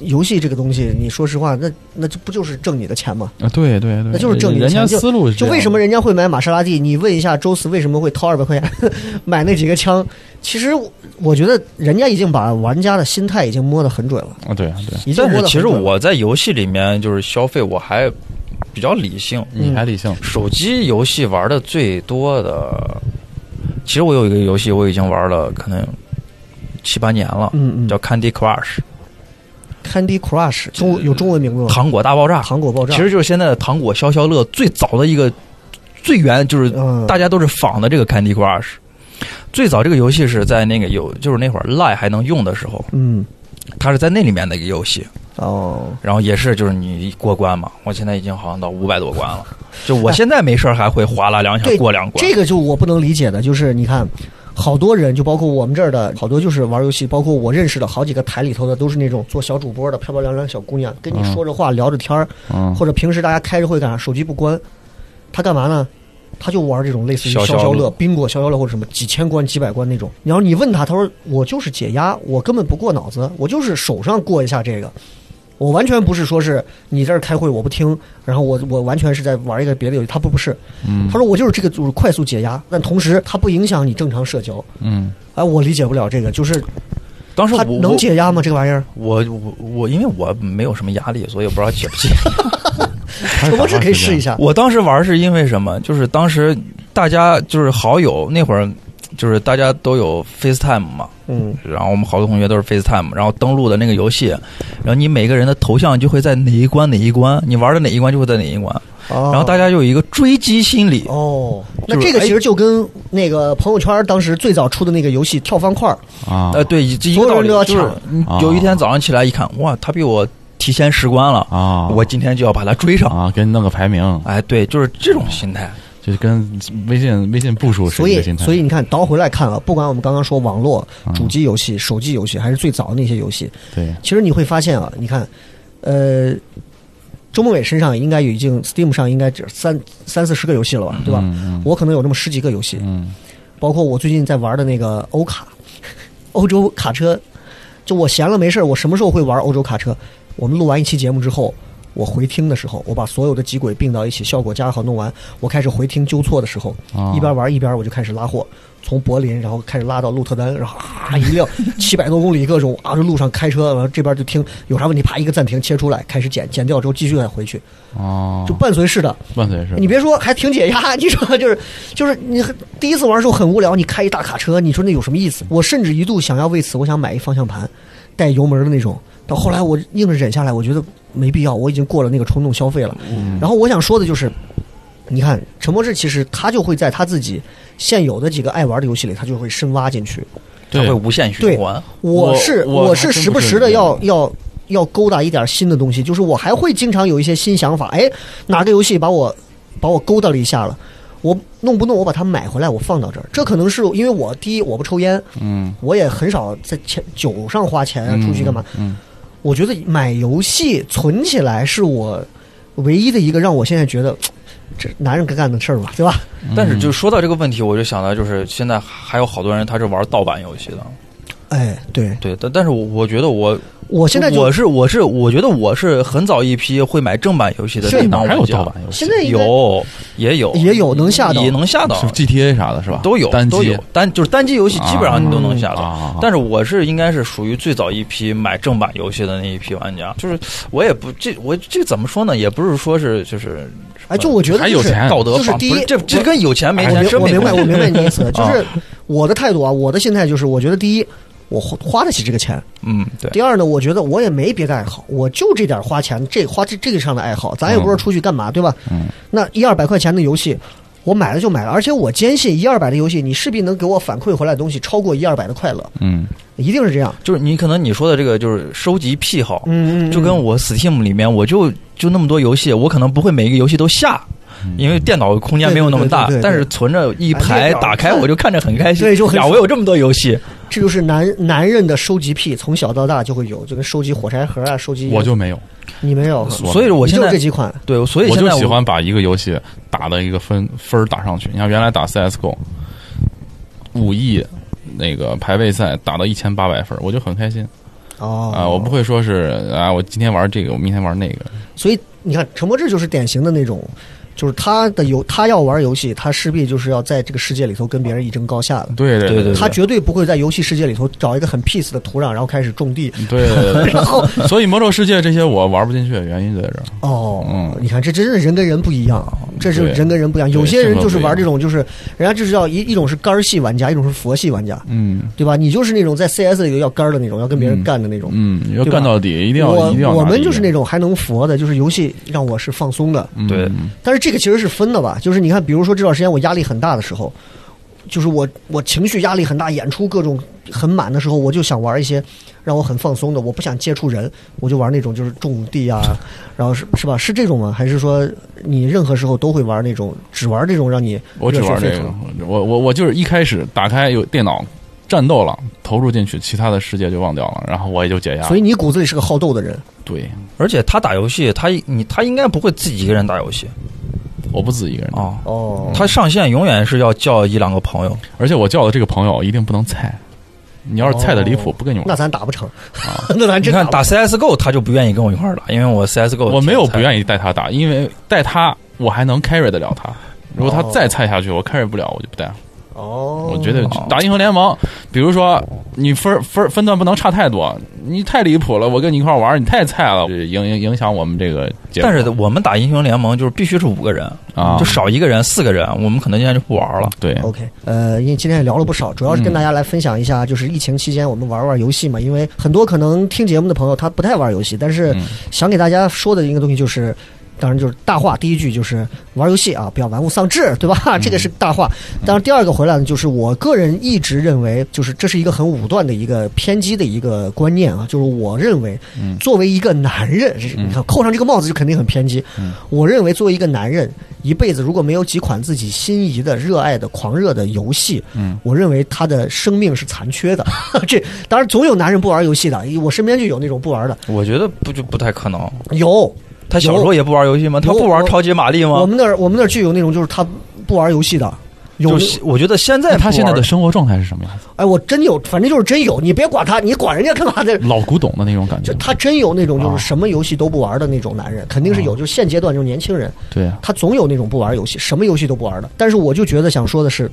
Speaker 2: 游戏这个东西，你说实话，那那就不就是挣你的钱吗？
Speaker 7: 啊，对对对，
Speaker 2: 那就是挣你的
Speaker 7: 人
Speaker 2: 钱
Speaker 7: 家思路是这
Speaker 2: 就
Speaker 7: 样
Speaker 2: 为什么人家会买玛莎拉蒂？你问一下周四为什么会掏二百块钱 买那几个枪？其实我我觉得人家已经把玩家的心态已经摸得很准了，
Speaker 7: 啊？对对，
Speaker 2: 已经
Speaker 5: 但
Speaker 2: 摸
Speaker 5: 是
Speaker 2: 得
Speaker 5: 其
Speaker 2: 很
Speaker 5: 实
Speaker 2: 准了。
Speaker 5: 我在游戏里面就是消费，我还比较理性。
Speaker 2: 嗯
Speaker 7: 你还理性，
Speaker 5: 手机游戏玩的最多的，其实我有一个游戏我已经玩了可能七八年了，
Speaker 2: 嗯嗯，
Speaker 5: 叫 Candy Crush，
Speaker 2: Candy Crush 中有中文名字吗？
Speaker 5: 糖果大爆炸。
Speaker 2: 糖果爆炸，
Speaker 5: 其实就是现在的糖果消消乐最早的一个最原就是
Speaker 2: 嗯，
Speaker 5: 大家都是仿的这个 Candy Crush。最早这个游戏是在那个有就是那会儿 Line 还能用的时候，
Speaker 2: 嗯
Speaker 5: 它是在那里面的一个游戏，
Speaker 2: 哦，
Speaker 5: 然后也是就是你过关嘛，我现在已经好像到五百多关了，就我现在没事儿还会哗啦两下
Speaker 2: 哎对
Speaker 5: 过两关。
Speaker 2: 这个就我不能理解的，就是你看，好多人就包括我们这儿的好多就是玩游戏，包括我认识的好几个台里头的都是那种做小主播的漂漂亮亮小姑娘，跟你说着话、聊着天儿，
Speaker 7: 嗯，
Speaker 2: 或者平时大家开着会干啥，手机不关，她干嘛呢？她就玩这种类似于消
Speaker 5: 消消
Speaker 2: 消
Speaker 5: 乐
Speaker 2: 乐、宾果消消乐或者什么几千关、几百关那种。然后你问她，她说我就是解压，我根本不过脑子，我就是手上过一下这个。我完全不是说是你这儿开会我不听，然后我我完全是在玩一个别的游戏，她不不是，
Speaker 7: 嗯
Speaker 2: 他说我就是这个就是快速解压，但同时它不影响你正常社交。
Speaker 7: 嗯
Speaker 2: 哎，我理解不了这个，就是
Speaker 5: 当时
Speaker 2: 它
Speaker 5: 我
Speaker 2: 能解压吗？这个玩意儿，
Speaker 5: 我我我，因为我没有什么压力，所以我不知道解 不解。
Speaker 7: 还是打
Speaker 2: 我只
Speaker 7: 发
Speaker 2: 可以
Speaker 7: 时间
Speaker 2: 试一下。
Speaker 5: 我当时玩是因为什么？就是当时大家就是好友那会儿，就是大家都有 FaceTime 嘛，
Speaker 2: 嗯，
Speaker 5: 然后我们好多同学都是 FaceTime，然后登录的那个游戏，然后你每个人的头像就会在哪一关哪一关，你玩的哪一关就会在哪一关，
Speaker 2: 然
Speaker 5: 然后大家有一个追击心理。
Speaker 2: 哦，那
Speaker 5: 就是
Speaker 2: 这个
Speaker 5: 哎
Speaker 2: 其实就跟那个朋友圈当时最早出的那个游戏跳方块儿，
Speaker 7: 啊
Speaker 5: 呃，对，这一
Speaker 2: 所有
Speaker 5: 个
Speaker 2: 人
Speaker 5: 道
Speaker 2: 哦
Speaker 5: 理
Speaker 2: 都要
Speaker 5: 就是
Speaker 2: 抢
Speaker 5: 你
Speaker 7: 啊
Speaker 5: 有一天早上起来一看，哇，他比我提前十关
Speaker 2: 哦
Speaker 5: 了，
Speaker 7: 啊，
Speaker 5: 我今天就要把他追上。
Speaker 7: 啊，给你弄个排名，
Speaker 5: 哎，对，就是这种心态。
Speaker 7: 就是跟微信微信步数是
Speaker 2: 所
Speaker 7: 一个
Speaker 2: 以
Speaker 7: 心态，嗯
Speaker 2: 所以你看倒回来看啊，不管我们刚刚说网络、主机游戏、手机游戏，还是最早那些游戏，
Speaker 7: 对
Speaker 2: 其实你会发现啊，你看，呃，周梦伟身上应该已经 Steam 上应该只三三四十个游戏了吧，对吧？
Speaker 7: 嗯
Speaker 2: 我可能有那么十几个游戏，
Speaker 7: 嗯
Speaker 2: 包括我最近在玩的那个欧卡， 欧洲卡车，就我闲了没事儿，我什么时候会玩欧洲卡车？我们录完一期节目之后，我回听的时候，我把所有的几轨并到一起，效果加好弄完，我开始回听纠错的时候，
Speaker 7: 啊
Speaker 2: 一边玩一边我就开始拉货，从柏林然后开始拉到鹿特丹，然后啊一 辆七百多公里各种啊，这路上开车，然后这边就听有啥问题，啪一个暂停切出来，开始剪，剪掉之后继续再回去，
Speaker 7: 哦
Speaker 2: 就，伴随式的。
Speaker 7: 伴随是
Speaker 2: 你别说，还挺解压。你说就是就是你第一次玩的时候很无聊，你开一大卡车，你说那有什么意思？我甚至一度想要为此，我想买一方向盘，带油门的那种。到后来我硬是忍下来，我觉得没必要，我已经过了那个冲动消费了。然后我想说的就是，你看陈博士其实他就会在他自己现有的几个爱玩的游戏里，他就会深挖进去。
Speaker 5: 它
Speaker 7: 对
Speaker 5: 会无限
Speaker 2: 对
Speaker 5: 循环。
Speaker 2: 我
Speaker 7: 我
Speaker 2: 是
Speaker 7: 我还
Speaker 2: 是
Speaker 7: 真
Speaker 2: 时
Speaker 7: 不是
Speaker 2: 时的
Speaker 7: 这样
Speaker 2: 要要要勾搭一点新的东西，就是我还会经常有一些新想法，哎，哪个游戏把我把我勾搭了一下了。我弄不弄？我把它买回来，我放到这儿。这可能是因为我第一我不抽烟，
Speaker 7: 嗯
Speaker 2: 我也很少在钱酒上花钱啊，出去干嘛？
Speaker 7: 嗯
Speaker 2: 我觉得买游戏存起来是我唯一的一个让我现在觉得这男人该干的事儿嘛，对吧？
Speaker 5: 但是就说到这个问题，我就想到，就是现在还有好多人他是玩盗版游戏的，
Speaker 2: 哎，对，
Speaker 5: 对，但但是我我觉得我
Speaker 2: 我现在就
Speaker 5: 我是我是我觉得我是很早一批会买正版游戏的
Speaker 2: 是
Speaker 5: 那
Speaker 7: 哪
Speaker 5: 帮
Speaker 7: 还有
Speaker 5: 玩家
Speaker 7: 盗版游戏？
Speaker 2: 现在应该
Speaker 5: 有也有
Speaker 2: 也有能下到
Speaker 5: 也能下到
Speaker 7: 是 GTA 啥的是吧？
Speaker 5: 都有
Speaker 7: 单
Speaker 5: 都
Speaker 7: 机
Speaker 5: 有单就是单机游戏基本上你都能下到。
Speaker 7: 啊，
Speaker 5: 但是我是应该是属于最早一批买正版游戏的那一批玩家，就是我也不这我这怎么说呢？也不是说是就是
Speaker 2: 哎，就我觉得
Speaker 7: 还有
Speaker 2: 就是
Speaker 7: 钱
Speaker 5: 道德
Speaker 2: 就是
Speaker 5: 绑
Speaker 2: 第
Speaker 5: 不是
Speaker 2: 一
Speaker 5: 这这跟有钱没
Speaker 2: 哎我
Speaker 5: 钱
Speaker 2: 明
Speaker 5: 真
Speaker 2: 我
Speaker 5: 没
Speaker 2: 明白，
Speaker 5: 关系
Speaker 2: 我明白你意 思，就
Speaker 5: 啊
Speaker 2: 是我的态度啊，我的心态就是，我觉得第一，我花花得起这个钱；
Speaker 5: 嗯对。
Speaker 2: 第二呢，我觉得我也没别的爱好，我就这点
Speaker 5: 嗯
Speaker 2: 花钱，这花这这个上的爱好，咱也不是出去干嘛，对吧？嗯，那一二百块钱的游戏。我买了就买了，而且我坚信一二百的游戏，你势必能给我反馈回来的东西超过一二百的快乐，
Speaker 4: 嗯，
Speaker 2: 一定是这样。
Speaker 5: 就是你可能你说的这个就是收集癖好，
Speaker 2: 嗯嗯嗯
Speaker 5: 就跟我 Steam 里面我就就那么多游戏，我可能不会每一个游戏都下。因为电脑空间没有那么大
Speaker 2: 嗯对对对对，对
Speaker 5: 但是存着一
Speaker 2: 哎
Speaker 5: 排
Speaker 2: 那个
Speaker 5: 打开我就看着很开心。
Speaker 2: 对就很
Speaker 5: 呀，我有这么多游戏，
Speaker 2: 这就是男男人的收集癖，从小到大就会有，就跟收集火柴盒啊，收集
Speaker 7: 我就没有，
Speaker 2: 你没有，
Speaker 5: 所以我
Speaker 2: 你
Speaker 5: 现
Speaker 2: 就
Speaker 5: 在
Speaker 2: 这几款，
Speaker 5: 对，所以
Speaker 7: 我
Speaker 5: 现
Speaker 7: 就
Speaker 5: 在
Speaker 7: 喜欢把一个游戏打的一个分分儿打上去。你看原来打 CSGO，武艺那个排位赛打到一千八百分儿，我就很开心
Speaker 2: 哦
Speaker 7: 啊、我不会说是啊，我今天玩这个，我明天玩那个。
Speaker 2: 所以你看，陈柏志就是典型的那种，就是他的游，他要玩游戏，他势必就是要在这个世界里头跟别人一争高下的。
Speaker 7: 对对
Speaker 5: 对对
Speaker 2: 他绝对不会在游戏世界里头找一个很 peace 的土壤，然后开始种地。
Speaker 7: 对对对
Speaker 2: 然后，
Speaker 7: 对，所以魔兽世界这些我玩不进去的原因就在这儿。
Speaker 2: 哦，
Speaker 7: 嗯
Speaker 2: 你看，这真的人跟人不一样，啊这是
Speaker 7: 对
Speaker 2: 人跟人不一样。有
Speaker 7: 对
Speaker 2: 些人就是
Speaker 7: 性格不一样
Speaker 2: 玩这种，就是人家就是要一一种是杆儿系玩家，一种是佛系玩家，
Speaker 7: 嗯
Speaker 2: 对吧？你就是那种在 CS 里头要杆儿的那种，要跟别人干的那种。
Speaker 7: 嗯，要
Speaker 2: 对吧
Speaker 7: 干到底，一定要
Speaker 2: 我
Speaker 7: 一定要拿第一。
Speaker 2: 我们就是那种还能佛的，就是游戏让我是放松的，
Speaker 7: 嗯
Speaker 5: 对
Speaker 2: 但是这个其实是分的吧，就是你看，比如说这段时间我压力很大的时候，就是我我情绪压力很大，演出各种很满的时候，我就想玩一些让我很放松的，我不想接触人，我就玩那种就是种地啊，然后是是吧？是这种吗？还是说你任何时候都会玩那种，只玩这种让你
Speaker 7: 我只玩
Speaker 2: 热血
Speaker 7: 这
Speaker 2: 沸
Speaker 7: 个
Speaker 2: 腾，
Speaker 7: 我我我就是一开始打开有电脑战斗了，投入进去，其他的世界就忘掉了，然后我也就解压了。
Speaker 2: 所以你骨子里是个好斗的人，
Speaker 7: 对，
Speaker 5: 而且他打游戏，他你他应该不会自己一个人打游戏
Speaker 7: 我不自己一个人，
Speaker 5: 啊，
Speaker 2: 哦，
Speaker 5: 他上线永远是要叫一两个朋友。
Speaker 7: 而且我叫的这个朋友一定不能菜，你要是菜的离谱，不跟你
Speaker 2: 哦那
Speaker 7: 玩。
Speaker 2: 咱打不成， 那咱
Speaker 5: 你
Speaker 2: 真
Speaker 5: 看
Speaker 2: 不
Speaker 5: 打 CSGO，他就不愿意跟我一块儿打，因为我 CSGO
Speaker 7: 我没有不
Speaker 5: 意。
Speaker 7: 愿意带他打，因为带他我还能 carry 得了他。如果他
Speaker 2: 哦
Speaker 7: 再菜下去，我 carry 不了，我就不带了。
Speaker 2: 哦，
Speaker 7: 我觉得打英雄联盟，比如说你分分分段不能差太多，你太离谱了，我跟你一块玩，你太菜了，这影影影响我们这个结果。
Speaker 5: 但是我们打英雄联盟就是必须是五个人
Speaker 7: 啊
Speaker 5: 就少一个人、四个人，我们可能现在就不玩了。
Speaker 7: 对，嗯
Speaker 2: OK，呃，因为今天也聊了不少，主要是跟大家来分享一下，就是疫情期间我们玩玩游戏嘛。因为很多可能听节目的朋友他不太玩游戏，但是
Speaker 7: 嗯
Speaker 2: 想给大家说的一个东西就是。当然就是大话，第一句就是玩游戏啊，不要玩物丧志，对吧？这个是大话。当然，第二个回来呢，就是我个人一直认为，就是这是一个很武断的一个偏激的一个观念啊，就是我认为，作为一个男人，这是你看扣上这个帽子就肯定很偏激。我认为作为一个男人，一辈子如果没有几款自己心仪的、热爱的、狂热的游戏，嗯，我认为他的生命是残缺的。 这当然总有男人不玩游戏的，我身边就有那种不玩的，
Speaker 5: 我觉得不就不太可能。
Speaker 2: 有。
Speaker 5: 他小时候也不玩游戏吗？他
Speaker 2: 有
Speaker 5: 不玩
Speaker 2: 我
Speaker 5: 超级玛丽
Speaker 2: 我
Speaker 5: 吗？
Speaker 2: 们那儿我们那儿就有那种就是他不玩游戏的，有
Speaker 5: 就。是我觉得现在
Speaker 7: 那他现在
Speaker 5: 不玩
Speaker 7: 的生活状态是什么样子？
Speaker 2: 哎，我真有，反正就是真有，你别管他，你管人家干嘛的？
Speaker 7: 老古董的那种感觉
Speaker 2: 就。他真有那种
Speaker 5: 啊
Speaker 2: 就是什么游戏都不玩的那种男人，肯定是有。就是现阶段这种年轻人，
Speaker 7: 对 啊，
Speaker 2: 他总有那种不玩游戏，什么游戏都不玩的。但是我就觉得想说的是，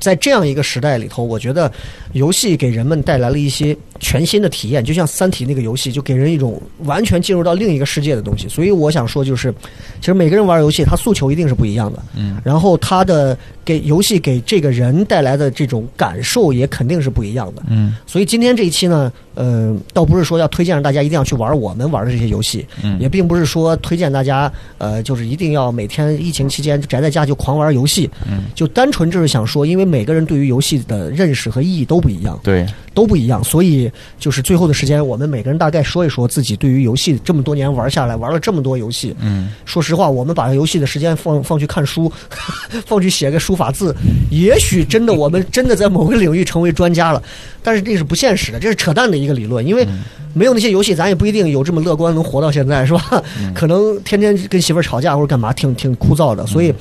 Speaker 2: 在这样一个时代里头，我觉得游戏给人们带来了一些全新的体验，就像《三体》那个游戏，就给人一种完全进入到另一个世界的东西。所以我想说，就是其实每个人玩游戏，他诉求一定是不一样的。嗯，然后他的给游戏给这个人带来的这种感受也肯定是不一样的。
Speaker 7: 嗯，
Speaker 2: 所以今天这一期呢，呃，倒不是说要推荐让大家一定要去玩我们玩的这些游戏，嗯，也并不是说推荐大家，呃，就是一定要每天疫情期间宅在家就狂玩游戏，嗯，就单纯就是想说，因为每个人对于游戏的认识和意义都不一样，
Speaker 4: 啊
Speaker 7: 对，
Speaker 2: 都不一样，所以就是最后的时间，我们每个人大概说一说自己对于游戏这么多年玩下来，玩了这么多游戏。嗯，说实话，我们把游戏的时间放放去看书， 放去写个书法字，也许真的我们真的在某个领域成为专家了，但是这是不现实的，这是扯淡的一个理论，因为没有那些游戏，咱也不一定有这么乐观能活到现在，是吧？可能天天跟媳妇儿吵架或者干嘛，挺挺枯燥的，所以。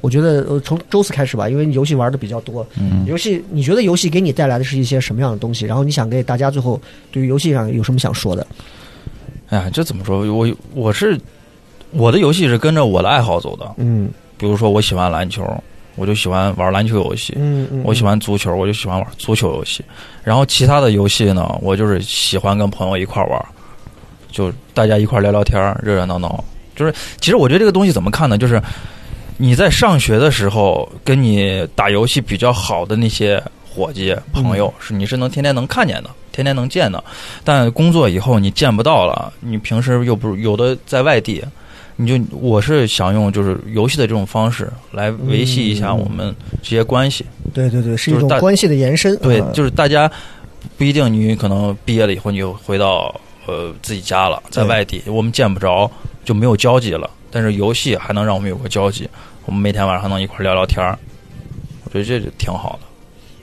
Speaker 2: 我觉得呃，从周四开始吧，因为你游戏玩的比较多。
Speaker 5: 嗯
Speaker 2: 游戏，你觉得游戏给你带来的是一些什么样的东西？然后你想给大家最后对于游戏上有什么想说的？
Speaker 5: 哎，这怎么说？我我是我的游戏是跟着我的爱好走的。
Speaker 2: 嗯
Speaker 5: 比如说，我喜欢篮球，我就喜欢玩篮球游戏；
Speaker 2: 嗯嗯，
Speaker 5: 我喜欢足球，我就喜欢玩足球游戏。然后其他的游戏呢，我就是喜欢跟朋友一块儿玩儿，就大家一块儿聊聊天儿，热热闹闹。就是其实我觉得这个东西怎么看呢？就是你在上学的时候，跟你打游戏比较好的那些伙计朋
Speaker 2: 嗯
Speaker 5: 友，是你是能天天能看见的，天天能见的。但工作以后你见不到了，你平时又不是有的在外地，你就我是想用就是游戏的这种方式来维系一
Speaker 2: 嗯
Speaker 5: 下我们这些关系。
Speaker 2: 对对对，是一
Speaker 5: 就是
Speaker 2: 种
Speaker 5: 大
Speaker 2: 关系的延伸。
Speaker 5: 对
Speaker 2: 啊，
Speaker 5: 就是大家不一定你可能毕业了以后你就回到呃自己家了，在
Speaker 2: 对
Speaker 5: 外地我们见不着就没有交集了，但是游戏还能让我们有个交集，我们每天晚上还能一块儿聊聊天儿，我觉得这就挺好的。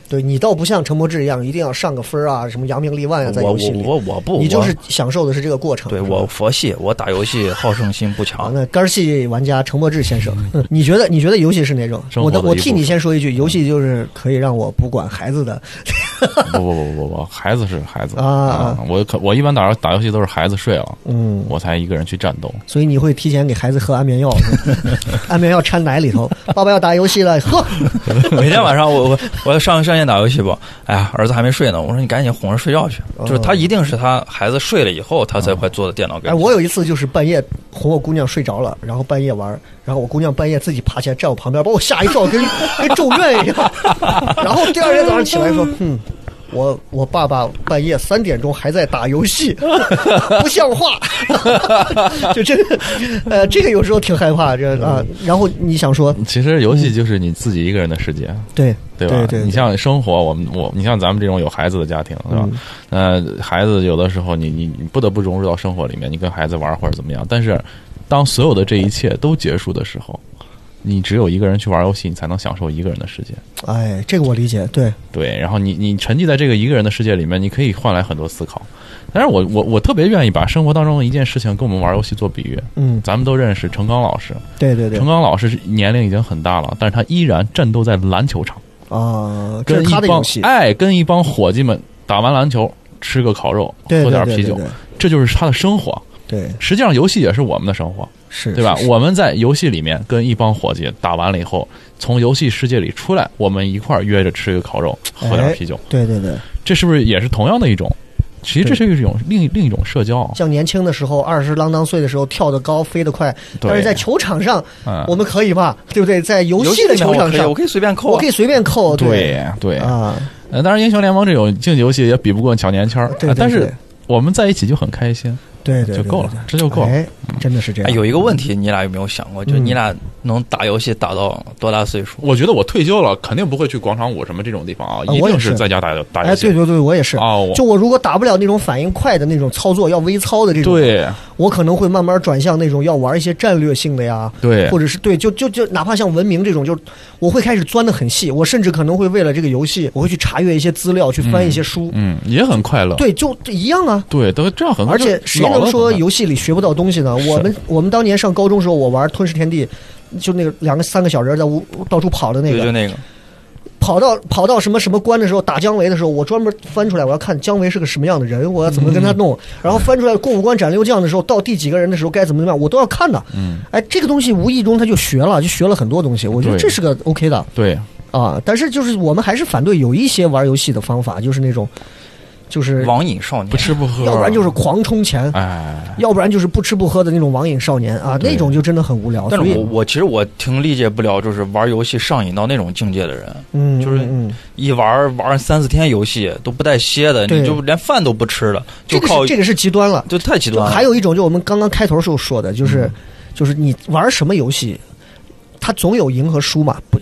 Speaker 2: 对你倒不像陈柏志一样，一定要上个分儿啊，什么扬名立万啊，在
Speaker 5: 我
Speaker 2: 游
Speaker 5: 我
Speaker 2: 戏里，
Speaker 5: 我我不，
Speaker 2: 你就
Speaker 5: 我
Speaker 2: 是享受的是这个过程。
Speaker 5: 对
Speaker 2: 是吧
Speaker 5: 我佛系，我打游戏好胜心不
Speaker 2: 啊，
Speaker 5: 强。
Speaker 2: 那肝儿系玩家程柏志先生，你觉得你觉得游戏是哪种？
Speaker 4: 生
Speaker 2: 我
Speaker 4: 活的
Speaker 2: 的我
Speaker 4: 一
Speaker 2: 替
Speaker 4: 部
Speaker 2: 你
Speaker 4: 分
Speaker 2: 先说一句，游戏就是可以让我不管孩子的，
Speaker 4: 不不不不不，孩子是孩子
Speaker 2: 啊啊
Speaker 4: 我可我一般打打游戏都是孩子睡了，
Speaker 2: 嗯，
Speaker 4: 我才一个人去战斗。
Speaker 2: 所以你会提前给孩子喝安眠药，安眠药掺奶里头。爸爸要打游戏了， 喝。
Speaker 5: 每天晚上我我我要上上线打游戏不？哎呀，儿子还没睡呢，我说你赶紧哄着睡觉去。就是他一定是他孩子睡了以后，他才会坐在电脑跟
Speaker 2: 哦哎，
Speaker 5: 前。
Speaker 2: 我有一次就是半夜哄我姑娘睡着了，然后半夜玩儿，然后我姑娘半夜自己爬起来站我旁边，把我吓一跳，跟 跟咒怨一样。 然后第二天早上起来说， 嗯。我我爸爸半夜三点钟还在打游戏， 不像话。 就这个，呃，这个有时候挺害怕，这啊。然后你想说，
Speaker 4: 其实游戏就是你自己一个人的世界，
Speaker 2: 对
Speaker 4: 对吧？
Speaker 2: 嗯对对，
Speaker 4: 你像生活，我们我你像咱们这种有孩子的家庭，对吧？
Speaker 2: 嗯
Speaker 4: 那孩子有的时候你你你不得不融入到生活里面，你跟孩子玩或者怎么样。但是当所有的这一切都结束的时候，你只有一个人去玩游戏，你才能享受一个人的世界。
Speaker 2: 哎，这个我理解，对，
Speaker 4: 对，然后你你沉浸在这个一个人的世界里面，你可以换来很多思考。但是我我我特别愿意把生活当中的一件事情跟我们玩游戏做比喻。
Speaker 2: 嗯，
Speaker 4: 咱们都认识程刚老师，
Speaker 2: 对对对
Speaker 4: 程，刚老师是年龄已经很大了，但是他依然战斗在篮球场，
Speaker 2: 啊，这
Speaker 4: 跟
Speaker 2: 是
Speaker 4: 一
Speaker 2: 他的
Speaker 4: 帮
Speaker 2: 游戏，
Speaker 4: 哎，跟一帮伙计们打完篮球，吃个烤肉，
Speaker 2: 对
Speaker 4: 喝
Speaker 2: 对
Speaker 4: 点
Speaker 2: 对
Speaker 4: 啤
Speaker 2: 对
Speaker 4: 酒
Speaker 2: 对，
Speaker 4: 这就是他的生活。
Speaker 2: 对，
Speaker 4: 实际上，游戏也是我们的生活，
Speaker 2: 是，
Speaker 4: 对吧
Speaker 2: 是？是
Speaker 4: 我们在游戏里面跟一帮伙计打完了以后，从游戏世界里出来，我们一块儿约着吃个烤肉，喝点
Speaker 2: 哎
Speaker 4: 啤酒，
Speaker 2: 对对对。
Speaker 4: 这是不是也是同样的一种？其实这是一种另另一种社交。
Speaker 2: 像年轻的时候，二十啷当岁的时候，跳得高，飞得快，
Speaker 4: 对
Speaker 2: 但是在球场上，
Speaker 4: 嗯
Speaker 2: 我们可以吧，对不对？在游
Speaker 5: 游
Speaker 2: 戏
Speaker 5: 戏
Speaker 2: 的
Speaker 5: 里
Speaker 2: 球
Speaker 5: 面
Speaker 2: 场
Speaker 5: 我可以
Speaker 2: 上
Speaker 5: 我，可以随便扣、啊，
Speaker 2: 我可以随便扣，
Speaker 4: 对对，
Speaker 2: 啊，
Speaker 4: 呃当然英雄联盟这种竞技游戏也比不过小年签儿，
Speaker 2: 对对
Speaker 4: 啊但是
Speaker 2: 对
Speaker 4: 我们在一起就很开心，
Speaker 2: 对对，
Speaker 4: 就
Speaker 2: 对
Speaker 4: 够了，，这
Speaker 2: 对
Speaker 4: 就够了。
Speaker 2: 哎，真的是这
Speaker 5: 哎，
Speaker 2: 样。
Speaker 5: 有一个问题，你俩有没有想过，
Speaker 2: 嗯
Speaker 5: 就是你俩能打游戏打到多大岁数？
Speaker 7: 我觉得我退休了，肯定不会去广场舞什么这种地方啊，
Speaker 2: 啊
Speaker 7: 一
Speaker 2: 我也
Speaker 7: 定
Speaker 2: 是
Speaker 7: 在家打游打游
Speaker 2: 哎，
Speaker 7: 戏。
Speaker 2: 对对对，我也是
Speaker 7: 啊我。
Speaker 2: 就我如果打不了那种反应快的那种操作，要微操的这种，
Speaker 7: 对
Speaker 2: 我可能会慢慢转向那种要玩一些战略性的呀，
Speaker 7: 对
Speaker 2: 或者是对，就就就哪怕像文明这种，就是我会开始钻的很细，我甚至可能会为了这个游戏，我会去查阅一些资料，去翻一些书，
Speaker 4: 嗯，也很快乐。
Speaker 2: 对，就一样啊。
Speaker 4: 对，都这样很快
Speaker 2: 而且
Speaker 4: 就
Speaker 2: 谁
Speaker 4: 老了
Speaker 2: 能
Speaker 4: 很
Speaker 2: 说
Speaker 4: 快
Speaker 2: 游戏里学不到东西呢？我们我们当年上高中时候，我玩《吞噬天地》，就那个两个三个小人在屋到处跑的那
Speaker 5: 对，就
Speaker 2: 个，
Speaker 5: 那个，
Speaker 2: 跑到跑到什么什么关的时候，打姜维的时候，我专门翻出来，我要看姜维是个什么样的人，我要怎么跟他
Speaker 4: 嗯
Speaker 2: 弄。然后翻出来过五关斩六将的时候，到第几个人的时候该怎么怎么样，我都要看的。嗯，哎，这个东西无意中他就学了，就学了很多东西，我觉得
Speaker 4: 对
Speaker 2: 这是个 OK 的
Speaker 4: 对
Speaker 2: 啊。但是就是我们还是反对有一些玩游戏的方法，就是那种，就是
Speaker 5: 网瘾少年
Speaker 4: 不，吃不喝，
Speaker 2: 要不然就是狂充钱。
Speaker 4: 哎，
Speaker 2: 要不然就是不吃不喝的那种网瘾少年啊，那种就真的很无聊。
Speaker 5: 但
Speaker 2: 所
Speaker 5: 是
Speaker 2: 以
Speaker 5: 我我其实我挺理解不了，就是玩游戏上瘾到那种境界的人，
Speaker 2: 嗯，
Speaker 5: 就是
Speaker 2: 嗯，嗯
Speaker 5: 一玩玩三四天游戏都不带歇的，
Speaker 2: 对
Speaker 5: 你就连饭都不吃了，就
Speaker 2: 这个
Speaker 5: 靠
Speaker 2: 是这个是极端了。
Speaker 5: 就太极
Speaker 2: 就
Speaker 5: 端了。
Speaker 2: 还有一种，就我们刚刚开头时候说的，就是就是你玩什么游戏，它总有赢和输嘛。不，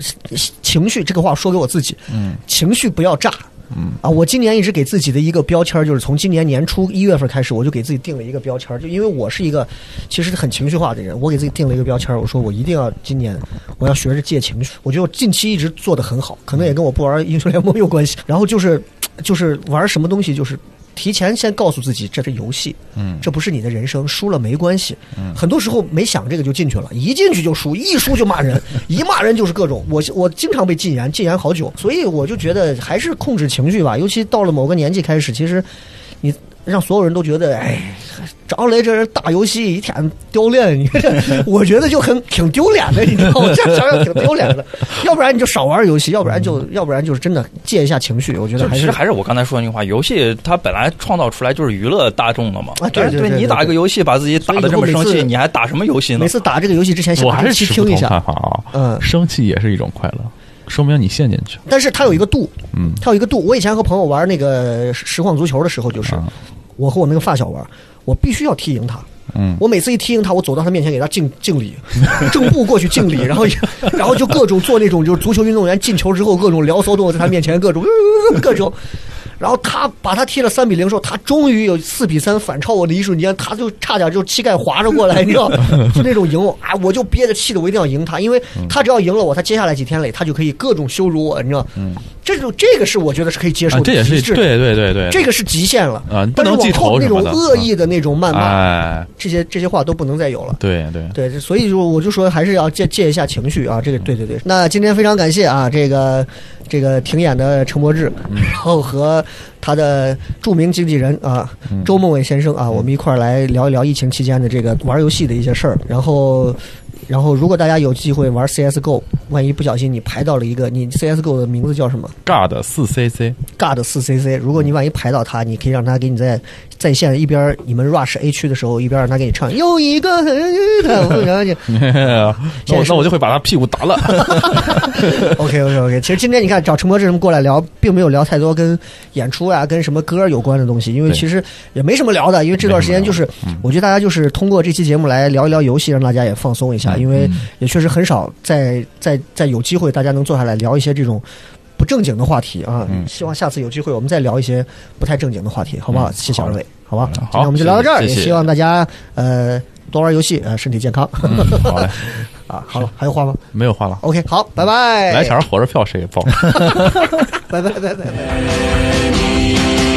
Speaker 2: 情绪这个话说给我自己，嗯，情绪不要炸。嗯啊，我今年一直给自己的一个标签儿，就是从今年年初一月份开始，我就给自己定了一个标签儿，就因为我是一个其实很情绪化的人，我给自己定了一个标签儿，我说我一定要今年我要学着戒情绪。我觉得我近期一直做的很好，可能也跟我不玩英雄联盟有关系。然后就是就是玩什么东西，就是提前先告诉自己这是游戏，嗯，这不是你的人生，输了没关系。嗯，很多时候没想这个就进去了，一进去就输，一输就骂 人，一骂人就是各种。我我经常被禁言，禁言好久，所以我就觉得还是控制情绪吧。尤其到了某个年纪开始，其实你让所有人都觉得，哎，张雷这人打游戏一天丢脸，你 这我觉得就很挺丢脸的，你知道吗？这样想想挺丢脸 的。要不然你就少玩游戏，要不然就要不然就是真的戒一下情绪。我觉
Speaker 5: 就
Speaker 2: 得还
Speaker 5: 其
Speaker 2: 是
Speaker 5: 实还是我刚才说的那句话，游戏它本来创造出来就是娱乐大众的嘛。
Speaker 2: 啊对
Speaker 5: 但是
Speaker 2: 对对对
Speaker 5: 你打一个游戏把自己打的这么
Speaker 2: 所以以
Speaker 5: 生
Speaker 2: 后每
Speaker 5: 气，
Speaker 2: 次
Speaker 5: 你还打什么游戏呢
Speaker 2: 每？次打这个游戏之前，先
Speaker 4: 我
Speaker 2: 把
Speaker 4: 还
Speaker 2: 这
Speaker 4: 是
Speaker 2: 期
Speaker 4: 持
Speaker 2: 听
Speaker 4: 不
Speaker 2: 一
Speaker 4: 同看
Speaker 2: 下。
Speaker 4: 法啊。
Speaker 2: 嗯
Speaker 4: 生气也是一种快乐，说明你陷进去。
Speaker 2: 但是它有一个度，
Speaker 4: 嗯，
Speaker 2: 它有一个度。我以前和朋友
Speaker 4: 啊
Speaker 2: 玩那个实实况足球的时候，就是我和我那个发小玩，我必须要踢赢他，
Speaker 4: 嗯，
Speaker 2: 我每次一踢赢他，我走到他面前给他敬敬礼， 正步过去敬礼，然 后然后就各种做那种就是足球运动员进球之后各种撩骚动作，在他面前各种 各种。然后他把他踢了三比零之后，他终于有四比三反超我的一瞬间，他就差点就膝盖滑着过来，你知 道，就那种赢我啊，我就憋着气的，我一定要赢他，因为他只要赢了我，他接下来几天里他就可以各种羞辱我，你知道，这种这个是我觉得是可以接受
Speaker 4: 嗯啊
Speaker 2: 的，
Speaker 4: 这也是对对对对，
Speaker 2: 这个是极限了
Speaker 4: 啊你不
Speaker 2: 但是
Speaker 4: 能记
Speaker 2: 往后
Speaker 4: 仇
Speaker 2: 那
Speaker 4: 什
Speaker 2: 种
Speaker 4: 么的
Speaker 2: 恶意的那种谩骂，
Speaker 4: 哎，
Speaker 2: 这些这些话都不能再有了。
Speaker 4: 对对，
Speaker 2: 对，这所以就我就说还是要戒戒一下情绪啊，这个对对对。那今天非常感谢啊，这个这个停演的陈柏志，
Speaker 4: 嗯
Speaker 2: 然后和他的著名经纪人啊
Speaker 4: 嗯
Speaker 2: 周梦伟先生啊，我们一块儿来聊一聊疫情期间的这个玩游戏的一些事儿，然后。然后，如果大家有机会玩 CSGO，万一不小心你排到了一个，你 CSGO 的名字叫什么？
Speaker 4: 尬四 CC，
Speaker 2: God 四 CC，如果你万一排到他，你可以让他给你在 在线一边儿你们 rush A 区的时候，一边儿让他给你唱又一个很 然后就
Speaker 4: 那
Speaker 2: 现在
Speaker 4: 我
Speaker 2: 是
Speaker 4: 那我就会把他屁股打烂。
Speaker 2: OK OK OK。其实今天你看找陈柏志什么过来聊，并没有聊太多跟演出啊、跟什么歌有关的东西，因为
Speaker 4: 对
Speaker 2: 其实也没什么聊的，因为这段时间就是
Speaker 4: 嗯
Speaker 2: 我觉得大家就是通过这期节目来聊一聊游戏，让大家也放松一下，
Speaker 4: 嗯
Speaker 2: 因为也确实很少在在在有机会大家能坐下来聊一些这种。不正经的话题啊，
Speaker 4: 嗯
Speaker 2: 希望下次有机会我们再聊一些不太正经的话题，好不好？
Speaker 4: 嗯
Speaker 2: 谢谢
Speaker 4: 好
Speaker 2: 二
Speaker 4: 的
Speaker 2: 位，好吧？
Speaker 4: 好
Speaker 2: 今天我们就聊到这儿，
Speaker 4: 谢谢
Speaker 2: 也希望大家呃多玩游戏，呃身体健 康
Speaker 4: 嗯好嘞，
Speaker 2: 啊。好了，还有话吗
Speaker 4: 没有话了，
Speaker 2: ？OK，好，拜拜，
Speaker 4: 哎来钱活着票谁给报？
Speaker 2: 拜拜，拜拜拜拜。
Speaker 3: 「君の声が聞こえる」